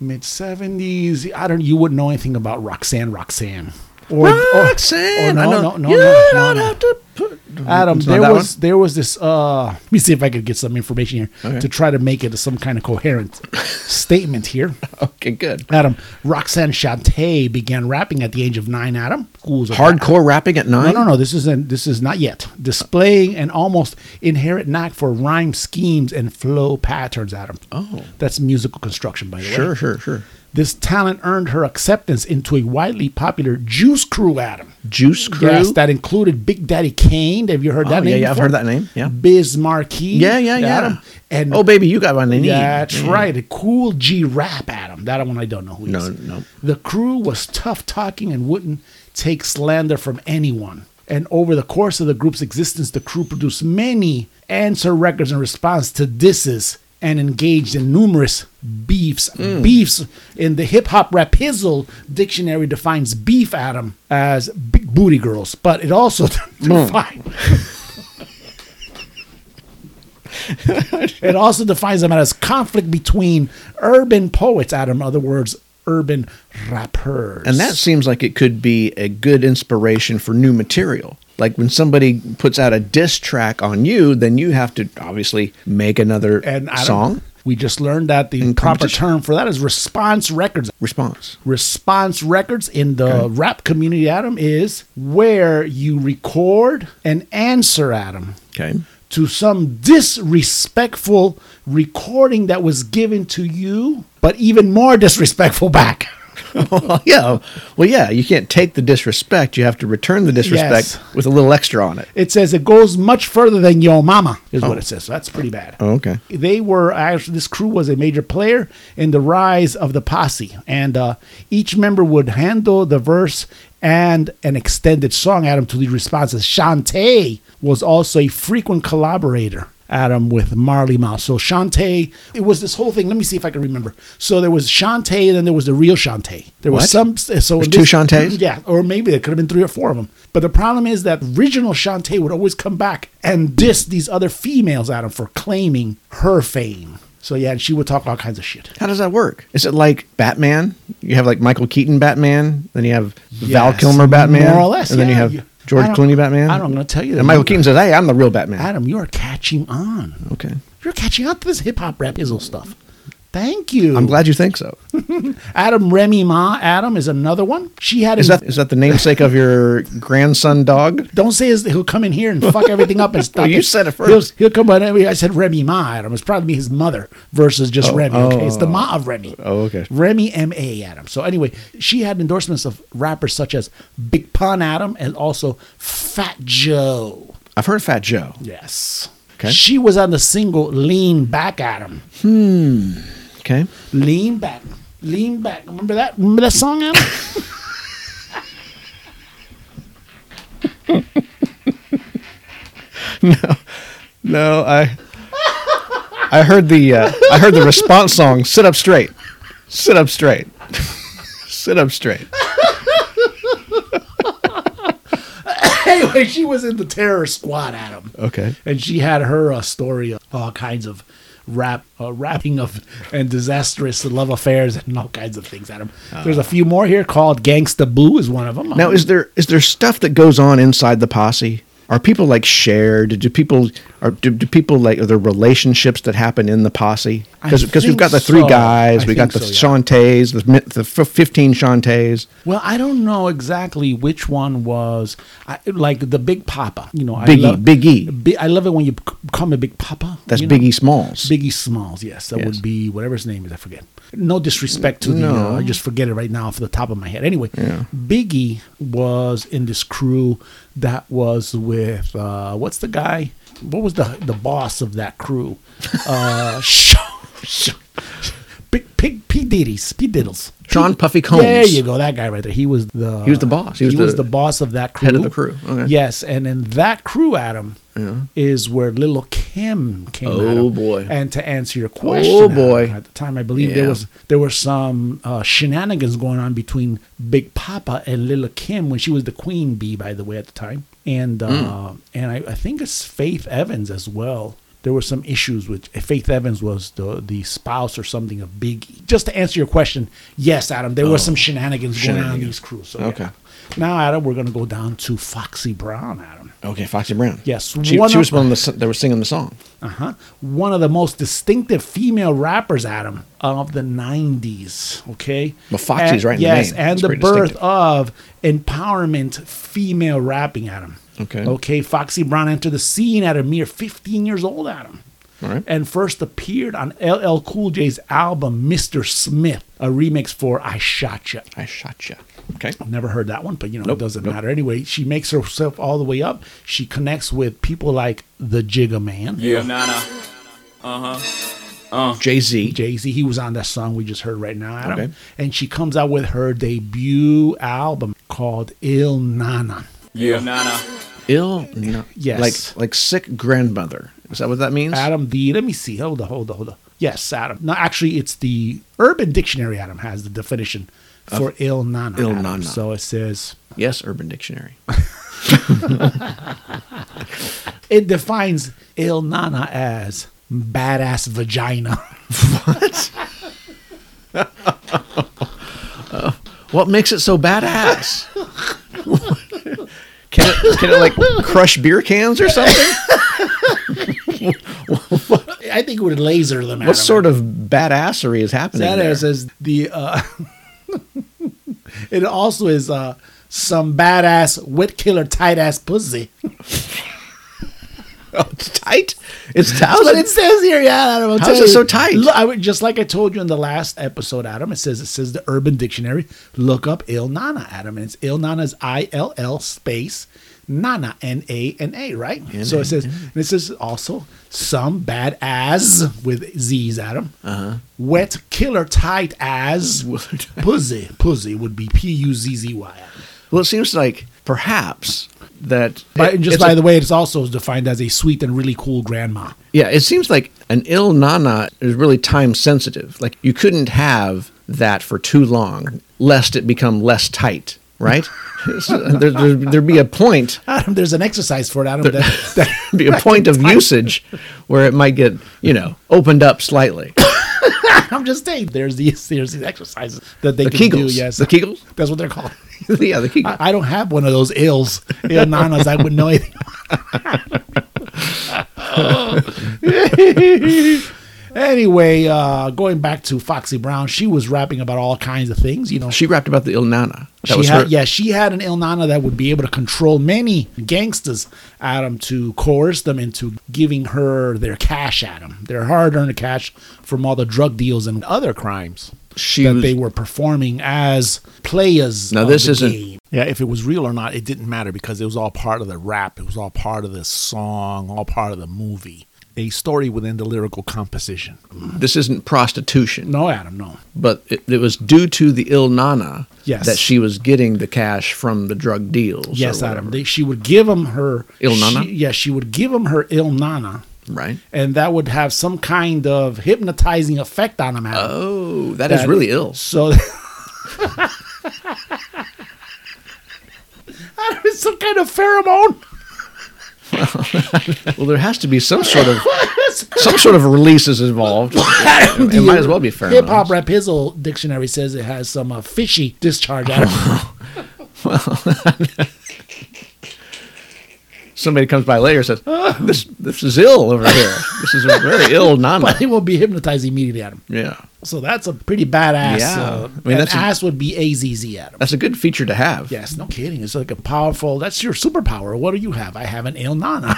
S2: mid seventies. I don't you wouldn't know anything about Roxanne Roxanne. Or, or-
S3: Roxanne,
S2: or
S3: I
S2: no,
S3: know-
S2: no, no,
S3: you
S2: no, no,
S3: don't
S2: no.
S3: have to put.
S2: Adam,
S3: It's not
S2: there
S3: that
S2: was
S3: one?
S2: there was this uh let me see if I could get some information here
S3: Okay.
S2: to try to make it some kind of coherent statement here.
S3: Okay, good.
S2: Adam, Roxanne Shantae began rapping at the age of nine, Adam. Who was a
S3: Hardcore rapping at nine.
S2: No, no, no. This isn't. This is not yet displaying an almost inherent knack for rhyme schemes and flow patterns. Adam.
S3: Oh.
S2: that's musical construction, by the way.
S3: Sure, sure, sure.
S2: This talent earned her acceptance into a widely popular Juice Crew. Adam.
S3: Juice Crew.
S2: Yes, that included Big Daddy Kane. Have you heard
S3: Oh,
S2: that
S3: yeah,
S2: name?
S3: yeah, I've
S2: before?
S3: heard that name. Yeah.
S2: Biz Marquee.
S3: Yeah, yeah, yeah.
S2: Adam. And
S3: oh, baby, you got one in
S2: that's right. A cool G rap, Adam. That one I don't know who he
S3: No,
S2: is.
S3: no.
S2: The crew was tough talking and wouldn't take slander from anyone. And over the course of the group's existence, the crew produced many answer records in response to disses and engaged in numerous beefs.
S3: Hmm.
S2: Beefs in the hip hop rapizzle dictionary defines beef, Adam, as big booty girls, but it also
S3: Hmm.
S2: defines. It also defines them as conflict between urban poets, Adam, in other words, urban rappers.
S3: And that seems like it could be a good inspiration for new material. Like when somebody puts out a diss track on you, then you have to obviously make another
S2: and Adam,
S3: song
S2: We just learned that the
S3: And
S2: proper
S3: competition.
S2: term for that is response records.
S3: response.
S2: Response records in the rap community, Adam, is where you record and answer, Adam,
S3: Okay.
S2: to some disrespectful recording that was given to you, but even more disrespectful back.
S3: well, Oh, yeah. Well, yeah. You can't take the disrespect. You have to return the disrespect
S2: Yes.
S3: with a little extra on it.
S2: It says it goes much further than Yo Mama, is what it says. So that's pretty bad.
S3: Oh, okay.
S2: They were actually, this crew was a major player in the rise of the posse, and uh, each member would handle the verse and an extended song. Adam to lead responses. Shantae was also a frequent collaborator. Adam with Marley Mouse. So Shantae, it was this whole thing. Let me see if I can remember. So there was Shantae, and then there was the real Shantae. There was
S3: What?
S2: some. So
S3: There's
S2: in
S3: two
S2: this-
S3: Shantaes?
S2: Yeah, or maybe there could have been three or four of them. But the problem is that original Shantae would always come back and diss these other females at him for claiming her fame. So yeah, and she would talk all kinds of shit.
S3: How does that work? Is it like Batman? You have like Michael Keaton Batman, then you have Val
S2: Yes,
S3: Kilmer Batman,
S2: more or less,
S3: and then
S2: yeah.
S3: you have
S2: You-
S3: George
S2: I don't-
S3: Clooney Batman.
S2: I don't know, tell you the
S3: And Michael
S2: number.
S3: Keaton says, "Hey, I'm the real Batman."
S2: Adam, you are catching on.
S3: okay.
S2: You're catching on to this hip hop rap izzle stuff. Thank you.
S3: I'm glad you think so.
S2: Adam Remy Ma Adam is another one. She had
S3: Is
S2: an-
S3: that is that the namesake of your grandson dog?
S2: Don't say his, he'll come in here and fuck everything up and stuff.
S3: you said it first.
S2: He'll, he'll come in. I said Remy Ma Adam. It's probably his mother versus just Remy. Okay, it's the Ma of Remy.
S3: Oh, okay.
S2: Remy M A Adam. So anyway, she had endorsements of rappers such as Big Pun Adam and also Fat Joe.
S3: I've heard of Fat Joe.
S2: Yes.
S3: Okay.
S2: She was on the single "Lean Back," Adam.
S3: Okay.
S2: Lean back, lean back. Remember that? Remember that song, Adam?
S3: No, I I heard the uh, I heard the response song "Sit Up Straight." Sit up straight. Sit up straight.
S2: anyway, she was in the Terror Squad, Adam.
S3: Okay.
S2: and she had her uh, story of all kinds of rap, uh, rapping of and disastrous love affairs and all kinds of things. Adam, there's a few more here called Gangsta Boo is one of them.
S3: Ah. Now, is there is there stuff that goes on inside the posse? Are people like shared? Do people are do, do people like are there relationships that happen in the posse? Because
S2: I
S3: because we've
S2: think
S3: got the three
S2: so.
S3: guys,
S2: I
S3: we got the
S2: think so,
S3: so, Shantays, the mi- the f- fifteen Shantays.
S2: well, I don't know exactly which one was I, like the Big Papa. You know,
S3: Biggie,
S2: I love,
S3: Biggie.
S2: Bi- I love it when you c- call me Big Papa.
S3: That's
S2: you know?
S3: Biggie Smalls.
S2: Biggie Smalls, yes, that
S3: Yes.
S2: would be whatever his name is. I forget. No disrespect to the, uh, I just forget it right now off the top of my head. Anyway, Biggie was in this crew that was with uh, what's the guy? What was the the boss of that crew? Uh, sh- sh- Big Pig P Diddy's P Diddles.
S3: Sean Puffy Combs.
S2: There you go, that guy right there. He was the
S3: He was the boss.
S2: He
S3: He
S2: was,
S3: was the
S2: the, boss of that crew.
S3: head of the crew. Okay.
S2: Yes, and in that crew, Adam, is where Little Kim came.
S3: Oh,
S2: Adam.
S3: boy.
S2: And to answer your question,
S3: Oh, boy.
S2: Adam, at the time I believe there
S3: Yeah.
S2: was there were some uh, shenanigans going on between Big Papa and Little Kim when she was the queen bee, by the way, at the time, and uh,
S3: Hmm.
S2: and I, I think it's Faith Evans as well. There were some issues with Faith Evans was the the spouse or something of Biggie. Just to answer your question, yes, Adam, there were some shenanigans, going on in these crews. So, yeah.
S3: Oh. Okay.
S2: Now, Adam, we're going to go down to Foxy Brown, Adam.
S3: Okay, Foxy Brown.
S2: Yes,
S3: she,
S2: one
S3: she was
S2: of-
S3: one of the s- that was singing the song.
S2: Uh-huh. One of the most distinctive female rappers, Adam, of the 90s, okay?
S3: Well, Foxy's
S2: And-
S3: right in the
S2: yes,
S3: name.
S2: and
S3: It's
S2: the
S3: pretty
S2: birth
S3: distinctive.
S2: of empowerment female rapping, Adam.
S3: Okay.
S2: Okay, Foxy Brown entered the scene at a mere 15 years old, Adam.
S3: All right.
S2: And first appeared on LL Cool J's album Mr. Smith, a remix for I Shot Ya.
S3: I shot ya. Okay.
S2: Never heard that one, but you know,
S3: Nope,
S2: it doesn't
S3: nope.
S2: matter. Anyway, she makes herself all the way up. She connects with people like the Jigga Man.
S1: Yeah. Nana.
S2: Oh.
S3: Jay Z.
S2: Jay Z. He was on that song we just heard right now, Adam.
S3: Okay.
S2: And she comes out with her debut album called Il Nana.
S1: Yeah. Nana.
S3: Ill. No,
S2: Yes.
S3: Like like sick grandmother. Is that what that means?
S2: Adam, the let me see. Hold on, hold on, hold on. Yes, Adam. No, actually, it's the Urban Dictionary. Adam has the definition for Il Nana.
S3: Il
S2: Adam.
S3: Nana.
S2: So it says
S3: Yes, Urban Dictionary.
S2: it defines Il Nana as badass vagina.
S3: What makes it so badass? can it can it like crush beer cans or something?
S2: I think it would laser them.
S3: What sort of badassery is happening?
S2: That
S3: there?
S2: is is the uh it also is uh some badass wit killer tight ass pussy.
S3: Oh, it's tight. It's
S2: That's
S3: thousand.
S2: what it says here. Yeah, Adam, I'll
S3: How's
S2: tell
S3: it
S2: you.
S3: so tight?
S2: Look, I would, just like I told you in the last episode, Adam. It says it says the Urban Dictionary. Look up Il Nana, Adam, and it's Il Nana's I L L space Nana N A N A, right? so it says and it says also some bad as with Z's, Adam. Uh-huh. Wet killer tight as pussy. Pussy would be P U Z Z Y. Adam.
S3: Well, it seems like perhaps that.
S2: But and just
S3: it's
S2: by
S3: a-
S2: the way, it's also defined as a sweet and really cool grandma.
S3: Yeah, it seems like an ill nana is really time sensitive. Like you couldn't have that for too long, lest it become less tight, right? So uh, there, there, there'd be a point,
S2: Adam, there's an exercise for it, Adam. That, that
S3: be a point of usage where it might get, you know, opened up slightly.
S2: I'm just saying, there's these there's these exercises that they
S3: The
S2: can do.
S3: Kegels.
S2: Yes,
S3: The Kegels?
S2: That's what they're called.
S3: yeah, the key.
S2: I, I don't have one of those ills, ill nanas. I wouldn't know anything. anyway, uh, going back to Foxy Brown, she was rapping about all kinds of things. You know,
S3: She rapped about the ill nana. That
S2: she
S3: was
S2: had,
S3: her.
S2: yeah, she had an Il Nana that would be able to control many gangsters, Adam, to coerce them into giving her their cash, Adam, their hard-earned cash from all the drug deals and other crimes
S3: She
S2: that
S3: was-
S2: they were performing as players.
S3: Now,
S2: of
S3: this
S2: the
S3: isn't-
S2: game. yeah. If it was real or not, it didn't matter because it was all part of the rap. It was all part of the song, all part of the movie. A story within the lyrical composition.
S3: This isn't prostitution.
S2: No, Adam, no.
S3: but it, it was due to the ill nana
S2: Yes.
S3: that she was getting the cash from the drug deals. or
S2: Yes, Adam.
S3: whatever,
S2: They, she would give him her
S3: Il Nana?
S2: She, yeah, she would give him her Il Nana.
S3: right?
S2: and that would have some kind of hypnotizing effect on him. Adam.
S3: Oh, that is
S2: That-
S3: really ill.
S2: So Adam, it's some kind of pheromone.
S3: Well, there has to be some sort of some sort of release is involved. it it might as well be pheromones.
S2: Hip Hop Rap Hizzle Dictionary says it has some uh, fishy discharge. Adam.
S3: Somebody comes by later and says, "Ah, "This this is ill over here. This is a very ill nana."
S2: but it will be hypnotized immediately, Adam.
S3: Yeah,
S2: So that's a pretty badass.
S3: Yeah.
S2: Uh,
S3: I mean,
S2: and
S3: that's a-
S2: ass would be AZZ, Adam.
S3: that's a good feature to have.
S2: Yes, no kidding. It's like a powerful. That's your superpower. What do you have? I have an Il Nana.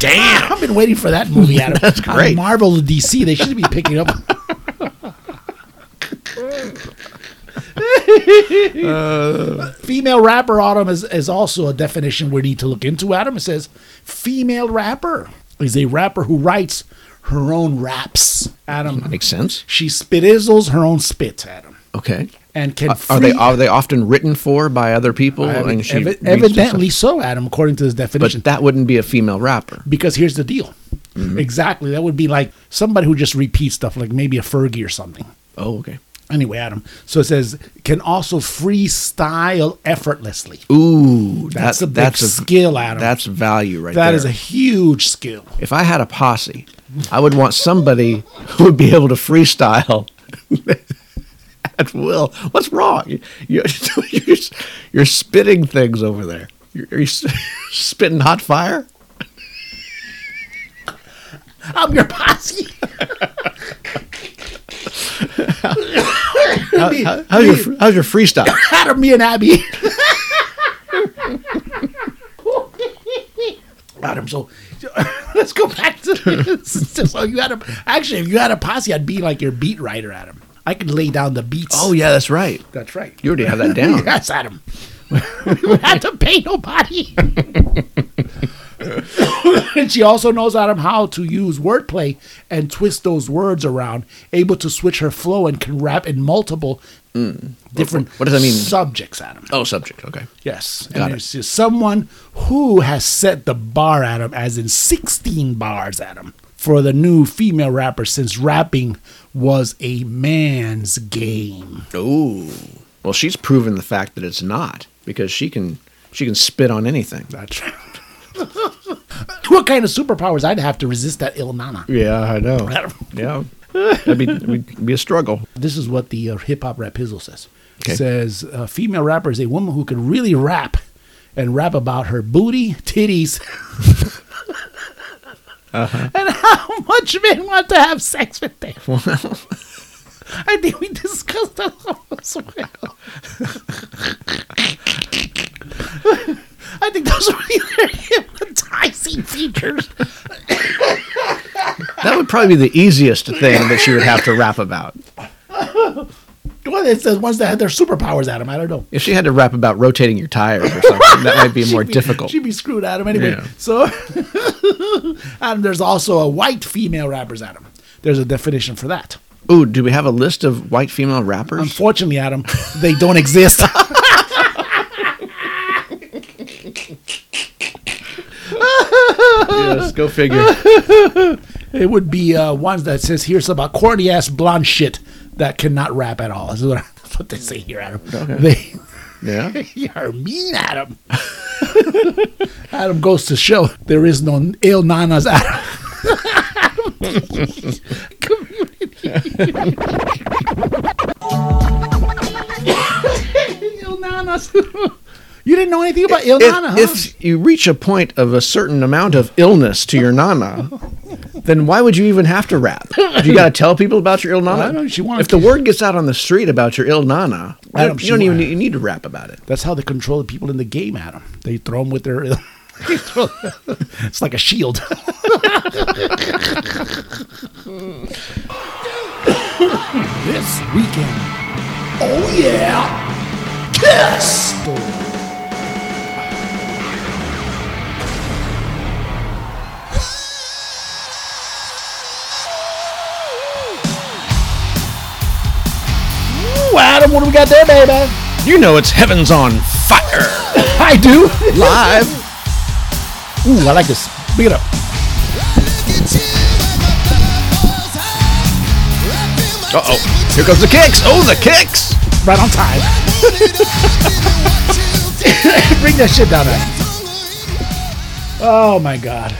S2: Damn, I've been waiting for that movie. Adam.
S3: That's great.
S2: Marvel to DC. They should be picking up. female rapper Autumn is, is also a definition we need to look into. Adam it says female rapper is a rapper who writes her own raps. Adam,
S3: makes sense.
S2: she spitizzles her own spits. Adam
S3: Okay,
S2: and can
S3: Uh, are they
S2: free-
S3: are they often written for by other people?
S2: I mean,
S3: and she
S2: evi-
S3: reads herself?
S2: evidently so, Adam, according to this definition.
S3: but that wouldn't be a female rapper.
S2: because here's the deal.
S3: Mm-hmm.
S2: Exactly. That would be like somebody who just repeats stuff, like maybe a Fergie or something.
S3: Oh, okay.
S2: Anyway, Adam. So it says can also freestyle effortlessly.
S3: Ooh,
S2: That's
S3: that-
S2: a big skill, Adam.
S3: That's value right
S2: That
S3: there.
S2: is a huge skill.
S3: if I had a posse, I would want somebody who would be able to freestyle at will. What's wrong? You're, you're, you're spitting things over there. You're, are you s- spitting hot fire?
S2: I'm your posse.
S3: How- How's your, fr- how's your freestyle?
S2: Adam, me and Abby. Adam, so let's go back to this. So you had a actually, if you had a posse, I'd be like your beat writer, Adam. I could lay down the beats.
S3: Oh, yeah, that's right.
S2: that's right.
S3: You already have that down.
S2: Yes, Adam. we would have to pay nobody. and she also knows Adam how to use wordplay and twist those words around, able to switch her flow and can rap in multiple different
S3: Mm. What does that mean?
S2: subjects, Adam.
S3: Oh, subject. Okay.
S2: Yes.
S3: Got
S2: and
S3: it.
S2: it's just someone who has set the bar, Adam, as in 16 bars, Adam, for the new female rapper since rapping was a man's game.
S3: Ooh. Well, she's proven the fact that it's not because she can she can spit on anything.
S2: That's right. what kind of superpowers I'd have to resist that Il Nana?
S3: Yeah, I know. Yeah. That'd be, that'd be a struggle.
S2: This is what the uh, hip hop rap hizzle says.
S3: Okay.
S2: It says a female rapper is a woman who can really rap and rap about her booty, titties, and how much men want to have sex with them. I think we discussed that as well. I think those were really hypnotized. fuckers.
S3: That would probably be the easiest thing that she would have to rap about.
S2: Well, it's the ones that had their superpowers at them. I don't know.
S3: If she had to rap about rotating your tires or something, that might be more
S2: She'd
S3: difficult.
S2: She'd be screwed, Adam. Anyway,
S3: Yeah.
S2: so Adam, there's also a white female rappers, Adam. There's a definition for that.
S3: Ooh, do we have a list of white female rappers?
S2: Unfortunately, Adam, they don't exist.
S3: yes, go figure.
S2: it would be uh, ones that says here's about corny ass blonde shit that cannot rap at all. That's what, that's what they say here, Adam. They
S3: Yeah.
S2: you are mean, Adam. Adam goes to show there is no ill nanas, Adam. Community. ill nanas. you didn't know anything about ill nana, huh?
S3: If, if you reach a point of a certain amount of illness to your nana, then why would you even have to rap? You got to tell people about your ill nana.
S2: I know, she wanted
S3: if the
S2: to-
S3: word gets out on the street about your ill nana, you
S2: Adam,
S3: don't,
S2: she
S3: you don't even
S2: wanted-
S3: need, you need to rap about it.
S2: That's how they control the people in the game, Adam. They throw them with their. they throw- it's like a shield. this weekend. Oh, yeah. Kiss! Ooh, Adam, what do we got there, baby?
S3: You know it's heaven's on fire
S2: I do.
S3: live.
S2: Ooh, I like this. Big it up.
S3: Uh oh, here comes the kicks. Oh, the kicks.
S2: Right on time. Bring that shit down, Adam. Oh, my God.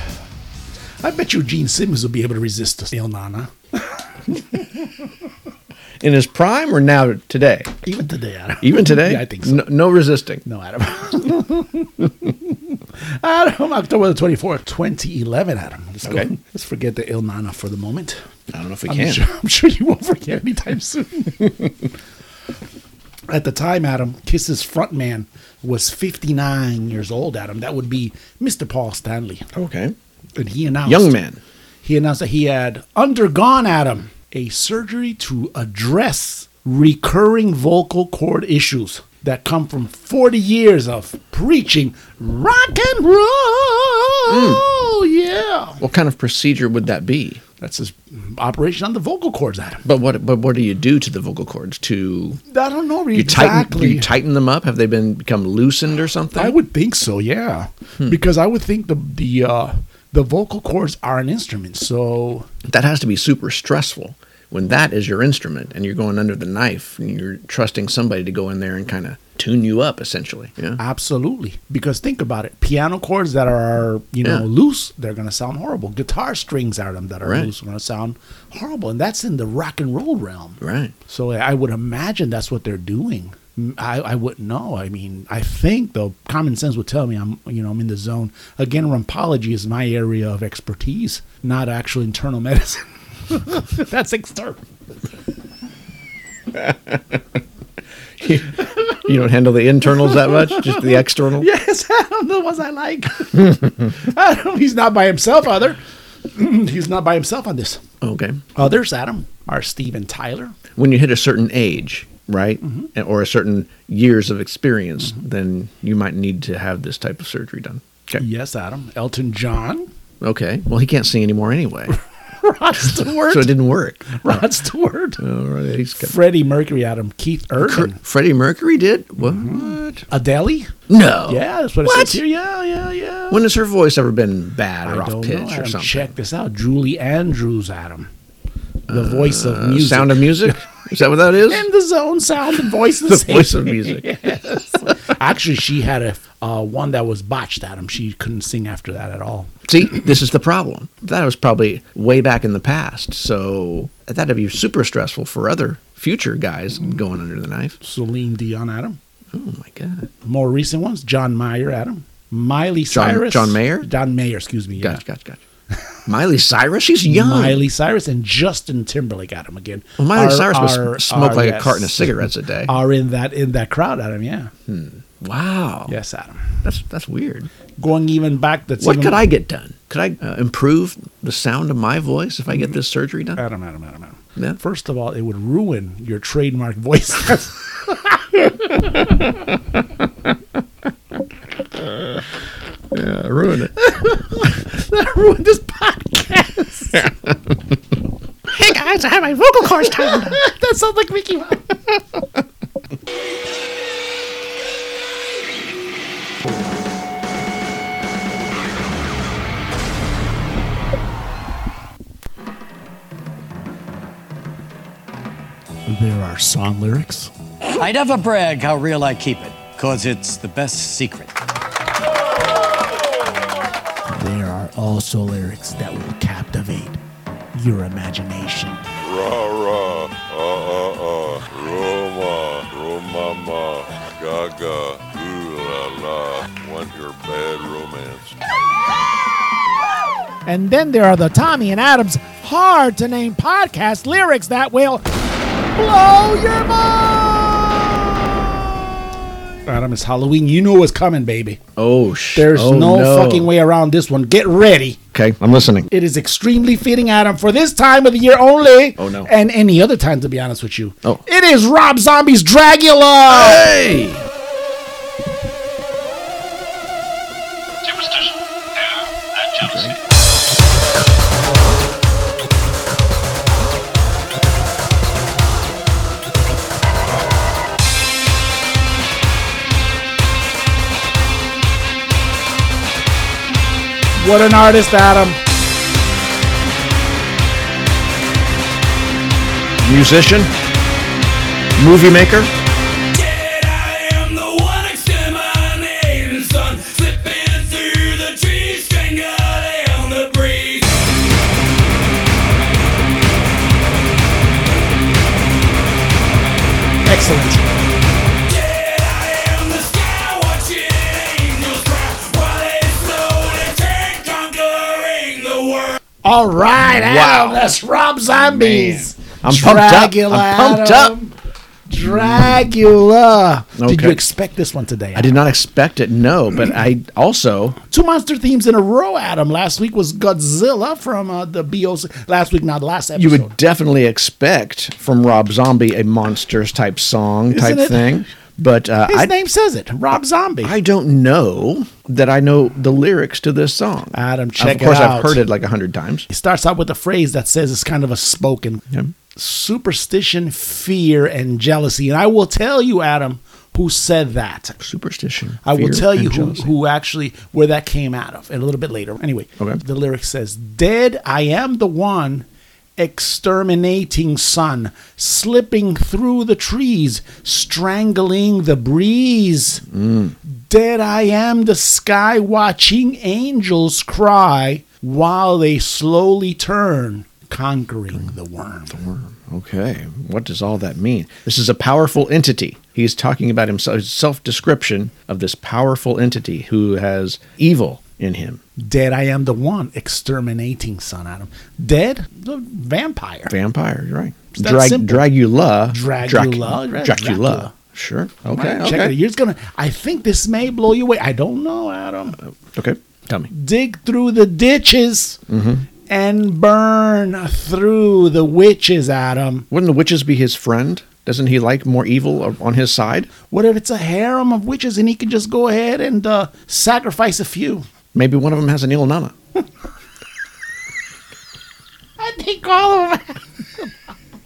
S2: I bet you Gene Simmons will be able to resist this Il Nana.
S3: In his prime or now today?
S2: Even today, Adam.
S3: Even today?
S2: Yeah, I think so.
S3: No, no resisting.
S2: No, Adam. Adam, October the 24th, 2011, Adam. Let's go.
S3: Okay.
S2: Let's forget the Il Nana for the moment.
S3: I don't know if we
S2: I'm
S3: can.
S2: sure, I'm sure you won't forget anytime soon. At the time, Adam, Kiss's frontman was 59 years old, Adam. That would be Mr. Paul Stanley.
S3: Okay.
S2: And he announced
S3: Young man.
S2: He announced that he had undergone, Adam, a surgery to address recurring vocal cord issues that come from 40 years of preaching rock and roll.
S3: Mm.
S2: Yeah.
S3: What kind of procedure would that be?
S2: That's his operation on the vocal cords, Adam.
S3: But what? But what do you do to the vocal cords? To
S2: I don't know
S3: you tighten?
S2: exactly.
S3: do You tighten them up? Have they been become loosened or something?
S2: I would think so, yeah.
S3: Hmm.
S2: Because I would think the the uh, the vocal cords are an instrument, so
S3: that has to be super stressful when that is your instrument and you're going under the knife and you're trusting somebody to go in there and kind of tune you up essentially. Yeah.
S2: absolutely. Because think about it, piano chords that are you know
S3: Yeah.
S2: loose, they're gonna sound horrible. Guitar strings are them that are
S3: Right.
S2: loose, are gonna sound horrible, and that's in the rock and roll realm.
S3: right.
S2: So I would imagine that's what they're doing. Mm, I, I wouldn't know. I mean, I think though common sense would tell me I'm you know I'm in the zone. Again, rheumatology is my area of expertise, not actual internal medicine. that's external.
S3: You don't handle the internals that much, just the external.
S2: Yes, Adam, the ones I like. Adam, he's not by himself, other. he's not by himself on this.
S3: Okay.
S2: Others, Adam, are Steve and Tyler.
S3: When you hit a certain age, right, and- or a certain years of experience, then you might need to have this type of surgery done. Okay.
S2: Yes, Adam. Elton John.
S3: Okay. Well, he can't sing anymore anyway,
S2: Rod Stewart.
S3: so it didn't work.
S2: Rod Stewart.
S3: All right. He's got-
S2: Freddie Mercury, Adam. Keith Urban.
S3: Cr- Freddie Mercury did what?
S2: Adele?
S3: No.
S2: Yeah, that's what, it
S3: What?
S2: says here. Yeah, yeah, yeah.
S3: When has her voice ever been bad or
S2: I
S3: off
S2: don't
S3: pitch
S2: know.
S3: or
S2: Adam.
S3: something?
S2: Check this out. Julie Andrews, Adam. The voice of
S3: Uh,
S2: music.
S3: Sound of Music? Is that what that is?
S2: In the zone, sound and voice.
S3: the voice of music.
S2: Actually, she had a uh, one that was botched, Adam. She couldn't sing after that at all.
S3: See, this is the problem. That was probably way back in the past. So that'd be super stressful for other future guys going under the knife.
S2: Celine Dion, Adam.
S3: Oh my God.
S2: More recent ones: John Mayer, Adam. Miley
S3: John-
S2: Cyrus.
S3: John Mayer?
S2: John Mayer, excuse me. Yeah.
S3: Gotcha, gotcha, gotcha. Miley Cyrus? She's young.
S2: Miley Cyrus and Justin Timberlake, Adam. Again,
S3: Well, Miley
S2: Are-
S3: Cyrus must
S2: are-
S3: smoke
S2: are,
S3: like
S2: yes,
S3: a carton of cigarettes a day.
S2: Are in that in that crowd, Adam? Yeah.
S3: wow.
S2: Yes, Adam.
S3: That's, that's weird.
S2: Going even back. That's
S3: What
S2: even-
S3: could I get done? could I uh, improve the sound of my voice if I get this surgery done?
S2: Adam, Adam, Adam, Adam.
S3: Yeah.
S2: First of all, it would ruin your trademark voice.
S3: Yeah, ruin it.
S2: that ruined this podcast. hey guys, I have my vocal cords tightened. that sounds like Mickey Mouse. There are song lyrics.
S8: I never brag how real I keep it, cause it's the best secret.
S2: There are also lyrics that will captivate your imagination.
S7: Rah, rah, uh, uh, uh, Roma, Romama, Gaga, ooh la la, want your bad romance.
S2: And then there are the Tommy and Adams hard to name podcast lyrics that will blow your mind. Adam, it's Halloween. You knew it was coming, baby.
S3: Oh, sh-
S2: There's
S3: oh,
S2: no, fucking way around this one. Get ready.
S3: Okay, I'm listening.
S2: It is extremely fitting, Adam, for this time of the year only.
S3: Oh, no.
S2: And any other time, to be honest with you.
S3: Oh.
S2: It is Rob Zombie's Dragula.
S3: Hey!
S2: What an artist, Adam.
S3: Musician, movie maker.
S2: Excellent. All right, Adam.
S3: Wow.
S2: That's Rob Zombies.
S3: I'm pumped up. I'm pumped up.
S2: Dragula. Did
S3: Okay.
S2: you expect this one today?
S3: I did not expect it, no, but I also
S2: Two monster themes in a row, Adam. Last week was Godzilla from uh, the BOC. Last week, not last episode.
S3: you would definitely expect from Rob Zombie a monsters type song type
S2: Isn't it?
S3: thing, but uh,
S2: His
S3: I
S2: name says it. Rob Zombie.
S3: I don't know that I know the lyrics to this song.
S2: Adam, check
S3: Of course,
S2: it out.
S3: I've heard it like a hundred times.
S2: It starts out with a phrase that says it's kind of a spoken superstition, fear, and jealousy. And I will tell you, Adam, who said that.
S3: Superstition.
S2: I will
S3: fear,
S2: tell you
S3: and
S2: who,
S3: jealousy.
S2: who actually where that came out of, and a little bit later. Anyway,
S3: Okay.
S2: the lyric says, "Dead, I am the one, exterminating sun, slipping through the trees, strangling the breeze.
S3: Mm.
S2: Dead, I am the sky, watching angels cry while they slowly turn, conquering the worm."
S3: Okay, what does all that mean? This is a powerful entity. He's talking about himself, his self description of this powerful entity who has evil in him.
S2: Dead, I am the one, exterminating sun. Adam, dead, the vampire.
S3: Vampire, you're right.
S2: that
S3: Drag,
S2: simple. Dracula,
S3: Dragula. Dracu-
S2: right, Dracula.
S3: Dracula. Sure. Okay.
S2: Right, Check it.
S3: okay.
S2: You're just gonna. I think this may blow you away. I don't know, Adam.
S3: okay. Tell me.
S2: Dig through the ditches
S3: Mm-hmm.
S2: and burn through the witches, Adam.
S3: Wouldn't the witches be his friend? Doesn't he like more evil on his side?
S2: What if it's a harem of witches and he can just go ahead and uh, sacrifice a few?
S3: Maybe one of them has an ill nana.
S2: I think all of them.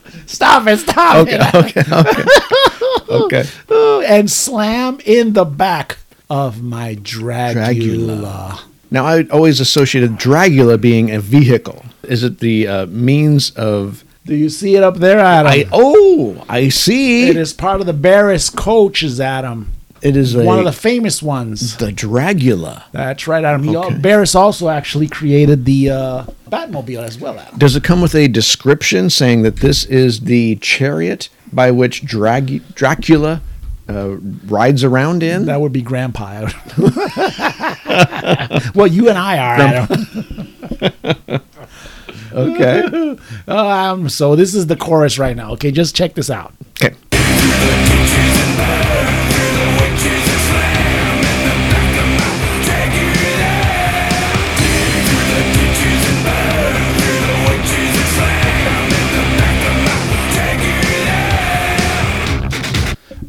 S2: stop it! Stop
S3: Okay.
S2: it!
S3: Okay. Okay. okay.
S2: Ooh, and slam in the back of my Dracula.
S3: Now, I always associated Dragula being a vehicle. Is it the uh, means of?
S2: Do you see it up there, Adam?
S3: I oh, I see.
S2: it is part of the Barris coaches, Adam.
S3: It is a,
S2: One of the famous ones.
S3: the Dragula.
S2: That's right, Adam. He
S3: Okay.
S2: Barris also actually created the uh, Batmobile as well, Adam.
S3: Does it come with a description saying that this is the chariot by which Drag- Dracula uh, rides around in?
S2: That would be Grandpa. Adam. well, you and I are, Adam.
S3: Okay.
S2: Um, so this is the chorus right now. Okay, just check this out.
S3: okay.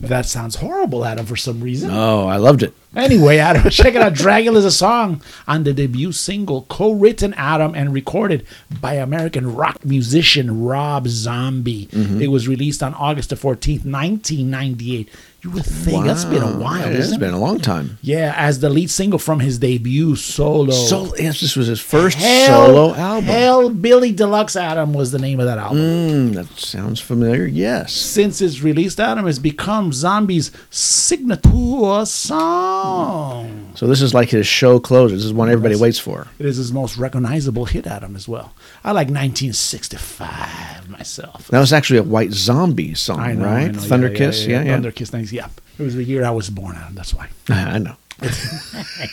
S2: that sounds horrible, Adam, for some reason.
S3: Oh, I loved it.
S2: Anyway, Adam, check it out. Dragula is a song on the debut single, co written Adam and recorded by American rock musician Rob Zombie.
S3: Mm-hmm.
S2: It was released on August the 14th, 1998. You would think that's been a
S3: Wow.
S2: while,
S3: It has
S2: isn't
S3: been
S2: it?
S3: a long time.
S2: Yeah, as the lead single from his debut solo.
S3: Solo. Yes, this was his first
S2: Hell-
S3: solo album.
S2: Hell Billy Deluxe Adam was the name of that album.
S3: Mm, that sounds familiar. Yes.
S2: Since its release, Adam has become Zombie's signature song.
S3: So this is like his show closer. This is one everybody waits for.
S2: It is his most recognizable hit album as well. I like 1965 myself.
S3: That was actually a White Zombie song,
S2: I know, I
S3: right?
S2: know. Yeah,
S3: Thunder Kiss. Yeah, yeah.
S2: Thunder Kiss. Thanks. Yeah, it was the year I was born. Adam. That's why.
S3: I know.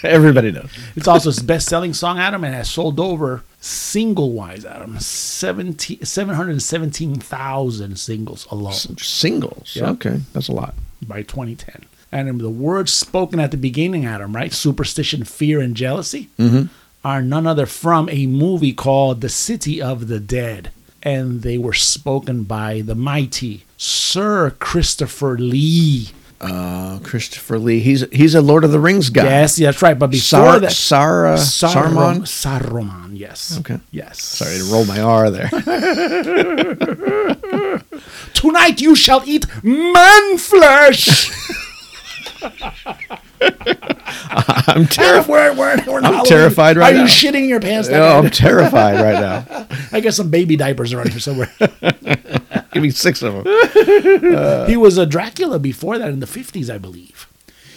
S3: everybody knows.
S2: It's also his best-selling song, Adam, and has sold over single-wise, Adam, 70 717,000 singles alone
S3: Singles.
S2: Yeah.
S3: Okay, that's a lot.
S2: by 2010. And the words spoken at the beginning, Adam, right? Superstition, fear, and jealousy
S3: Mm-hmm.
S2: are none other from a movie called The City of the Dead. And they were spoken by the mighty Sir Christopher Lee.
S3: Uh, Christopher Lee. He's he's a Lord of the Rings guy.
S2: Yes, yeah, that's right. But before
S3: Ah. Sar-
S2: that,
S3: Sara-
S2: Saruman,
S3: Saruman?
S2: Saruman, yes.
S3: Okay.
S2: Yes.
S3: Sorry to roll my R there.
S2: Tonight you shall eat man flesh.
S3: I'm terrified.
S2: we're, we're, we're not
S3: terrified right
S2: Are
S3: now.
S2: you shitting your pants? That
S3: Oh,
S2: bad?
S3: I'm terrified right now.
S2: I guess some baby diapers are out here somewhere.
S3: Give me six of them.
S2: he was a Dracula before that in the 50s, I believe.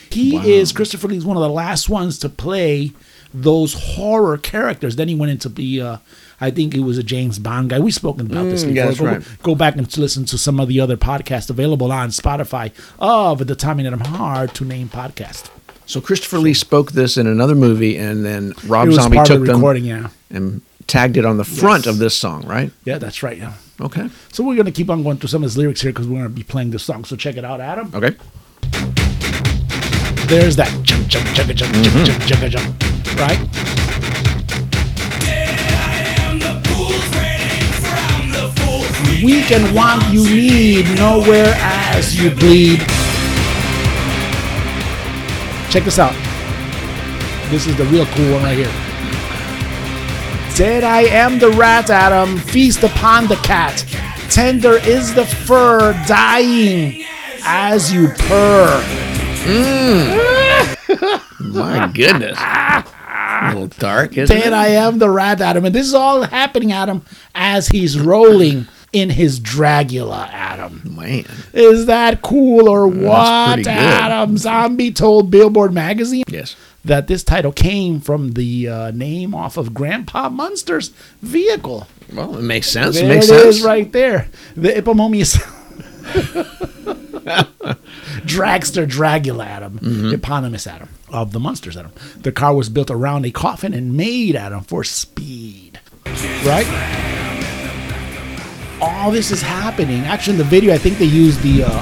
S2: He is Christopher Lee's one of the last ones to play those horror characters. Then he went into the, uh, I think it was a James Bond guy. We've spoken about this
S3: Mm,
S2: before.
S3: yeah, that's
S2: go,
S3: right.
S2: go back and listen to some of the other podcasts available on Spotify of the Tommy Needham Hard to Name podcast.
S3: So Christopher Lee spoke this in another movie, and then Rob
S2: it was
S3: Zombie
S2: part
S3: took
S2: of the
S3: them
S2: recording, yeah.
S3: and tagged it on the front
S2: Yes.
S3: of this song, right?
S2: Yeah, that's right, yeah.
S3: Okay.
S2: So we're going to keep on going through some of his lyrics here because we're going to be playing this song. So check it out, Adam.
S3: Okay.
S2: There's that jump, jump, jump, jump, jump, jump, jump, jump, right? Weak and want you need, nowhere as you bleed. Check this out. This is the real cool one right here. Dead I am the rat, Adam. Feast upon the cat. Tender is the fur, dying as you purr.
S3: My goodness. a little dark, isn't
S2: Dead
S3: it?
S2: I am the rat, Adam. And this is all happening, Adam, as he's rolling in his Dragula, Adam.
S3: Man.
S2: Is that cool or
S3: that's
S2: what,
S3: pretty good.
S2: Adam? Zombie told Billboard magazine
S3: Yes.
S2: that this title came from the uh, name off of Grandpa Munster's vehicle.
S3: Well, it makes sense.
S2: There
S3: it
S2: it
S3: makes
S2: is,
S3: sense.
S2: right there. The Ipomomius. Dragster Dragula Adam,
S3: Mm-hmm.
S2: eponymous Adam of the Monsters Adam. The car was built around a coffin and made Adam for speed. Right? All this is happening. Actually, in the video, I think they used the uh,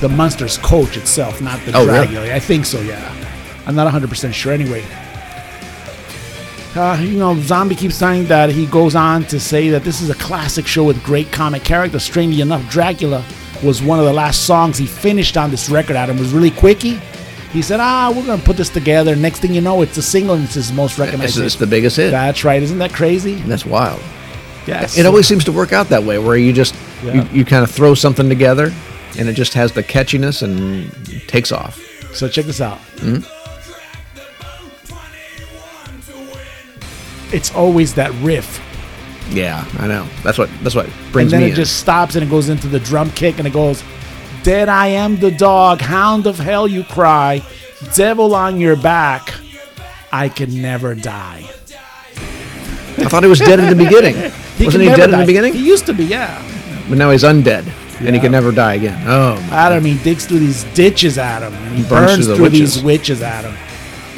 S2: the Monsters coach itself, not the
S3: Oh, really?
S2: Dragula. I think so. Yeah, I'm not 100 percent sure. Anyway, uh, you know, Zombie keeps saying that he goes on to say that this is a classic show with great comic characters. Strangely enough, Dracula was one of the last songs he finished on this record. Adam It was really quickie. He said, "Ah, we're gonna put this together." Next thing you know, it's a single and it's his most
S3: It's,
S2: recognized.
S3: it's
S2: hit.
S3: the biggest hit.
S2: That's right. Isn't that crazy?
S3: That's wild.
S2: Yes.
S3: It always seems to work out that way, where you just
S2: Yeah.
S3: you, you kind of throw something together, and it just has the catchiness and takes off.
S2: So check this out.
S3: Hmm?
S2: It's always that riff,
S3: Yeah, I know. That's what that's what
S2: and
S3: brings
S2: then
S3: me
S2: it
S3: in.
S2: just stops and it goes into the drum kick and it goes, "Dead I am the dog, hound of hell you cry, devil on your back, I can never die."
S3: I thought he was dead in the beginning.
S2: He
S3: Wasn't he
S2: can never
S3: dead in
S2: die.
S3: the beginning?
S2: He used to be, yeah.
S3: but now he's undead, and
S2: Yeah.
S3: he can never die again. Oh, my
S2: Adam, he digs through these ditches, Adam. And he
S3: burns
S2: burns,
S3: through the
S2: through
S3: witches.
S2: these witches, Adam.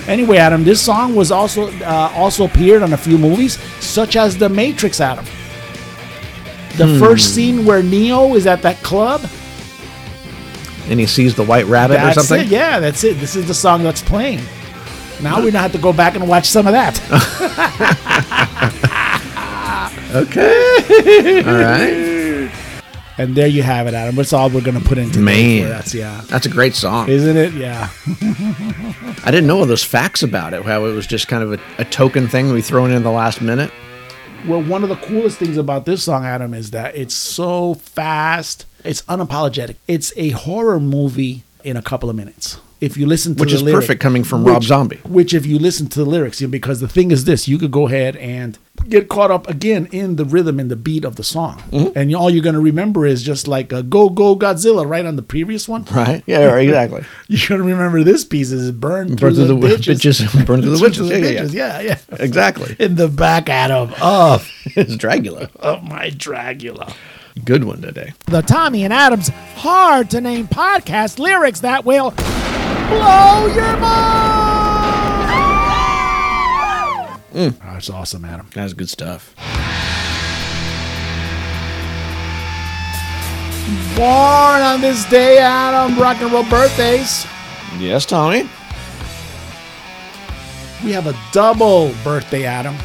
S2: Anyway, Adam, this song was also uh, also appeared on a few movies, such as The Matrix, Adam. The
S3: Hmm.
S2: first scene where Neo is at that club.
S3: and he sees the white rabbit
S2: That's
S3: or something.
S2: it. Yeah, that's it. This is the song that's playing. Now we don't have to go back and watch some of that.
S3: Okay. All right.
S2: And there you have it, Adam. That's all we're gonna put into today for
S3: Man.
S2: That's yeah,
S3: That's a great song.
S2: isn't it? Yeah.
S3: I didn't know all those facts about it, how it was just kind of a, a token thing we thrown in the last minute.
S2: Well, one of the coolest things about this song, Adam, is that it's so fast. It's unapologetic. It's a horror movie in a couple of minutes. If you listen to
S3: Which
S2: the
S3: is
S2: lyric-
S3: perfect coming from Rob
S2: which-
S3: Zombie.
S2: Which, if you listen to the lyrics, you- because the thing is this, you could go ahead and get caught up again in the rhythm and the beat of the song,
S3: Mm-hmm.
S2: and all you're going to remember is just like a "Go Go Godzilla" right on the previous one.
S3: Right? Yeah, right, exactly.
S2: You're going to remember this piece is "Burn Through, the,
S3: wi-
S2: Bitches."
S3: bitches. Burn through the witches. Yeah, yeah,
S2: Bitches,
S3: yeah.
S2: yeah, yeah.
S3: Exactly.
S2: In the back, Adam, of
S3: It's Dragula.
S2: of my Dracula.
S3: Good one today.
S2: the Tommy and Adams hard to name podcast lyrics that will blow your mind. Oh, that's awesome, Adam.
S3: That's good stuff.
S2: Born on this day, Adam, rock and roll birthdays.
S3: Yes, Tommy.
S2: We have a double birthday, Adam,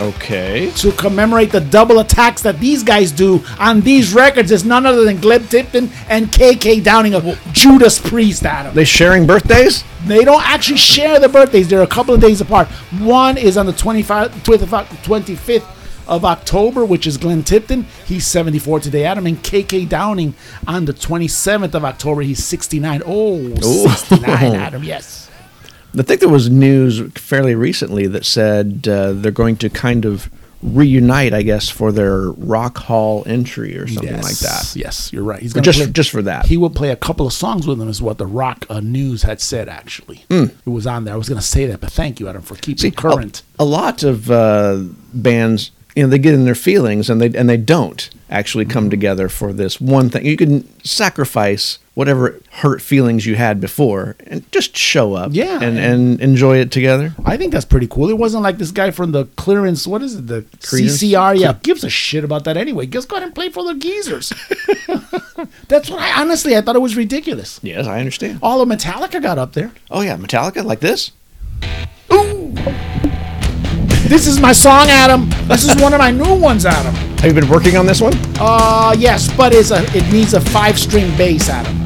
S3: Okay.
S2: to commemorate the double attacks that these guys do on these records. It's none other than Gleb Tipton and KK Downing of Judas Priest, Adam.
S3: They sharing birthdays?
S2: They don't actually share their birthdays. They're a couple of days apart. One is on the 25, 25 25th of October, which is Glenn Tipton. He's 74 today, Adam. And KK Downing on the 27th of October. He's 69. Oh,
S3: Ooh.
S2: 69, Adam. Yes.
S3: I think there was news fairly recently that said uh, they're going to kind of reunite, I guess, for their Rock Hall entry or something like that.
S2: Yes, you're right. He's
S3: Or
S2: gonna
S3: just-
S2: play-
S3: just for that.
S2: He will play a couple of songs with them, is what the Rock uh, News had said, actually. It was on there. I was going to say that, but thank you, Adam, for keeping
S3: Hmm. See,
S2: it current.
S3: A, a lot of uh, bands, you know, they get in their feelings and they and they don't actually come together for this one thing. You can sacrifice whatever hurt feelings you had before and just show up,
S2: Yeah.
S3: and and enjoy it together.
S2: I think that's pretty cool. It wasn't like this guy from the clearance. What is it? The
S3: Clearance?
S2: CCR. Yeah, gives a shit about that anyway. Just go ahead and play for the geezers. that's what I honestly I thought it was ridiculous.
S3: Yes, I understand.
S2: All of Metallica got up there.
S3: Oh yeah, Metallica like this.
S2: This is my song, Adam. This is one of my new ones, Adam.
S3: Have you been working on this one?
S2: Uh yes, but it's a it needs a five string bass, Adam.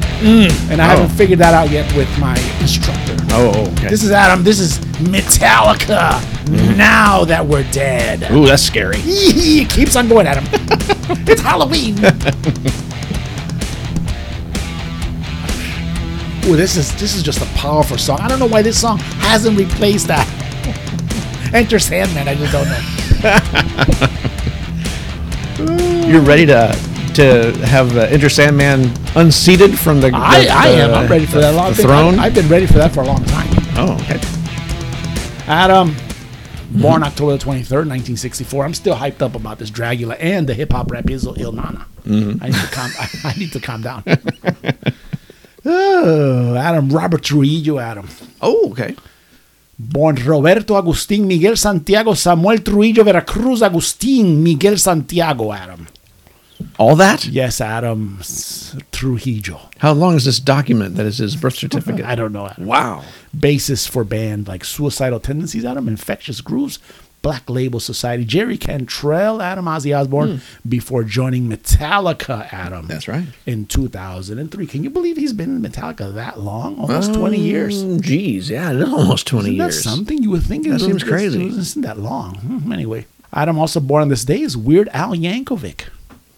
S2: And I haven't figured that out yet with my instructor.
S3: Oh, okay.
S2: This is Adam. This is Metallica. Now that we're dead.
S3: Ooh, that's scary.
S2: It keeps on going at him. it's Halloween. Ooh, this is this is just a powerful song. I don't know why this song hasn't replaced that. Enter Sandman. I just don't know.
S3: You're ready to to have uh, Enter Sandman unseated from the.
S2: I,
S3: the-
S2: I am. I'm
S3: the-
S2: ready for that. Long
S3: The
S2: thing.
S3: throne.
S2: I, have been ready for that for a long time.
S3: oh, okay.
S2: Adam, um, born October the 23rd, 1964. I'm still hyped up about this Dracula and the hip hop rap Izzo Il Nana.
S3: Mm-hmm.
S2: I need to calm. I, I need to calm down. oh, Adam Robert Trujillo, Adam.
S3: Oh, okay.
S2: Born Roberto Agustín Miguel Santiago Samuel Trujillo Veracruz Agustín Miguel Santiago Adam.
S3: All that.
S2: Yes, Adam S- Trujillo.
S3: How long is this document that is his birth certificate?
S2: I don't know. Adam.
S3: Wow.
S2: Basis for band like Suicidal Tendencies Adam, Infectious Grooves, Black Label Society, Jerry Cantrell, Adam Ozzy Osbourne before joining Metallica Adam.
S3: Hmm. That's right.
S2: In 2003. Can you believe he's been in Metallica that long? Almost 20 years.
S3: Mm, Geez, yeah, it is almost 20
S2: Isn't that
S3: years.
S2: something you would think it
S3: That
S2: was-
S3: seems
S2: it-
S3: crazy.
S2: It isn't that long. Hmm, Anyway, Adam also born on this day is Weird Al Yankovic.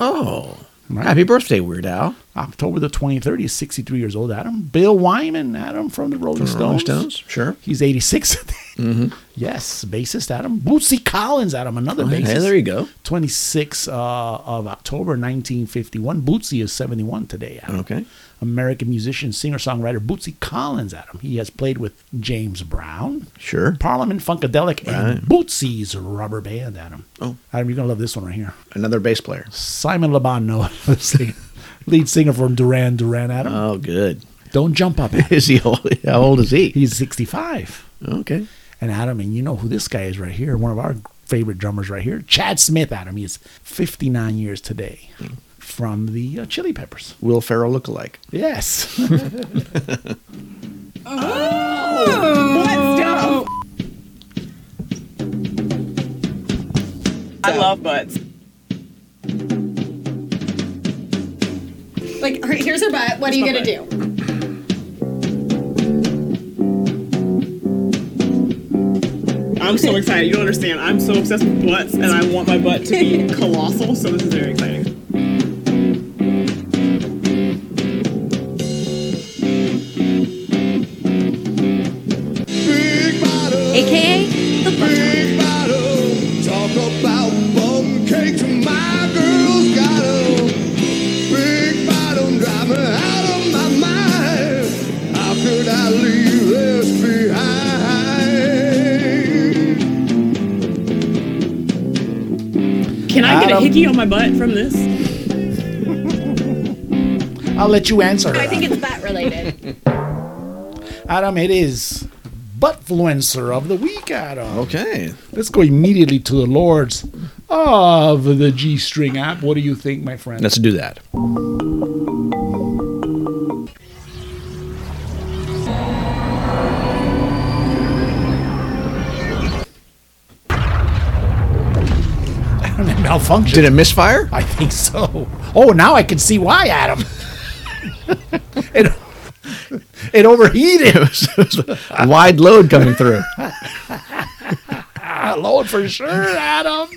S3: Oh,
S2: Right.
S3: happy birthday, Weird Al.
S2: October the 23rd, he's 63 years old, Adam. Bill Wyman, Adam, from the Rolling,
S3: From
S2: Stones.
S3: the Rolling Stones, sure.
S2: He's 86.
S3: Mm-hmm.
S2: Yes, bassist, Adam. Bootsy Collins, Adam, another bassist.
S3: Hey, there you go.
S2: 26 uh, of October 1951. Bootsy is 71 today, Adam.
S3: Okay.
S2: American musician, singer, songwriter Bootsy Collins, Adam. He has played with James Brown,
S3: Sure.
S2: Parliament Funkadelic, and
S3: Right.
S2: Bootsy's Rubber Band, Adam.
S3: Oh.
S2: Adam, you're going to love this one right here.
S3: Another bass player.
S2: Simon Labano, singer- lead singer from Duran Duran, Adam.
S3: Oh, good.
S2: Don't jump up. Adam.
S3: Is he old? How old is he?
S2: He's 65.
S3: Okay.
S2: And Adam, and you know who this guy is right here, one of our favorite drummers right here, Chad Smith, Adam. He is 59 years today from the uh, Chili Peppers.
S3: Will Ferrell lookalike.
S2: Yes.
S10: I love butts. Like, all right, here's her butt. What are you gonna do?
S11: I'm so excited. You don't understand. I'm so obsessed with butts, and I want my butt to be colossal. So this is very exciting.
S10: AKA the butt.
S1: Talk about bum cakes. My girl's got a big bottom, drive me out of my mind. How could I leave this behind?
S11: Can I get a
S2: Adam.
S11: hickey on my butt from this?
S2: I'll let you answer.
S10: I think it's butt related.
S2: Adam, it is Buttfluencer of the Week, Adam.
S3: Okay.
S2: Let's go immediately to the Lords of the G String app. What do you think, my friend?
S3: Let's do that.
S2: Adam, it malfunctioned.
S3: Did it misfire?
S2: I think so. Oh, now I can see why, Adam. it, it overheated.
S3: Wide load coming through.
S2: Ah, Lord, for sure, Adam.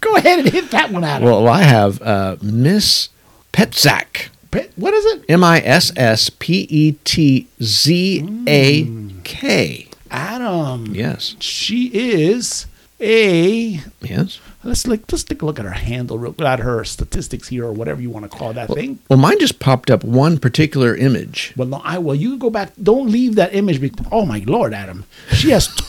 S2: go ahead and hit that one, Adam.
S3: Well, I have uh, Miss Petzak.
S2: Pe- what is it?
S3: M I S S P E T Z A K.
S12: Mm.
S2: Adam.
S3: Yes.
S2: She is a
S3: Yes.
S2: Let's look, let's take a look at her handle, real- at her statistics here, or whatever you want to call that thing.
S3: Well, mine just popped up one particular image.
S2: Well, no, I will. You go back. Don't leave that image. Be- oh my lord, Adam. She has t-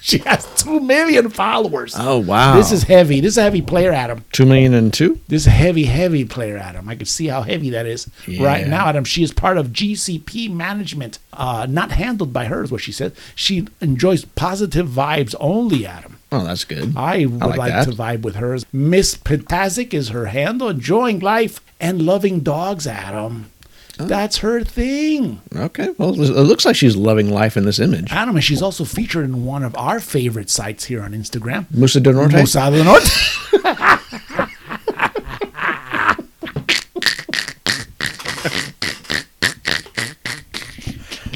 S2: she has two million followers.
S3: Oh, wow.
S2: This is heavy. This is a heavy player, Adam.
S3: Two million and two?
S2: This is a heavy, heavy player, Adam. I can see how heavy that is right
S3: Yeah.
S2: now, Adam. She is part of GCP management, uh, not handled by her, is what she said. She enjoys positive vibes only, Adam.
S3: Oh, that's good.
S12: Ah.
S2: I would like,
S3: like that.
S2: to vibe with hers. Miss Petazic is her handle, enjoying life and loving dogs, Adam. That's her thing.
S3: Okay. Well, it looks like she's loving life in this image.
S2: Adam, and she's also featured in one of our favorite sites here on Instagram.
S3: Musa del Norte.
S2: Musa del Norte.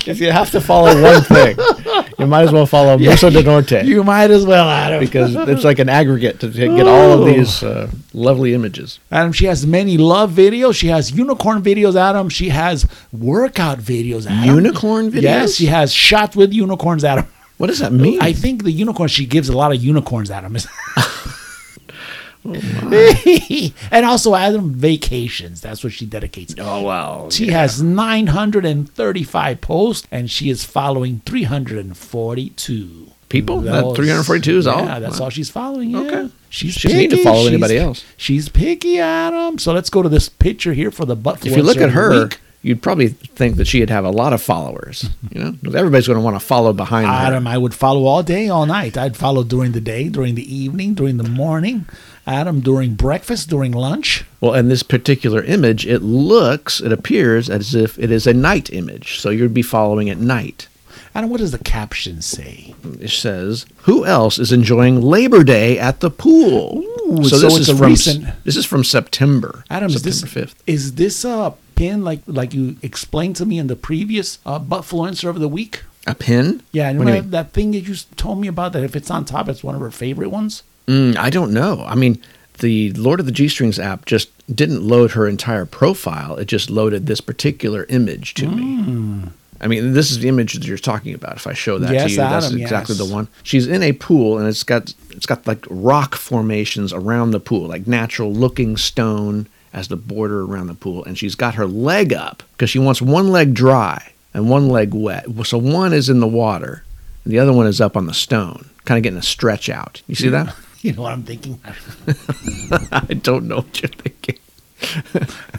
S12: If you have to follow one thing, you might as well follow Muso de Norte
S2: You might as well, Adam.
S12: because it's like an aggregate to t- get all of these uh,
S3: Lovely images.
S2: Adam, she has many love videos. She has unicorn videos, Adam. She has workout videos, Adam.
S3: Unicorn videos?
S2: Yes, she has shots with unicorns, Adam.
S3: What does that mean?
S2: I think the unicorn she gives a lot of unicorns Adam.
S3: Oh,
S2: and also Adam vacations. That's what she dedicates.
S3: oh, wow.
S2: She has 935 posts and she is following 342.
S3: People? That
S2: Those-
S3: 342 is all?
S2: Yeah, that's
S3: Wow.
S2: all she's following. Yeah.
S3: Okay.
S2: She's
S3: She doesn't need to
S2: picky.
S3: follow
S2: She's-
S3: anybody else.
S2: She's picky, Adam. So let's go to this picture here for the butt.
S3: If you look
S2: influencer
S3: at
S2: of the
S3: her,
S2: week.
S3: you'd probably think that she'd have a lot of followers. You know, 'Cause everybody's going to want to follow behind her.
S2: Adam, I would follow all day, all night. I'd follow during the day, during the evening, during the morning. Adam, during breakfast, during lunch.
S3: Well, in this particular image, it looks, it appears as if it is a night image. So you'd be following at night.
S2: Adam, what does the caption say?
S3: It says, "Who else is enjoying Labor Day at the pool?"
S2: Ooh, so it's a
S3: from
S2: recent-
S3: this is from September.
S2: Adam, is this
S3: September fifth.
S2: is this a pin like like you explained to me in the previous uh, buttfluencer of the week?
S3: A pin?
S2: Yeah,
S3: What do you
S2: remember that thing that you s- told me about that if it's on top, it's one of her favorite ones.
S3: mean? Mm, I don't know. I mean, the Lord of the G Strings app just didn't load her entire profile. It just loaded this particular image to me. I mean, this is the image that you're talking about. If I show that
S2: Hmm. Yes,
S3: to you, that's
S2: Adam,
S3: exactly
S2: yes.
S3: the one. She's in a pool, and it's got it's got like rock formations around the pool, like natural looking stone as the border around the pool. And she's got her leg up because she wants one leg dry and one leg wet. So one is in the water, and the other one is up on the stone, kind of getting a stretch out. You see that?
S2: You know what I'm thinking? Adam?
S3: I don't know what you're thinking.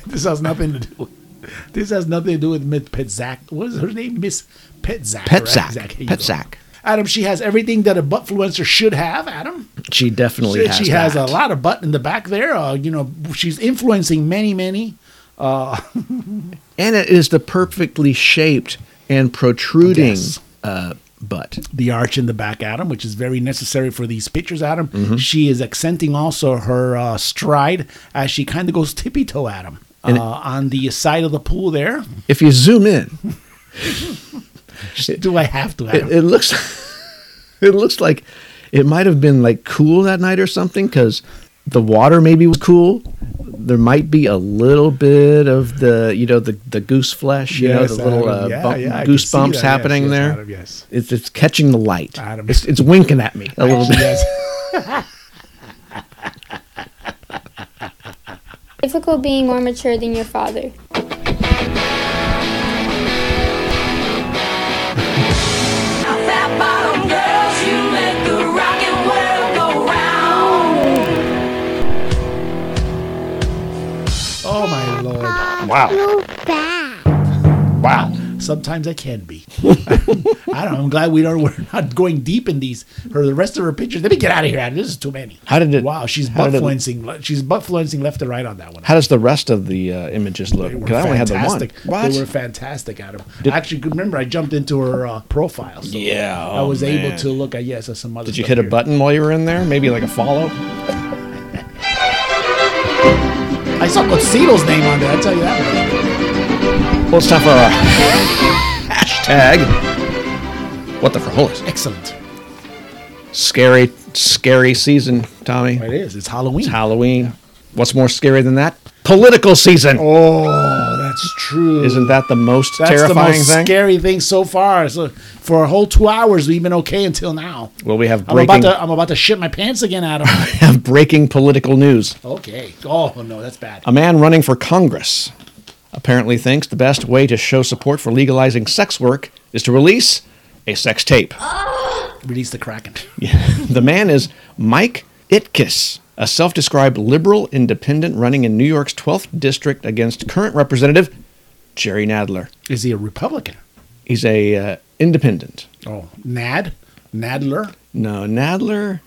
S2: this has nothing to do. With, this has nothing to do with Miss Petzak. What is her name? Miss Petzak. right?
S3: Petzak.
S2: Here you go.
S3: Petzak.
S2: Adam, she has everything that a buttfluencer should have. Adam.
S3: She definitely
S2: She-
S3: has.
S2: she has
S3: that.
S2: a lot of butt in the back there. Uh, you know, she's influencing many, many.
S3: and it is the perfectly shaped and protruding
S2: Yes.
S3: uh, butt.
S2: the arch in the back, Adam, which is very necessary for these pictures, Adam.
S3: Mm-hmm.
S2: She is accenting also her uh, stride as she kind of goes tippy toe, Adam.
S3: And-
S2: uh, on the side of the pool there.
S3: If you zoom in,
S2: Do I have to?
S3: it, it looks it looks like it might have been like cool that night or something because the water maybe was cool there might be a little bit of the you know the, the goose flesh you
S2: Yes,
S3: know the little
S2: Adam,
S3: uh,
S2: yeah,
S3: bump,
S2: yeah, I can see
S3: goosebumps
S2: that. Yes,
S3: happening
S2: yes,
S3: there
S2: Adam, yes.
S3: it's, it's catching the light
S2: Adam.
S3: it's, it's winking at me a little bit
S13: Difficult being more mature than your father.
S5: Fat bottom girls, you make the rockin' world go round.
S2: Oh my lord! Wow. Sometimes I can be. I don't. know. I'm glad we don't. We're not going deep in these. Her the rest of her pictures. Let me get out of here. Adam. This is too many.
S3: how did it
S2: Wow, she's
S3: how
S2: butt
S3: did it-
S2: fluencing. le- She's butt fluencing left and right on that one.
S3: how does the rest of the uh, images look
S2: They were
S3: because i only had the one
S2: fantastic. They were fantastic, Adam. Actually, remember I jumped into her uh, profile. So
S3: Yeah,
S2: I
S3: oh,
S2: was able
S3: man.
S2: to look at yes at some other.
S3: did you
S2: stuff
S3: hit a
S2: here.
S3: button while you were in there maybe like a follow
S2: I saw Cosido's name on there. I tell you that. much.
S3: well it's time for a hashtag what the for
S2: Excellent.
S3: scary, scary season, Tommy.
S2: It is. It's Halloween.
S3: It's Halloween. What's more scary than that? Political season.
S2: Oh, that's true.
S3: Isn't that the most
S2: That's
S3: terrifying
S2: the most
S3: thing?
S2: scary thing so far. So for a whole two hours, we've been okay until now.
S3: Well, we have
S2: I'm about
S3: breaking,
S2: to I'm about to shit my pants again, Adam.
S3: have breaking political news.
S2: okay. Oh no, that's bad.
S3: A man running for Congress apparently thinks the best way to show support for legalizing sex work is to release a sex tape.
S2: Release the Kraken.
S3: the man is Mike Itkiss, a self described liberal independent running in New York's 12th district against current representative Jerry Nadler.
S2: Is he a Republican?
S3: He's a uh, independent.
S2: Oh, Nad, Nadler.
S3: No, Nadler,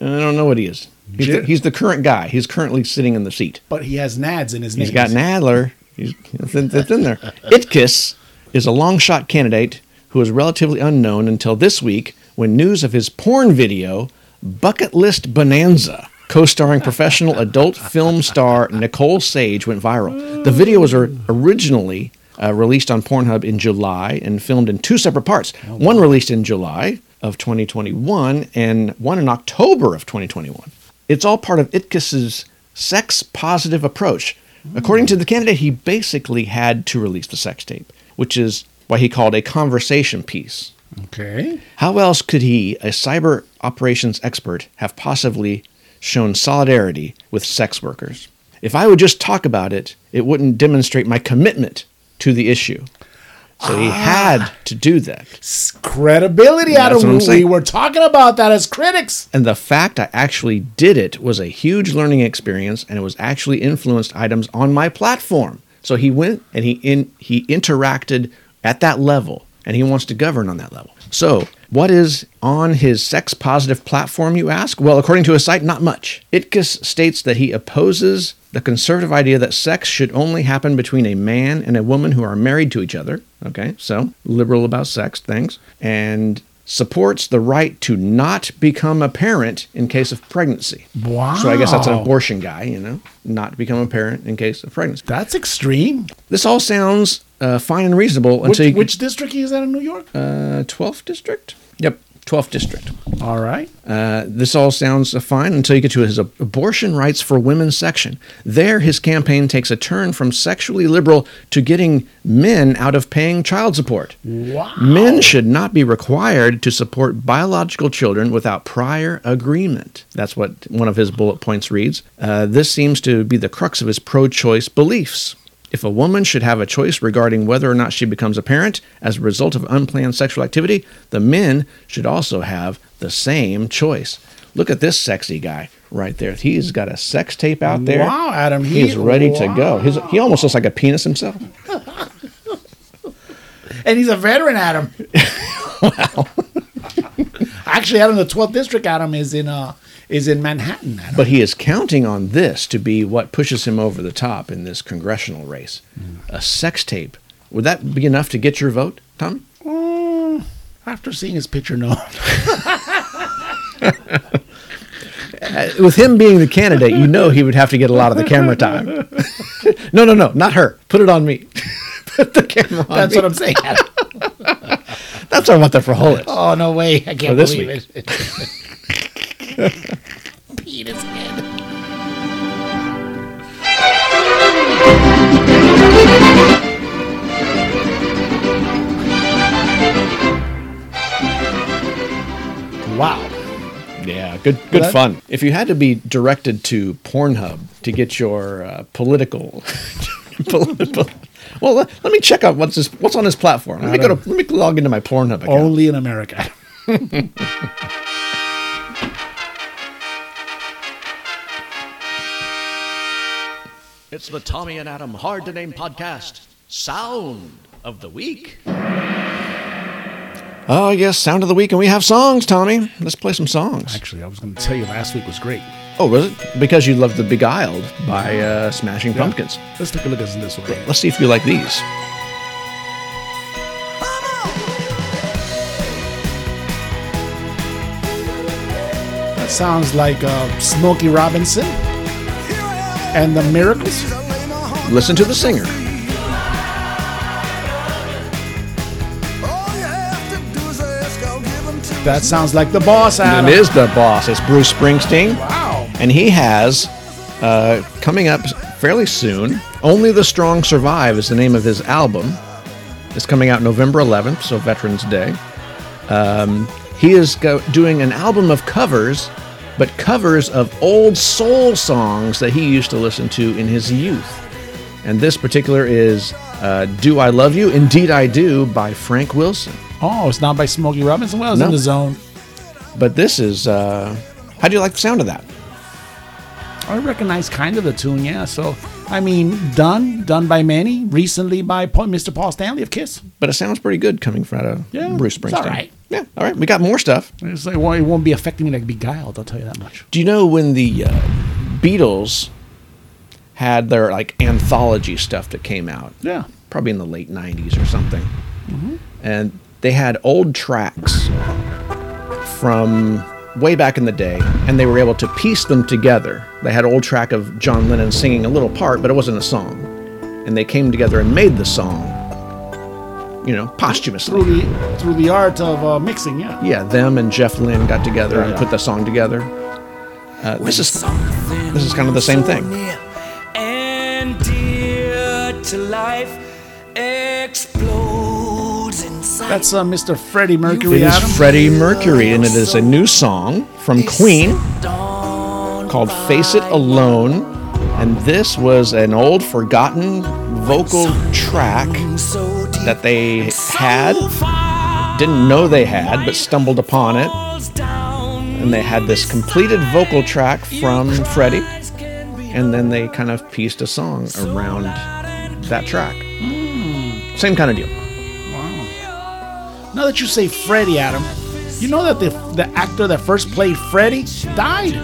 S3: I don't know what he is. He's,
S2: Jer-
S3: the, he's the current guy. He's currently sitting in the seat.
S2: But he has Nads in his name.
S3: He's got Nadler. He's, it's, in, it's in there. Itkiss is a long shot candidate who is relatively unknown until this week when news of his porn video, Bucket List Bonanza, co starring professional adult film star Nicole Sage, went viral. The video was or- originally uh, released on Pornhub in July and filmed in two separate parts. One released in July of 2021 and one in October of 2021. It's all part of Itkiss's sex positive approach. According to the candidate, he basically had to release the sex tape, which is why he called a conversation piece.
S2: Okay.
S3: How else could he, a cyber operations expert, have possibly shown solidarity with sex workers? If I would just talk about it, it wouldn't demonstrate my commitment to the issue. So he had to do that.
S2: Credibility,
S3: That's what I'm
S2: Adam. We
S3: saying.
S2: were talking about that as critics.
S3: And the fact I actually did it was a huge learning experience, and it was actually influenced items on my platform. So he went and he in he interacted at that level, and he wants to govern on that level. So what is on his sex positive platform, you ask? Well, according to his site, not much. Itkus states that he opposes the conservative idea that sex should only happen between a man and a woman who are married to each other. Okay, so liberal about sex things. And supports the right to not become a parent in case of pregnancy.
S2: Wow.
S3: So I guess that's an abortion guy, you know, not become a parent in case of pregnancy.
S2: That's extreme.
S3: This all sounds uh, fine and reasonable
S2: Which,
S3: until you
S2: which district is that in New York?
S3: uh, 12th district. Yep, 12th district.
S2: All right.
S3: Uh, this all sounds uh, fine until you get to his ab- abortion rights for women section. There, his campaign takes a turn from sexually liberal to getting men out of paying child support.
S2: Wow.
S3: Men should not be required to support biological children without prior agreement. That's what one of his bullet points reads. Uh, this seems to be the crux of his pro choice beliefs. If a woman should have a choice regarding whether or not she becomes a parent as a result of unplanned sexual activity, the men should also have the same choice. Look at this sexy guy right there. He's got a sex tape out there.
S2: Wow, Adam, he-
S3: He's ready to go. His, he almost looks like a penis himself.
S2: And he's a veteran, Adam. Actually, Adam, the 12th district, Adam, is in uh is in Manhattan. Adam.
S3: But he is counting on this to be what pushes him over the top in this congressional race. A sex tape. Would that be enough to get your vote, Tommy?
S2: Mm, after seeing his picture, no.
S3: Uh, With him being the candidate, you know he would have to get a lot of the camera time. No, no, no, not her. Put it on me. Put the camera on
S2: That's
S3: me.
S2: what I'm saying.
S3: That's what I want that for Hollis.
S2: Oh no way! I
S3: For
S2: can't
S3: this
S2: believe
S3: week.
S2: it. Penis head. Wow.
S3: Yeah, good good
S2: Well, that-
S3: fun. If you had to be directed to Pornhub to get your uh, political, political, well, let, let me check out what's this, what's on this platform. Let me go to let me log into my Pornhub account.
S2: Only in America.
S14: Oh. It's the Tommy and Adam Hard to Name podcast. Sound of the week.
S3: Oh yes, sound of the week, and we have songs, Tommy. Let's play some songs.
S2: Actually, I was going to tell you last week was great.
S3: Oh, was it because you loved the Beguiled by uh, Smashing
S2: Yeah.
S3: Pumpkins?
S2: Let's take a look at this one.
S3: Let's see if you like these.
S2: That sounds like uh, Smokey Robinson and the Miracles.
S3: Listen to the singer.
S2: That sounds like the boss, Adam.
S3: It is the boss. It's Bruce Springsteen.
S2: Wow.
S3: And he has uh, coming up fairly soon. Only the Strong Survive is the name of his album. It's coming out November 11th, so Veterans Day. Um, he is go- doing an album of covers, but covers of old soul songs that he used to listen to in his youth. And this particular is uh, "Do I Love You?" Indeed, I do by Frank Wilson.
S2: Oh, it's not by Smokey Robinson. Well, it's in the zone.
S3: But this is. Uh, how do you like the sound of that?
S2: I recognize kind of the tune, yeah. So, I mean, done, done by many, recently by Paul, Mr. Paul Stanley of Kiss.
S3: But it sounds pretty good coming from out of
S2: Yeah,
S3: Bruce
S2: it's
S3: Springsteen.
S2: all right.
S3: Yeah, all right. We got more stuff.
S2: It's like, well, it won't be affecting me like Beguiled, I'll tell you that much.
S3: Do you know when the uh, Beatles had their like anthology stuff that came out?
S2: Yeah. Mm-hmm.
S3: Probably in the late 90s or something. And they had old tracks from way back in the day and they were able to piece them together. They had old track of John Lennon singing a little part, but it wasn't a song. And they came together and made the song, you know, posthumously.
S2: Through the through the art of uh, mixing, yeah.
S3: Yeah, them and Jeff Lynne got together and
S2: Yeah.
S3: put the song together. Uh, this is this is kind of the same thing.
S15: and dear to life explodes inside.
S2: That's uh, Mr. Freddie Mercury,
S3: It
S2: Adam.
S3: is Freddie Mercury, and it is a new song from Queen called "Face It Alone," and this was an old, forgotten vocal track that they had, didn't know they had, but stumbled upon it, and they had this completed vocal track from Freddie, and then they kind of pieced a song around that track. Same kind of deal.
S2: Now that you say Freddie, Adam, you know that the the actor that first played Freddie died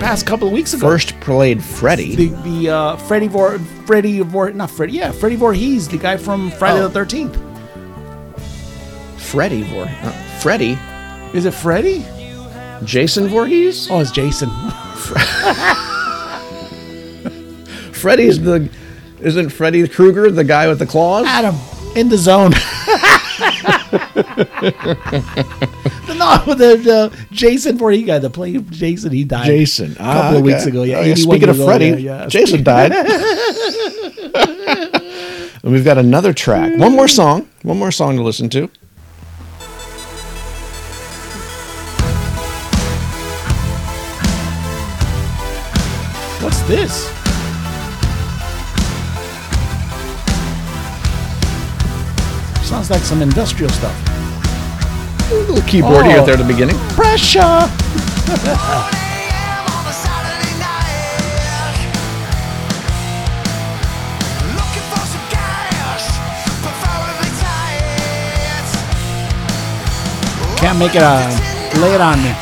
S2: past couple of weeks ago.
S3: First played Freddie.
S2: the the uh, Freddie Vor Freddie Vor not Freddie yeah Freddie Voorhees the guy from Friday
S3: Oh.
S2: the Thirteenth.
S3: Freddy Vor uh, Freddy.
S2: Is it Freddy?
S3: Jason Voorhees?
S2: Oh, it's Jason.
S3: Freddy's the isn't Freddy Krueger the guy with the claws?
S2: Adam in the zone. no, the, the Jason Voorhees guy that played Jason he died.
S3: Jason.
S2: a couple
S3: Ah,
S2: of weeks
S3: okay.
S2: ago. Yeah,
S3: Oh, yeah.
S2: 81
S3: Speaking of
S2: years old,
S3: Freddy,
S2: yeah, yeah.
S3: Jason died. and we've got another track. One more song. One more song to listen to.
S2: What's this? Sounds like some industrial stuff.
S3: A little keyboardy
S2: Oh.
S3: out there at the beginning.
S2: Pressure. Can't make it. Uh, lay it on me.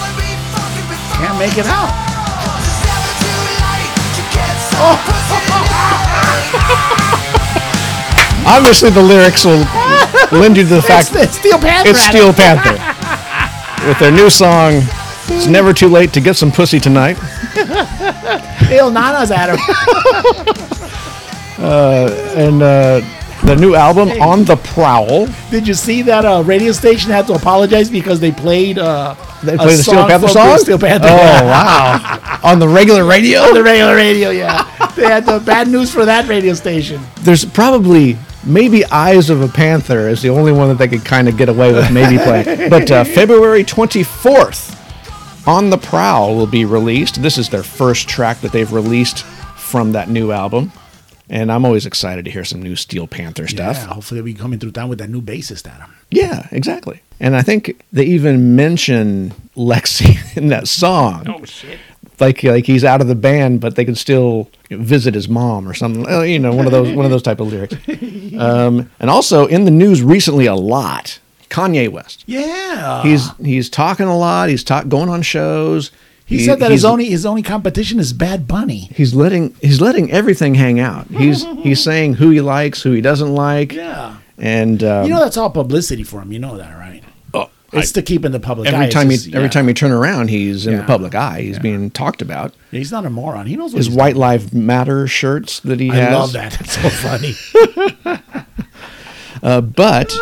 S2: Can't make it out.
S3: Obviously, the lyrics will lend you to the fact
S2: it's Steel Panther.
S3: it's Steel Panther with their new song. It's never too late to get some pussy tonight.
S2: Il Nana's at him.
S3: Uh, and uh, the new album on the prowl.
S2: Did you see that uh, radio station had to apologize because they played uh,
S3: They
S2: a
S3: play the Steel
S2: song
S3: Panther
S2: from
S3: song.
S2: Steel Panther?
S3: Oh wow! on the regular radio.
S2: On the regular radio, yeah. they had the bad news for that radio station.
S3: There's probably maybe Eyes of a Panther is the only one that they could kind of get away with maybe playing. But uh, February 24th, On the Prowl will be released. This is their first track that they've released from that new album. And I'm always excited to hear some new Steel Panther stuff.
S2: Yeah, hopefully we coming through town with that new bassist, Adam.
S3: Yeah, exactly. And I think they even mention Lexi in that song. Oh shit. Like like he's out of the band, but they can still visit his mom or something. Uh, You know, one of those one of those type of lyrics. Um, and also in the news recently a lot, Kanye West.
S2: Yeah,
S3: He's he's talking a lot. He's talk, going on shows.
S2: He, said that his e-,
S3: he's-
S2: only his only competition is Bad Bunny.
S3: He's letting he's letting everything hang out. He's he's saying who he likes, who he doesn't like.
S2: Yeah.
S3: And um,
S2: you know that's all publicity for him. You know that, right?
S3: Oh,
S2: it's to keep in the public eye.
S3: every
S2: It's
S3: time
S2: just-
S3: he every
S2: yeah.
S3: time you turn around, he's in
S2: Yeah.
S3: the public eye. He's being talked about.
S2: he's not a moron. He knows what
S3: His
S2: he's
S3: White Life Matter shirts that he
S2: doing.
S3: has.
S2: I love that. That's so funny.
S3: Uh, but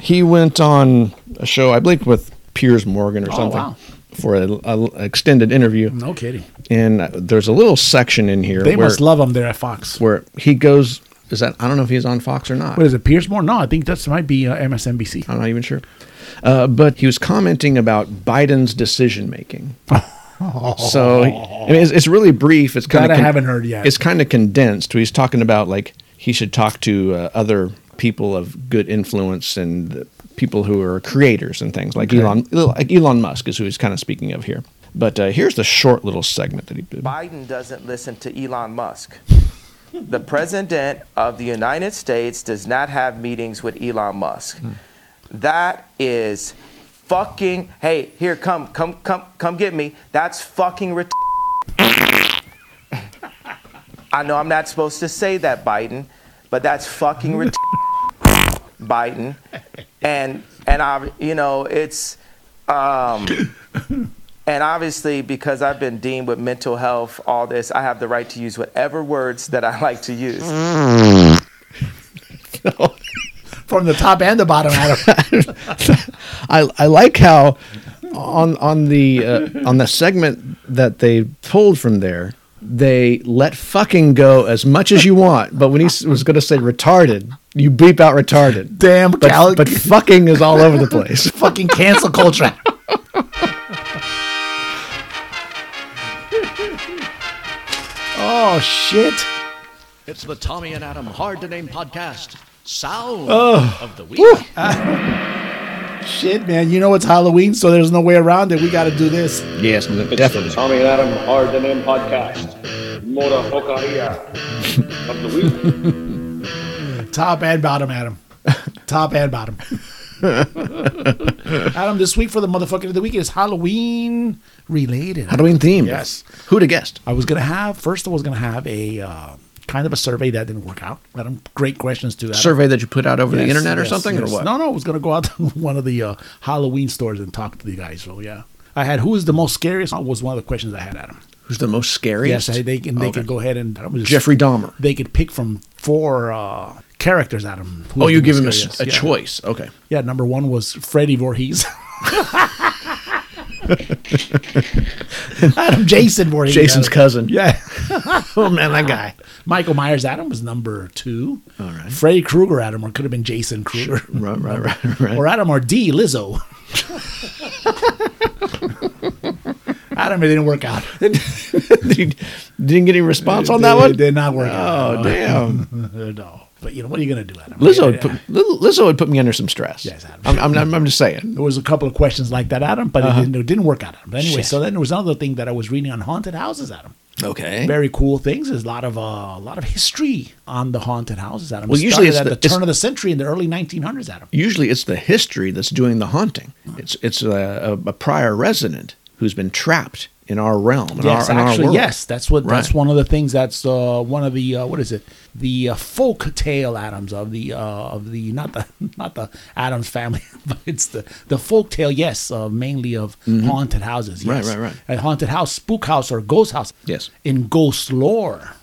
S3: he went on a show, I believe, with Piers Morgan or
S2: Oh,
S3: something
S2: wow.
S3: for an extended interview.
S2: no kidding.
S3: And uh, there's a little section in here
S2: They
S3: where,
S2: must love him there at Fox.
S3: where he goes. Is that I don't know if he's on Fox or not.
S2: What is it, Pierce Moore? No, I think that's might be uh, MSNBC.
S3: I'm not even sure. Uh, but he was commenting about Biden's decision making. So I mean, it's, it's really brief. It's kind
S2: That
S3: of
S2: I haven't heard yet.
S3: It's kind of condensed. He's talking about like he should talk to uh, other people of good influence and people who are creators and things like
S2: Okay.
S3: Elon. Like Elon Musk is who he's kind of speaking of here. But uh, here's the short little segment that he did.
S9: Biden doesn't listen to Elon Musk. The president of the United States does not have meetings with Elon Musk. That is fucking. Hey, here, come, come, come, come get me. That's fucking. Ret- I know I'm not supposed to say that, Biden, but that's fucking. Ret- Biden, and and I, you know, it's. Um, And obviously, because I've been deemed with mental health, all this, I have the right to use whatever words that I like to use.
S2: From the top and the bottom, Adam.
S3: I, I like how on on the uh, on the segment that they pulled from there, they let fucking go as much as you want. But when he s- was going to say retarded, you beep out retarded.
S2: Damn,
S3: but,
S2: Cal-
S3: but fucking is all over the place.
S2: fucking cancel culture. oh shit!
S1: It's the Tommy and Adam Hard to Name Podcast Sound
S2: Oh.
S1: of the
S2: Woo.
S1: Week.
S2: Shit, man. You know it's Halloween, so there's no way around it. We got to do this.
S3: Yes, definitely.
S16: Tommy and Adam are the name podcast. Motherfucker here of the week.
S2: Top and bottom, Adam. Top and bottom. Adam, this week for the motherfucker of the week is Halloween related.
S3: Halloween themed.
S2: Yes.
S3: Who'd have guessed?
S2: I was gonna have first. I was gonna have a uh, kind of a survey that didn't work out. Adam, great questions to Adam.
S3: Survey that you put out over the
S2: Yes,
S3: internet or
S2: yes,
S3: something
S2: yes.
S3: or what?
S2: No, no. I was gonna go out to one of the uh, Halloween stores and talk to the guys. So yeah, I had who is the most scariest Oh, was one of the questions I had, Adam.
S3: Who's the most scariest?
S2: Yes, I- they can. They
S3: Okay.
S2: can go ahead and that was-
S3: Jeffrey Dahmer.
S2: They could pick from four uh, characters, Adam. Who
S3: Oh,
S2: is
S3: you
S2: the
S3: give
S2: most
S3: him a, s-
S2: scariest?
S3: a
S2: Yeah.
S3: choice. Okay.
S2: Yeah, number one was Freddy Voorhees. Adam Jason Voorhees.
S3: Jason's
S2: Adam.
S3: cousin.
S2: Yeah. oh man, that guy. Michael Myers Adam was number two. All right. Freddy Krueger Adam, or could have been Jason Krueger.
S3: Right, right, right, right.
S2: Or Adam or D Lizzo. Adam, it didn't work out.
S3: Didn't get any response on
S2: It
S3: that
S2: did-
S3: one?
S2: It did not work out.
S3: Oh, damn.
S2: no. But you know, what are you gonna do, Adam?
S3: Lizzo would put, Liz- Lizzo would put me under some stress. Yes, I'm, I'm, I'm, I'm just saying.
S2: There was a couple of questions like that, Adam, but
S3: Uh-huh.
S2: it, didn't, it didn't work out. Adam. But anyway,
S3: Shit.
S2: so then there was another thing that I was reading on haunted houses, Adam.
S3: Okay.
S2: Very cool things. There's a lot of uh, a lot of history on the haunted houses, Adam.
S3: Well,
S2: It
S3: usually
S2: started
S3: it's
S2: at
S3: the-
S2: the,
S3: it's-
S2: turn of the century in the early 1900s, Adam.
S3: Usually it's the history that's doing the haunting. It's it's a, a, a prior resident who's been trapped in our realm. In
S2: yes,
S3: our, in our
S2: actually,
S3: world.
S2: yes. That's what. That's
S3: Right.
S2: one of the things. That's uh, one of the uh, what is it? The uh, folk tale Adams of the uh, of the not the not the Adams family, but it's the the folk tale. Yes, uh, mainly of
S3: Mhm.
S2: haunted houses.
S3: Right,
S2: Yes.
S3: right, right.
S2: A haunted house, spook house, or ghost house.
S3: Yes.
S2: In ghost lore,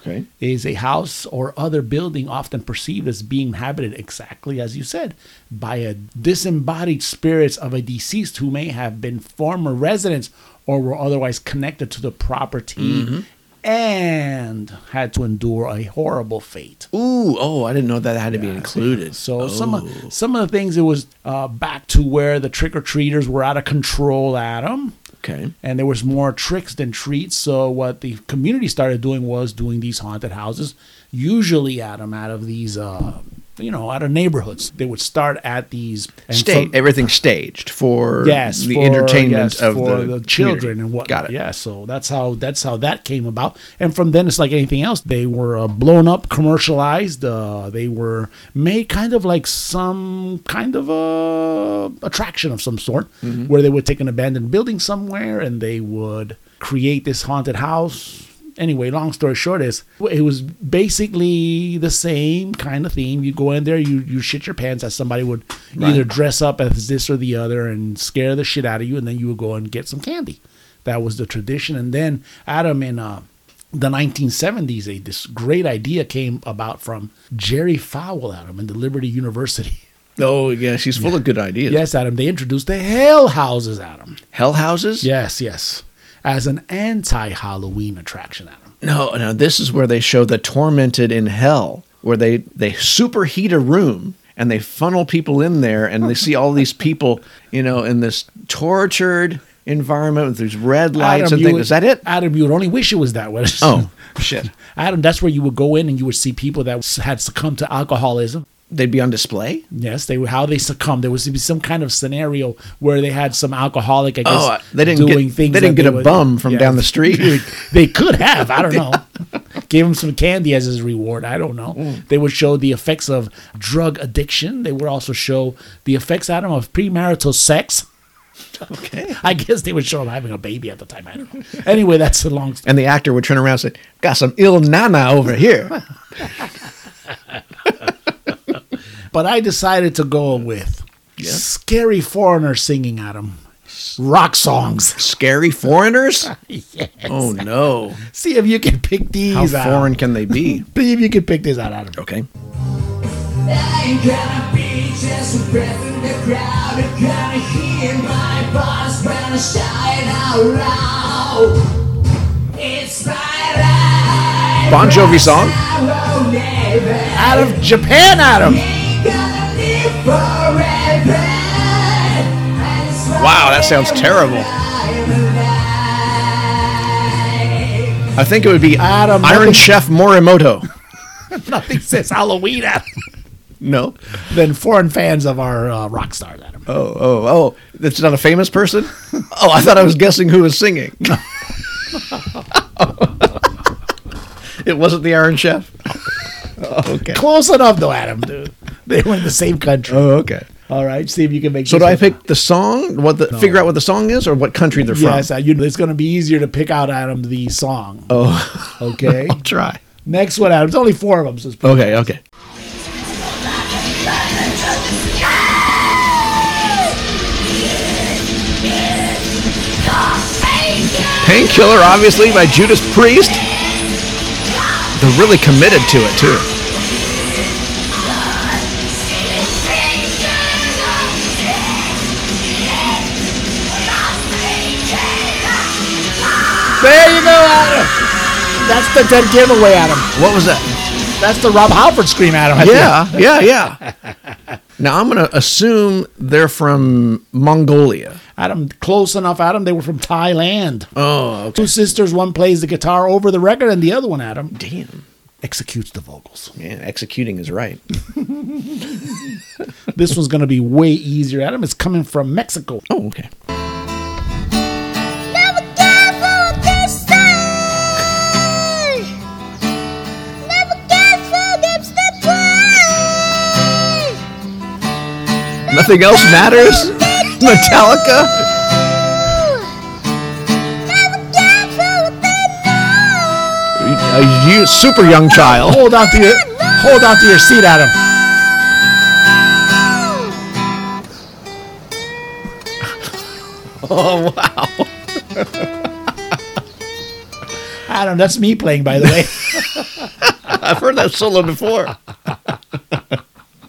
S3: Okay.
S2: is a house or other building often perceived as being inhabited exactly as you said by a disembodied spirits of a deceased who may have been former residents or were otherwise connected to the property
S3: Mhm.
S2: and had to endure a horrible fate.
S3: Ooh, oh, I didn't know that had to be included.
S2: So some of, some of the things it was uh, back to where the trick or treaters were out of control, Adam.
S3: Okay.
S2: And there was more tricks than treats. So what the community started doing was doing these haunted houses, usually Adam out of these, uh, you know, out of neighborhoods. They would start at these and
S3: Sta-
S2: from-
S3: everything staged for
S2: yes,
S3: the
S2: for-
S3: entertainment
S2: yes,
S3: of
S2: for the,
S3: the,
S2: children and whatnot.
S3: Got it.
S2: Yeah, so that's how that's how that came about. And from then, it's like anything else. They were uh, blown up, commercialized. Uh, they were made kind of like some kind of a attraction of some sort,
S3: Mhm.
S2: where they would take an abandoned building somewhere and they would create this haunted house. Anyway, long story short is it was basically the same kind of theme. You go in there, you you shit your pants as somebody would
S3: Right.
S2: either dress up as this or the other and scare the shit out of you, and then you would go and get some candy. That was the tradition. And then Adam in uh, the 1970s, a, this great idea came about from Jerry Fowle, Adam, in the Liberty University.
S3: Oh yeah, she's full of good ideas.
S2: Yes, Adam. They introduced the Hell Houses, Adam.
S3: Hell houses?
S2: Yes, yes. As an anti-Halloween attraction, Adam.
S3: No, no, this is where they show the tormented in hell, where they they superheat a room and they funnel people in there, and they see all these people, you know, in this tortured environment with these red lights
S2: Adam,
S3: and
S2: you
S3: things.
S2: would-
S3: Is that it?
S2: Adam, you would only wish it was that way.
S3: Oh shit!
S2: Adam, that's where you would go in and you would see people that had succumbed to alcoholism.
S3: They'd be on display.
S2: Yes, they were how they succumbed. There was to be some kind of scenario where they had some alcoholic. I guess
S3: Oh, they didn't
S2: doing
S3: get-
S2: things.
S3: they didn't
S2: that
S3: get a
S2: would-
S3: bum from down the street.
S2: Dude, they could have. I don't know. Gave him some candy as his reward. I don't know.
S3: Mm.
S2: They would show the effects of drug addiction. They would also show the effects, Adam, of premarital sex.
S3: Okay.
S2: I guess they would show him having a baby at the time. I don't know. Anyway, that's a long
S3: And the actor would turn around and say, "Got some ill nana over here."
S2: But I decided to go with scary foreigner singing at him. Rock songs.
S3: Scary foreigners?
S2: yes.
S3: Oh no!
S2: See if you can pick these
S3: How
S2: out.
S3: foreign can they be?
S2: See if you can pick these out, Adam.
S3: Okay.
S17: I'm gonna be just a breath in the crowd. I'm gonna hear my voice when I shout out loud. It's Friday.
S3: Bon Jovi song.
S2: Out of Japan, Adam.
S3: Wow, that sounds terrible. I think it would be
S2: Adam,
S3: Iron
S2: nothing-
S3: Chef Morimoto.
S2: Nothing says Halloween, Adam.
S3: No.
S2: Than foreign fans of our uh, rock stars, Adam.
S3: Oh, oh, oh. That's not a famous person? Oh, I thought I was guessing who was singing. it wasn't the Iron Chef. Oh, okay.
S2: Close enough, though, Adam, dude. They were in the same country.
S3: Oh, okay.
S2: All right, see if you can make
S3: So
S2: this
S3: do I
S2: one.
S3: pick the song? What the figure out what the song is or what country they're
S2: Yes,
S3: from?
S2: uh, you, it's going to be easier to pick out, Adam, the song.
S3: Oh.
S2: Okay.
S3: I'll try.
S2: Next one, Adam. There's only four of them, so it's pretty
S3: Okay, okay. Painkiller, obviously, by Judas Priest. They're really committed to it, too.
S2: There you go, Adam. That's the dead giveaway, Adam.
S3: What was that?
S2: That's the Rob Halford scream, Adam. I think.
S3: Yeah, yeah, yeah. Now, I'm going to assume they're from Mongolia.
S2: Adam, close enough, Adam. They were from Thailand.
S3: Oh,
S2: Two sisters, one plays the guitar over the record, and the other one, Adam.
S3: Damn.
S2: Executes the vocals.
S3: Yeah, executing is right.
S2: this one's going to be way easier, Adam. It's coming from Mexico.
S3: Oh, okay. Nothing else matters? Metallica? a you, super young child.
S2: Hold on to your hold on to your seat, Adam.
S18: Oh wow.
S2: Adam, that's me playing, by the way.
S18: I've heard that solo before.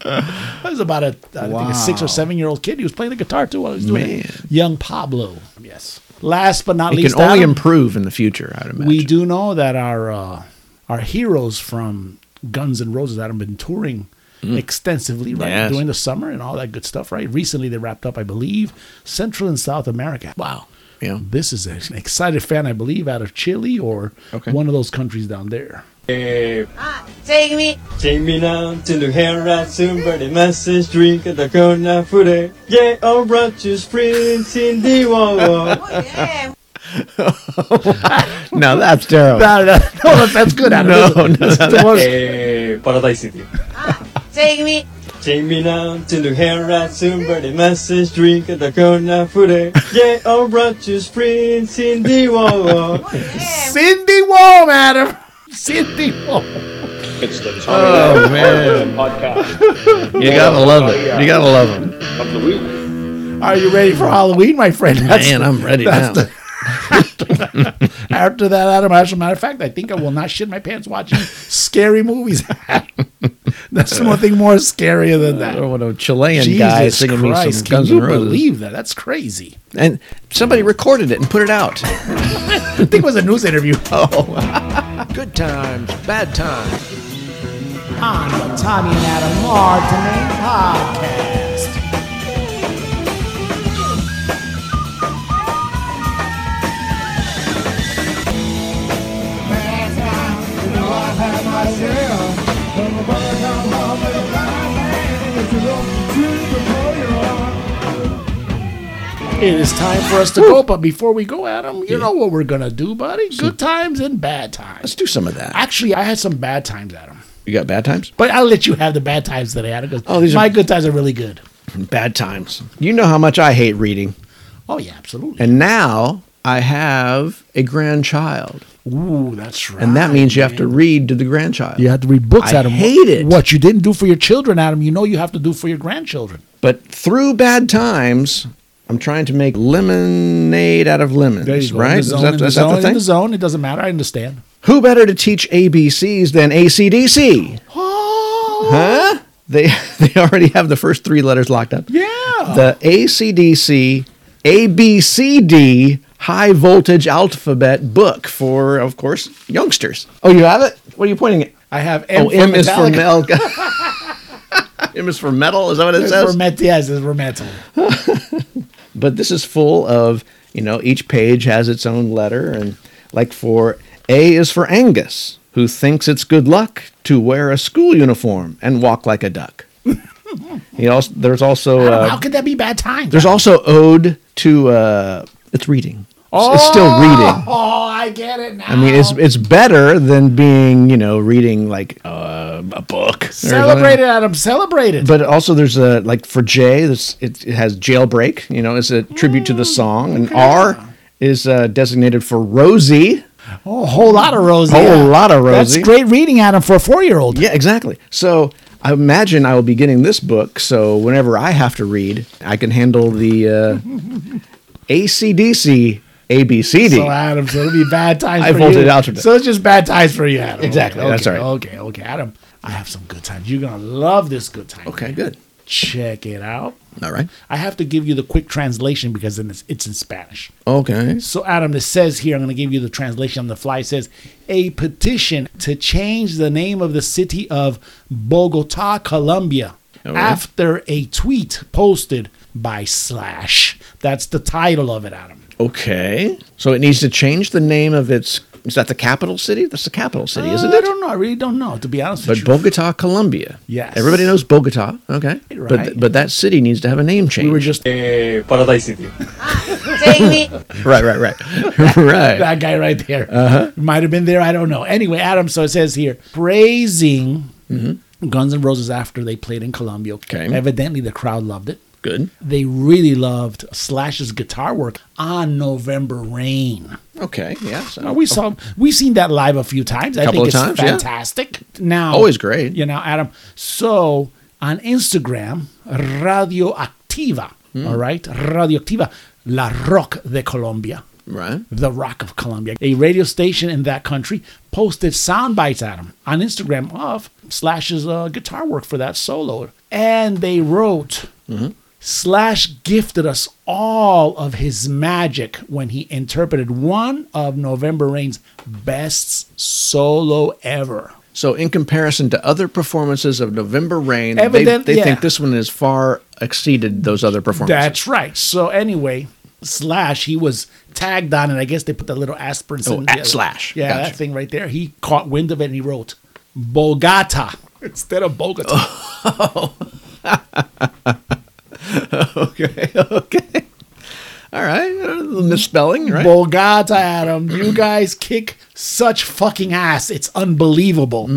S2: I was about a, I think
S18: Wow.
S2: a six or seven year old kid. He was playing the guitar too while he was doing it.
S18: Man.
S2: Young Pablo. Yes. Last but not
S18: It
S2: least,
S18: can only
S2: Adam,
S18: improve in the future, I would imagine.
S2: we do know that our uh, our heroes from Guns N' Roses that have been touring extensively right
S18: Mm. Yes.
S2: during the summer and all that good stuff. Right, recently they wrapped up, I believe, Central and South America. Wow.
S18: Yeah.
S2: This is an excited fan, I believe, out of Chile or one of those countries down there.
S17: Take me.
S16: Take me down to the hair somebody message, drink at the corner footy. Yeah, all branches sprints in the wall.
S3: No, that's terrible.
S2: No, no, no, that's- that's good, Adam.
S3: No,
S2: That's-
S3: no,
S2: that's
S3: no,
S2: the
S3: no.
S2: worst.
S16: Eh, Paradise City.
S17: Take me.
S16: Take me down to the hair somebody message, drink at the corner footy. Yeah, all branches sprints in the wall.
S2: Cindy Wall, Adam. Cindy Wall.
S19: It's the Tommy
S3: Oh,
S19: Adam
S3: man.
S19: Hard Film podcast.
S3: You gotta love it. You gotta love them.
S19: Of the week.
S2: Are you ready for Halloween, my friend?
S3: Man, I'm ready now.
S2: the- after that, Adam, as a matter of fact, I think I will not shit my pants watching scary movies. That's nothing more scarier than that.
S3: Or what a Chilean
S2: Jesus
S3: guy singing me
S2: Christ,
S3: some
S2: can
S3: Guns
S2: you
S3: N' Roses.
S2: believe that? That's crazy.
S3: And somebody recorded it and put it out.
S2: I think it was a news interview.
S3: Oh,
S20: Good times, bad times.
S2: on the Tommy and Adam Hard to Name podcast. It is time for us to go, but before we go, Adam, you know what we're gonna do, buddy? Good times and bad times.
S3: let's do some of that.
S2: Actually, I had some bad times, Adam.
S3: You got bad times?
S2: But I'll let you have the bad times today, Adam. Because
S3: Oh, these are-
S2: my good times are really good.
S3: Bad times. You know how much I hate reading.
S2: Oh yeah, absolutely.
S3: And now I have a grandchild.
S2: Ooh, that's right.
S3: And that means you have to read to the grandchild.
S2: You have to read books,
S3: I
S2: Adam.
S3: hate it.
S2: What you didn't do for your children, Adam, you know you have to do for your grandchildren.
S3: But through bad times, I'm trying to make lemonade out of lemons, right?
S2: In the
S3: Is
S2: zone,
S3: that-
S2: in the
S3: is that the
S2: zone, in
S3: thing?
S2: the zone. It doesn't matter. I understand.
S3: Who better to teach ABCs than ACDC?
S2: Oh.
S3: Huh? They they already have the first three letters locked up.
S2: Yeah.
S3: The ACDC ABCD high voltage alphabet book for, of course, youngsters. Oh, you have it? What are you pointing at?
S2: I have
S3: oh, M is for
S2: Metallica.
S3: mel. M is for metal. Is that what it
S2: It's
S3: says?
S2: for met- yes, it's for metal.
S3: but this is full of you know each page has its own letter and like for a is for angus who thinks it's good luck to wear a school uniform and walk like a duck you know there's also
S2: How
S3: uh,
S2: could that be bad times?
S3: there's also ode to uh, it's reading It's- it's still reading
S2: Oh, I get it now.
S3: I mean, it's it's better than being, you know, reading like uh, a book. or something.
S2: Celebrate it, Adam. Celebrate it.
S3: But also, there's a like for J, this it, it has jailbreak. You know, it's a tribute to the song, and R is uh, designated for Rosie.
S2: Oh, a whole lot of Rosie.
S3: Whole
S2: yeah.
S3: lot of
S2: That's
S3: Rosie.
S2: great reading, Adam, for a four-year-old.
S3: Yeah, exactly. So I imagine I will be getting this book. So whenever I have to read, I can handle the uh, ACDC ABCD.
S2: So Adam, so it'll be bad times.
S3: I
S2: for
S3: vaulted
S2: you.
S3: out to that.
S2: So it's just bad times for you, Adam.
S3: Exactly,
S2: Okay,
S3: that's
S2: okay,
S3: all right.
S2: Okay, okay, Adam. I have some good times. You're gonna love this good time.
S3: Okay, good.
S2: Check it out.
S3: All right.
S2: I have to give you the quick translation because then it's, it's in Spanish.
S3: Okay.
S2: So Adam, it says here. I'm going to give you the translation on the fly. It says a petition to change the name of the city of Bogota, Colombia,
S3: All right.
S2: after a tweet posted by Slash. That's the title of it, Adam.
S3: Okay. So it needs to change the name of its. Is that the capital city? That's the capital city, isn't
S2: I
S3: it?
S2: don't know. I really don't know. To be honest with
S3: But
S2: you,
S3: Bogota, Colombia.
S2: Yes.
S3: Everybody knows Bogota. Okay.
S2: Right.
S3: But but that city needs to have a name change. We were
S2: just
S16: Paradise City.
S17: Take me.
S3: right, right, right, right.
S2: that guy right there
S3: Uh-huh.
S2: might have been there. I don't know. Anyway, Adam. So it says here praising Guns N' Roses after they played in Colombia.
S3: Mm-hmm. Okay.
S2: Evidently, the crowd loved it.
S3: Good.
S2: They really loved Slash's guitar work on November Rain.
S3: Okay. Yeah. so-
S2: Now, we saw we've seen that live a few times. I think
S3: Couple of
S2: it's
S3: times, yeah.
S2: fantastic. Now
S3: Always great.
S2: You know, Adam. So on Instagram, Radioactiva.
S3: Hmm.
S2: All right. Radioactiva. La Rock de Colombia.
S3: Right.
S2: The Rock of Colombia. A radio station in that country posted sound bites at him on Instagram of Slash's uh, guitar work for that solo. And they wrote Slash gifted us all of his magic when he interpreted one of November Rain's best solo ever.
S3: So, in comparison to other performances of November Rain,
S2: Evident-
S3: they, they
S2: yeah.
S3: think this one has far exceeded those other performances.
S2: That's right. So anyway, Slash, he was tagged on, and I guess they put the little aspirins.
S3: Oh,
S2: in
S3: at
S2: the-
S3: Slash.
S2: Yeah,
S3: Gotcha.
S2: that thing right there. He caught wind of it, and he wrote Bogota instead of Bogota.
S3: okay. Okay. All right. A little misspelling, right?
S2: Bogota, Adam. You guys kick such fucking ass. It's unbelievable.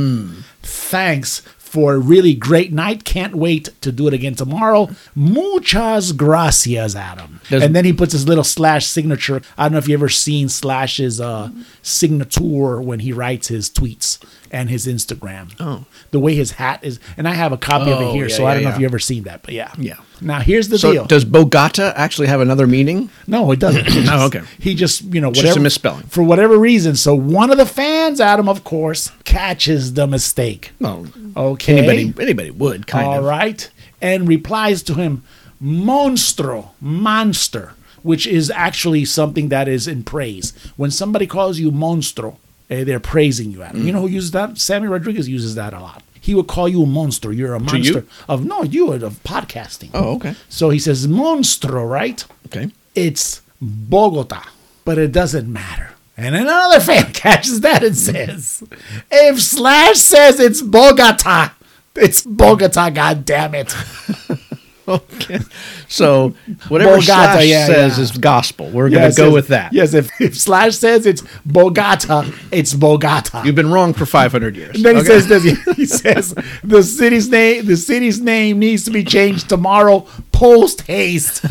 S2: Thanks for a really great night. Can't wait to do it again tomorrow. Muchas gracias, Adam.
S3: Does-
S2: and then he puts his little slash signature. I don't know if you ever seen Slash's uh, signature when he writes his tweets and his Instagram. Oh. The way his hat is. And I have a copy of it
S3: Oh,
S2: here,
S3: yeah,
S2: so I
S3: yeah,
S2: don't know if
S3: yeah.
S2: you ever seen that, but yeah.
S3: Yeah.
S2: Now here's the
S3: so
S2: deal.
S3: does Bogota actually have another meaning?
S2: No, it doesn't.
S3: oh, okay.
S2: He just, you know,
S3: Just a
S2: whatever.
S3: misspelling.
S2: For whatever reason. So one of the fans, Adam, of course, catches the mistake.
S3: Well,
S2: Okay.
S3: Anybody, anybody would kind
S2: All
S3: of.
S2: right. And replies to him, monstro, monster, which is actually something that is in praise. When somebody calls you monstro, eh, they're praising you,
S3: Mm.
S2: Adam. You know who uses that? Sammy Rodriguez uses that a lot. He would call you a monster. You're a
S3: To you?
S2: monster of no, you are of podcasting.
S3: Oh, okay.
S2: So he says monstro, right?
S3: Okay.
S2: It's Bogota, but it doesn't matter. And another fan catches that and says, if Slash says it's Bogota, it's Bogota, god damn it.
S3: okay. So whatever
S2: Bogota,
S3: Slash
S2: yeah,
S3: says
S2: yeah.
S3: is gospel. We're
S2: Yeah,
S3: going
S2: it
S3: to go
S2: says-
S3: with that.
S2: Yes, if, if Slash says it's Bogota, it's Bogota.
S3: You've been wrong for 500 years.
S2: And then he
S3: Okay.
S2: says this. He says the city's name. The city's name needs to be changed tomorrow, post haste.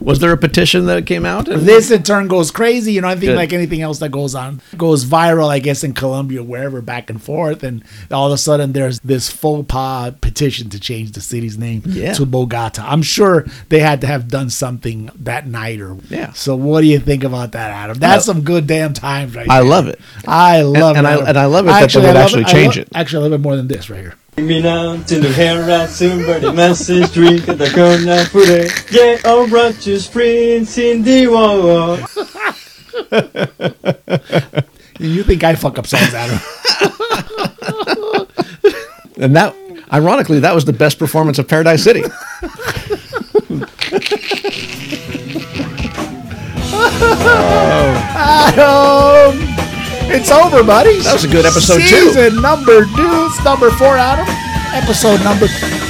S3: Was there a petition that came out?
S2: this in turn goes crazy. You know, I think
S3: Good.
S2: like anything else that goes on goes viral. I guess in Colombia, wherever, back and forth, and all of a sudden there's this faux pas petition to change the city's name
S3: Yeah.
S2: to Bogota. I'm sure they had to have done something that night or
S3: Yeah.
S2: So what do you think about that, Adam? That's
S3: I-
S2: some good damn times, right?
S3: I
S2: there.
S3: love it.
S2: I love
S3: and
S2: it.
S3: I-
S2: Adam.
S3: and I love it that they
S2: I
S3: would
S2: love
S3: actually
S2: I
S3: change
S2: love-
S3: it.
S2: Actually, I love it more than this right here.
S16: Bring me down to the hair somebody message drink at the corner footy. Yeah, oh, brunches, prince in the wall.
S2: You think I fuck up songs, Adam?
S3: And that, ironically, that was the best performance of Paradise City.
S2: Adam, it's over, buddy.
S3: That was a good episode, too.
S2: Season number two, it's number four, Adam. Episode number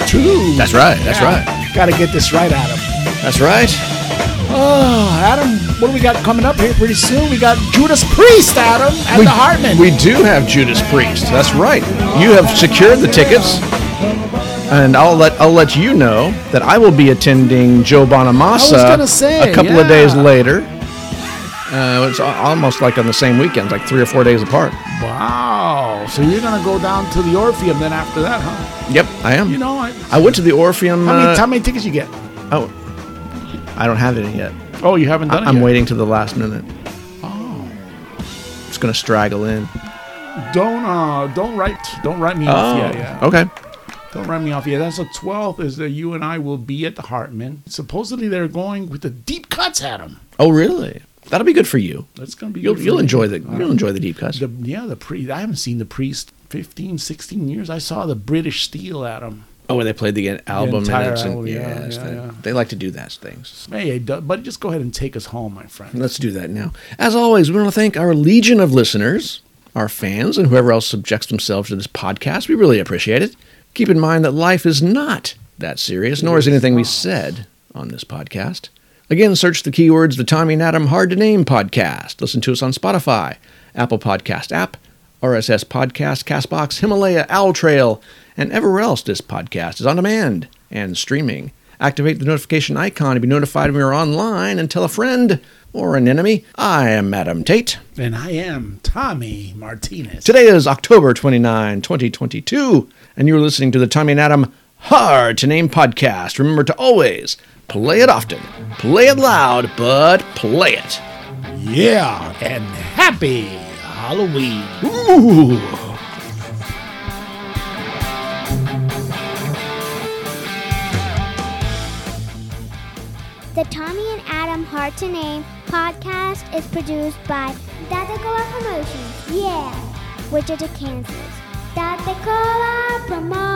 S2: two.
S3: That's right. That's
S2: Yeah.
S3: right.
S2: Gotta get this right, Adam.
S3: That's right.
S2: Oh, Adam, what do we got coming up here pretty soon? We got Judas Priest, Adam, at the Hartman.
S3: We do have Judas Priest. That's right. You have secured the tickets. And I'll let I'll let you know that I will be attending Joe Bonamassa
S2: I was gonna say,
S3: a couple of days
S2: yeah.
S3: later. Uh, it's al- almost like on the same weekend, like three or four days apart.
S2: Wow. So you're gonna go down to the Orpheum then after that, huh?
S3: Yep, I am.
S2: You know, I,
S3: I went to the Orpheum.
S2: how, many,
S3: uh,
S2: how many tickets you get?
S3: oh, I don't have any yet.
S2: Oh, you haven't done
S3: I-
S2: it
S3: I'm
S2: yet.
S3: waiting to the last minute. Oh. It's gonna straggle in.
S2: Don't uh, don't write, don't write me
S3: Oh.
S2: off yet. Yeah.
S3: okay.
S2: Don't write me off yet. That's the 12th is that you and I will be at the Hartman. Supposedly they're going with the deep cuts at them.
S3: Oh, really? That'll be good for you.
S2: That's gonna be
S3: You'll,
S2: good for
S3: you'll
S2: me.
S3: enjoy the
S2: Uh,
S3: you'll enjoy the deep cuts.
S2: The, yeah, the priest. I haven't seen the priest 15, 16 years. I saw the British Steel at them.
S3: Oh, where they played the album
S2: entire
S3: and it's
S2: album,
S3: and,
S2: yeah,
S3: yeah, it's
S2: yeah,
S3: that-
S2: yeah.
S3: they like to do that things.
S2: Hey, do- but just go ahead and take us home, my friend.
S3: Let's do that now. As always, we want to thank our legion of listeners, our fans, and whoever else subjects themselves to this podcast. We really appreciate it. Keep in mind that life is not that serious, nor is anything we said on this podcast. Again, search the keywords the Tommy and Adam Hard to Name podcast. Listen to us on Spotify, Apple Podcast app, RSS Podcast, Castbox, Himalaya, Owl Trail, and everywhere else this podcast is on demand. and streaming. Activate the notification icon to be notified when we're online and tell a friend or an enemy. I am Madam Tate.
S2: And I am Tommy Martinez.
S3: Today is October 29, 2022, and you're listening to the Tommy and Adam Hard to Name podcast. Remember to always play it often, play it loud, but play it.
S2: Yeah, and happy Halloween.
S3: Ooh.
S6: The Tommy and Adam Hard to Name podcast is produced by Datacola Promotions, yeah, Wichita, Kansas. Datacola Promotions.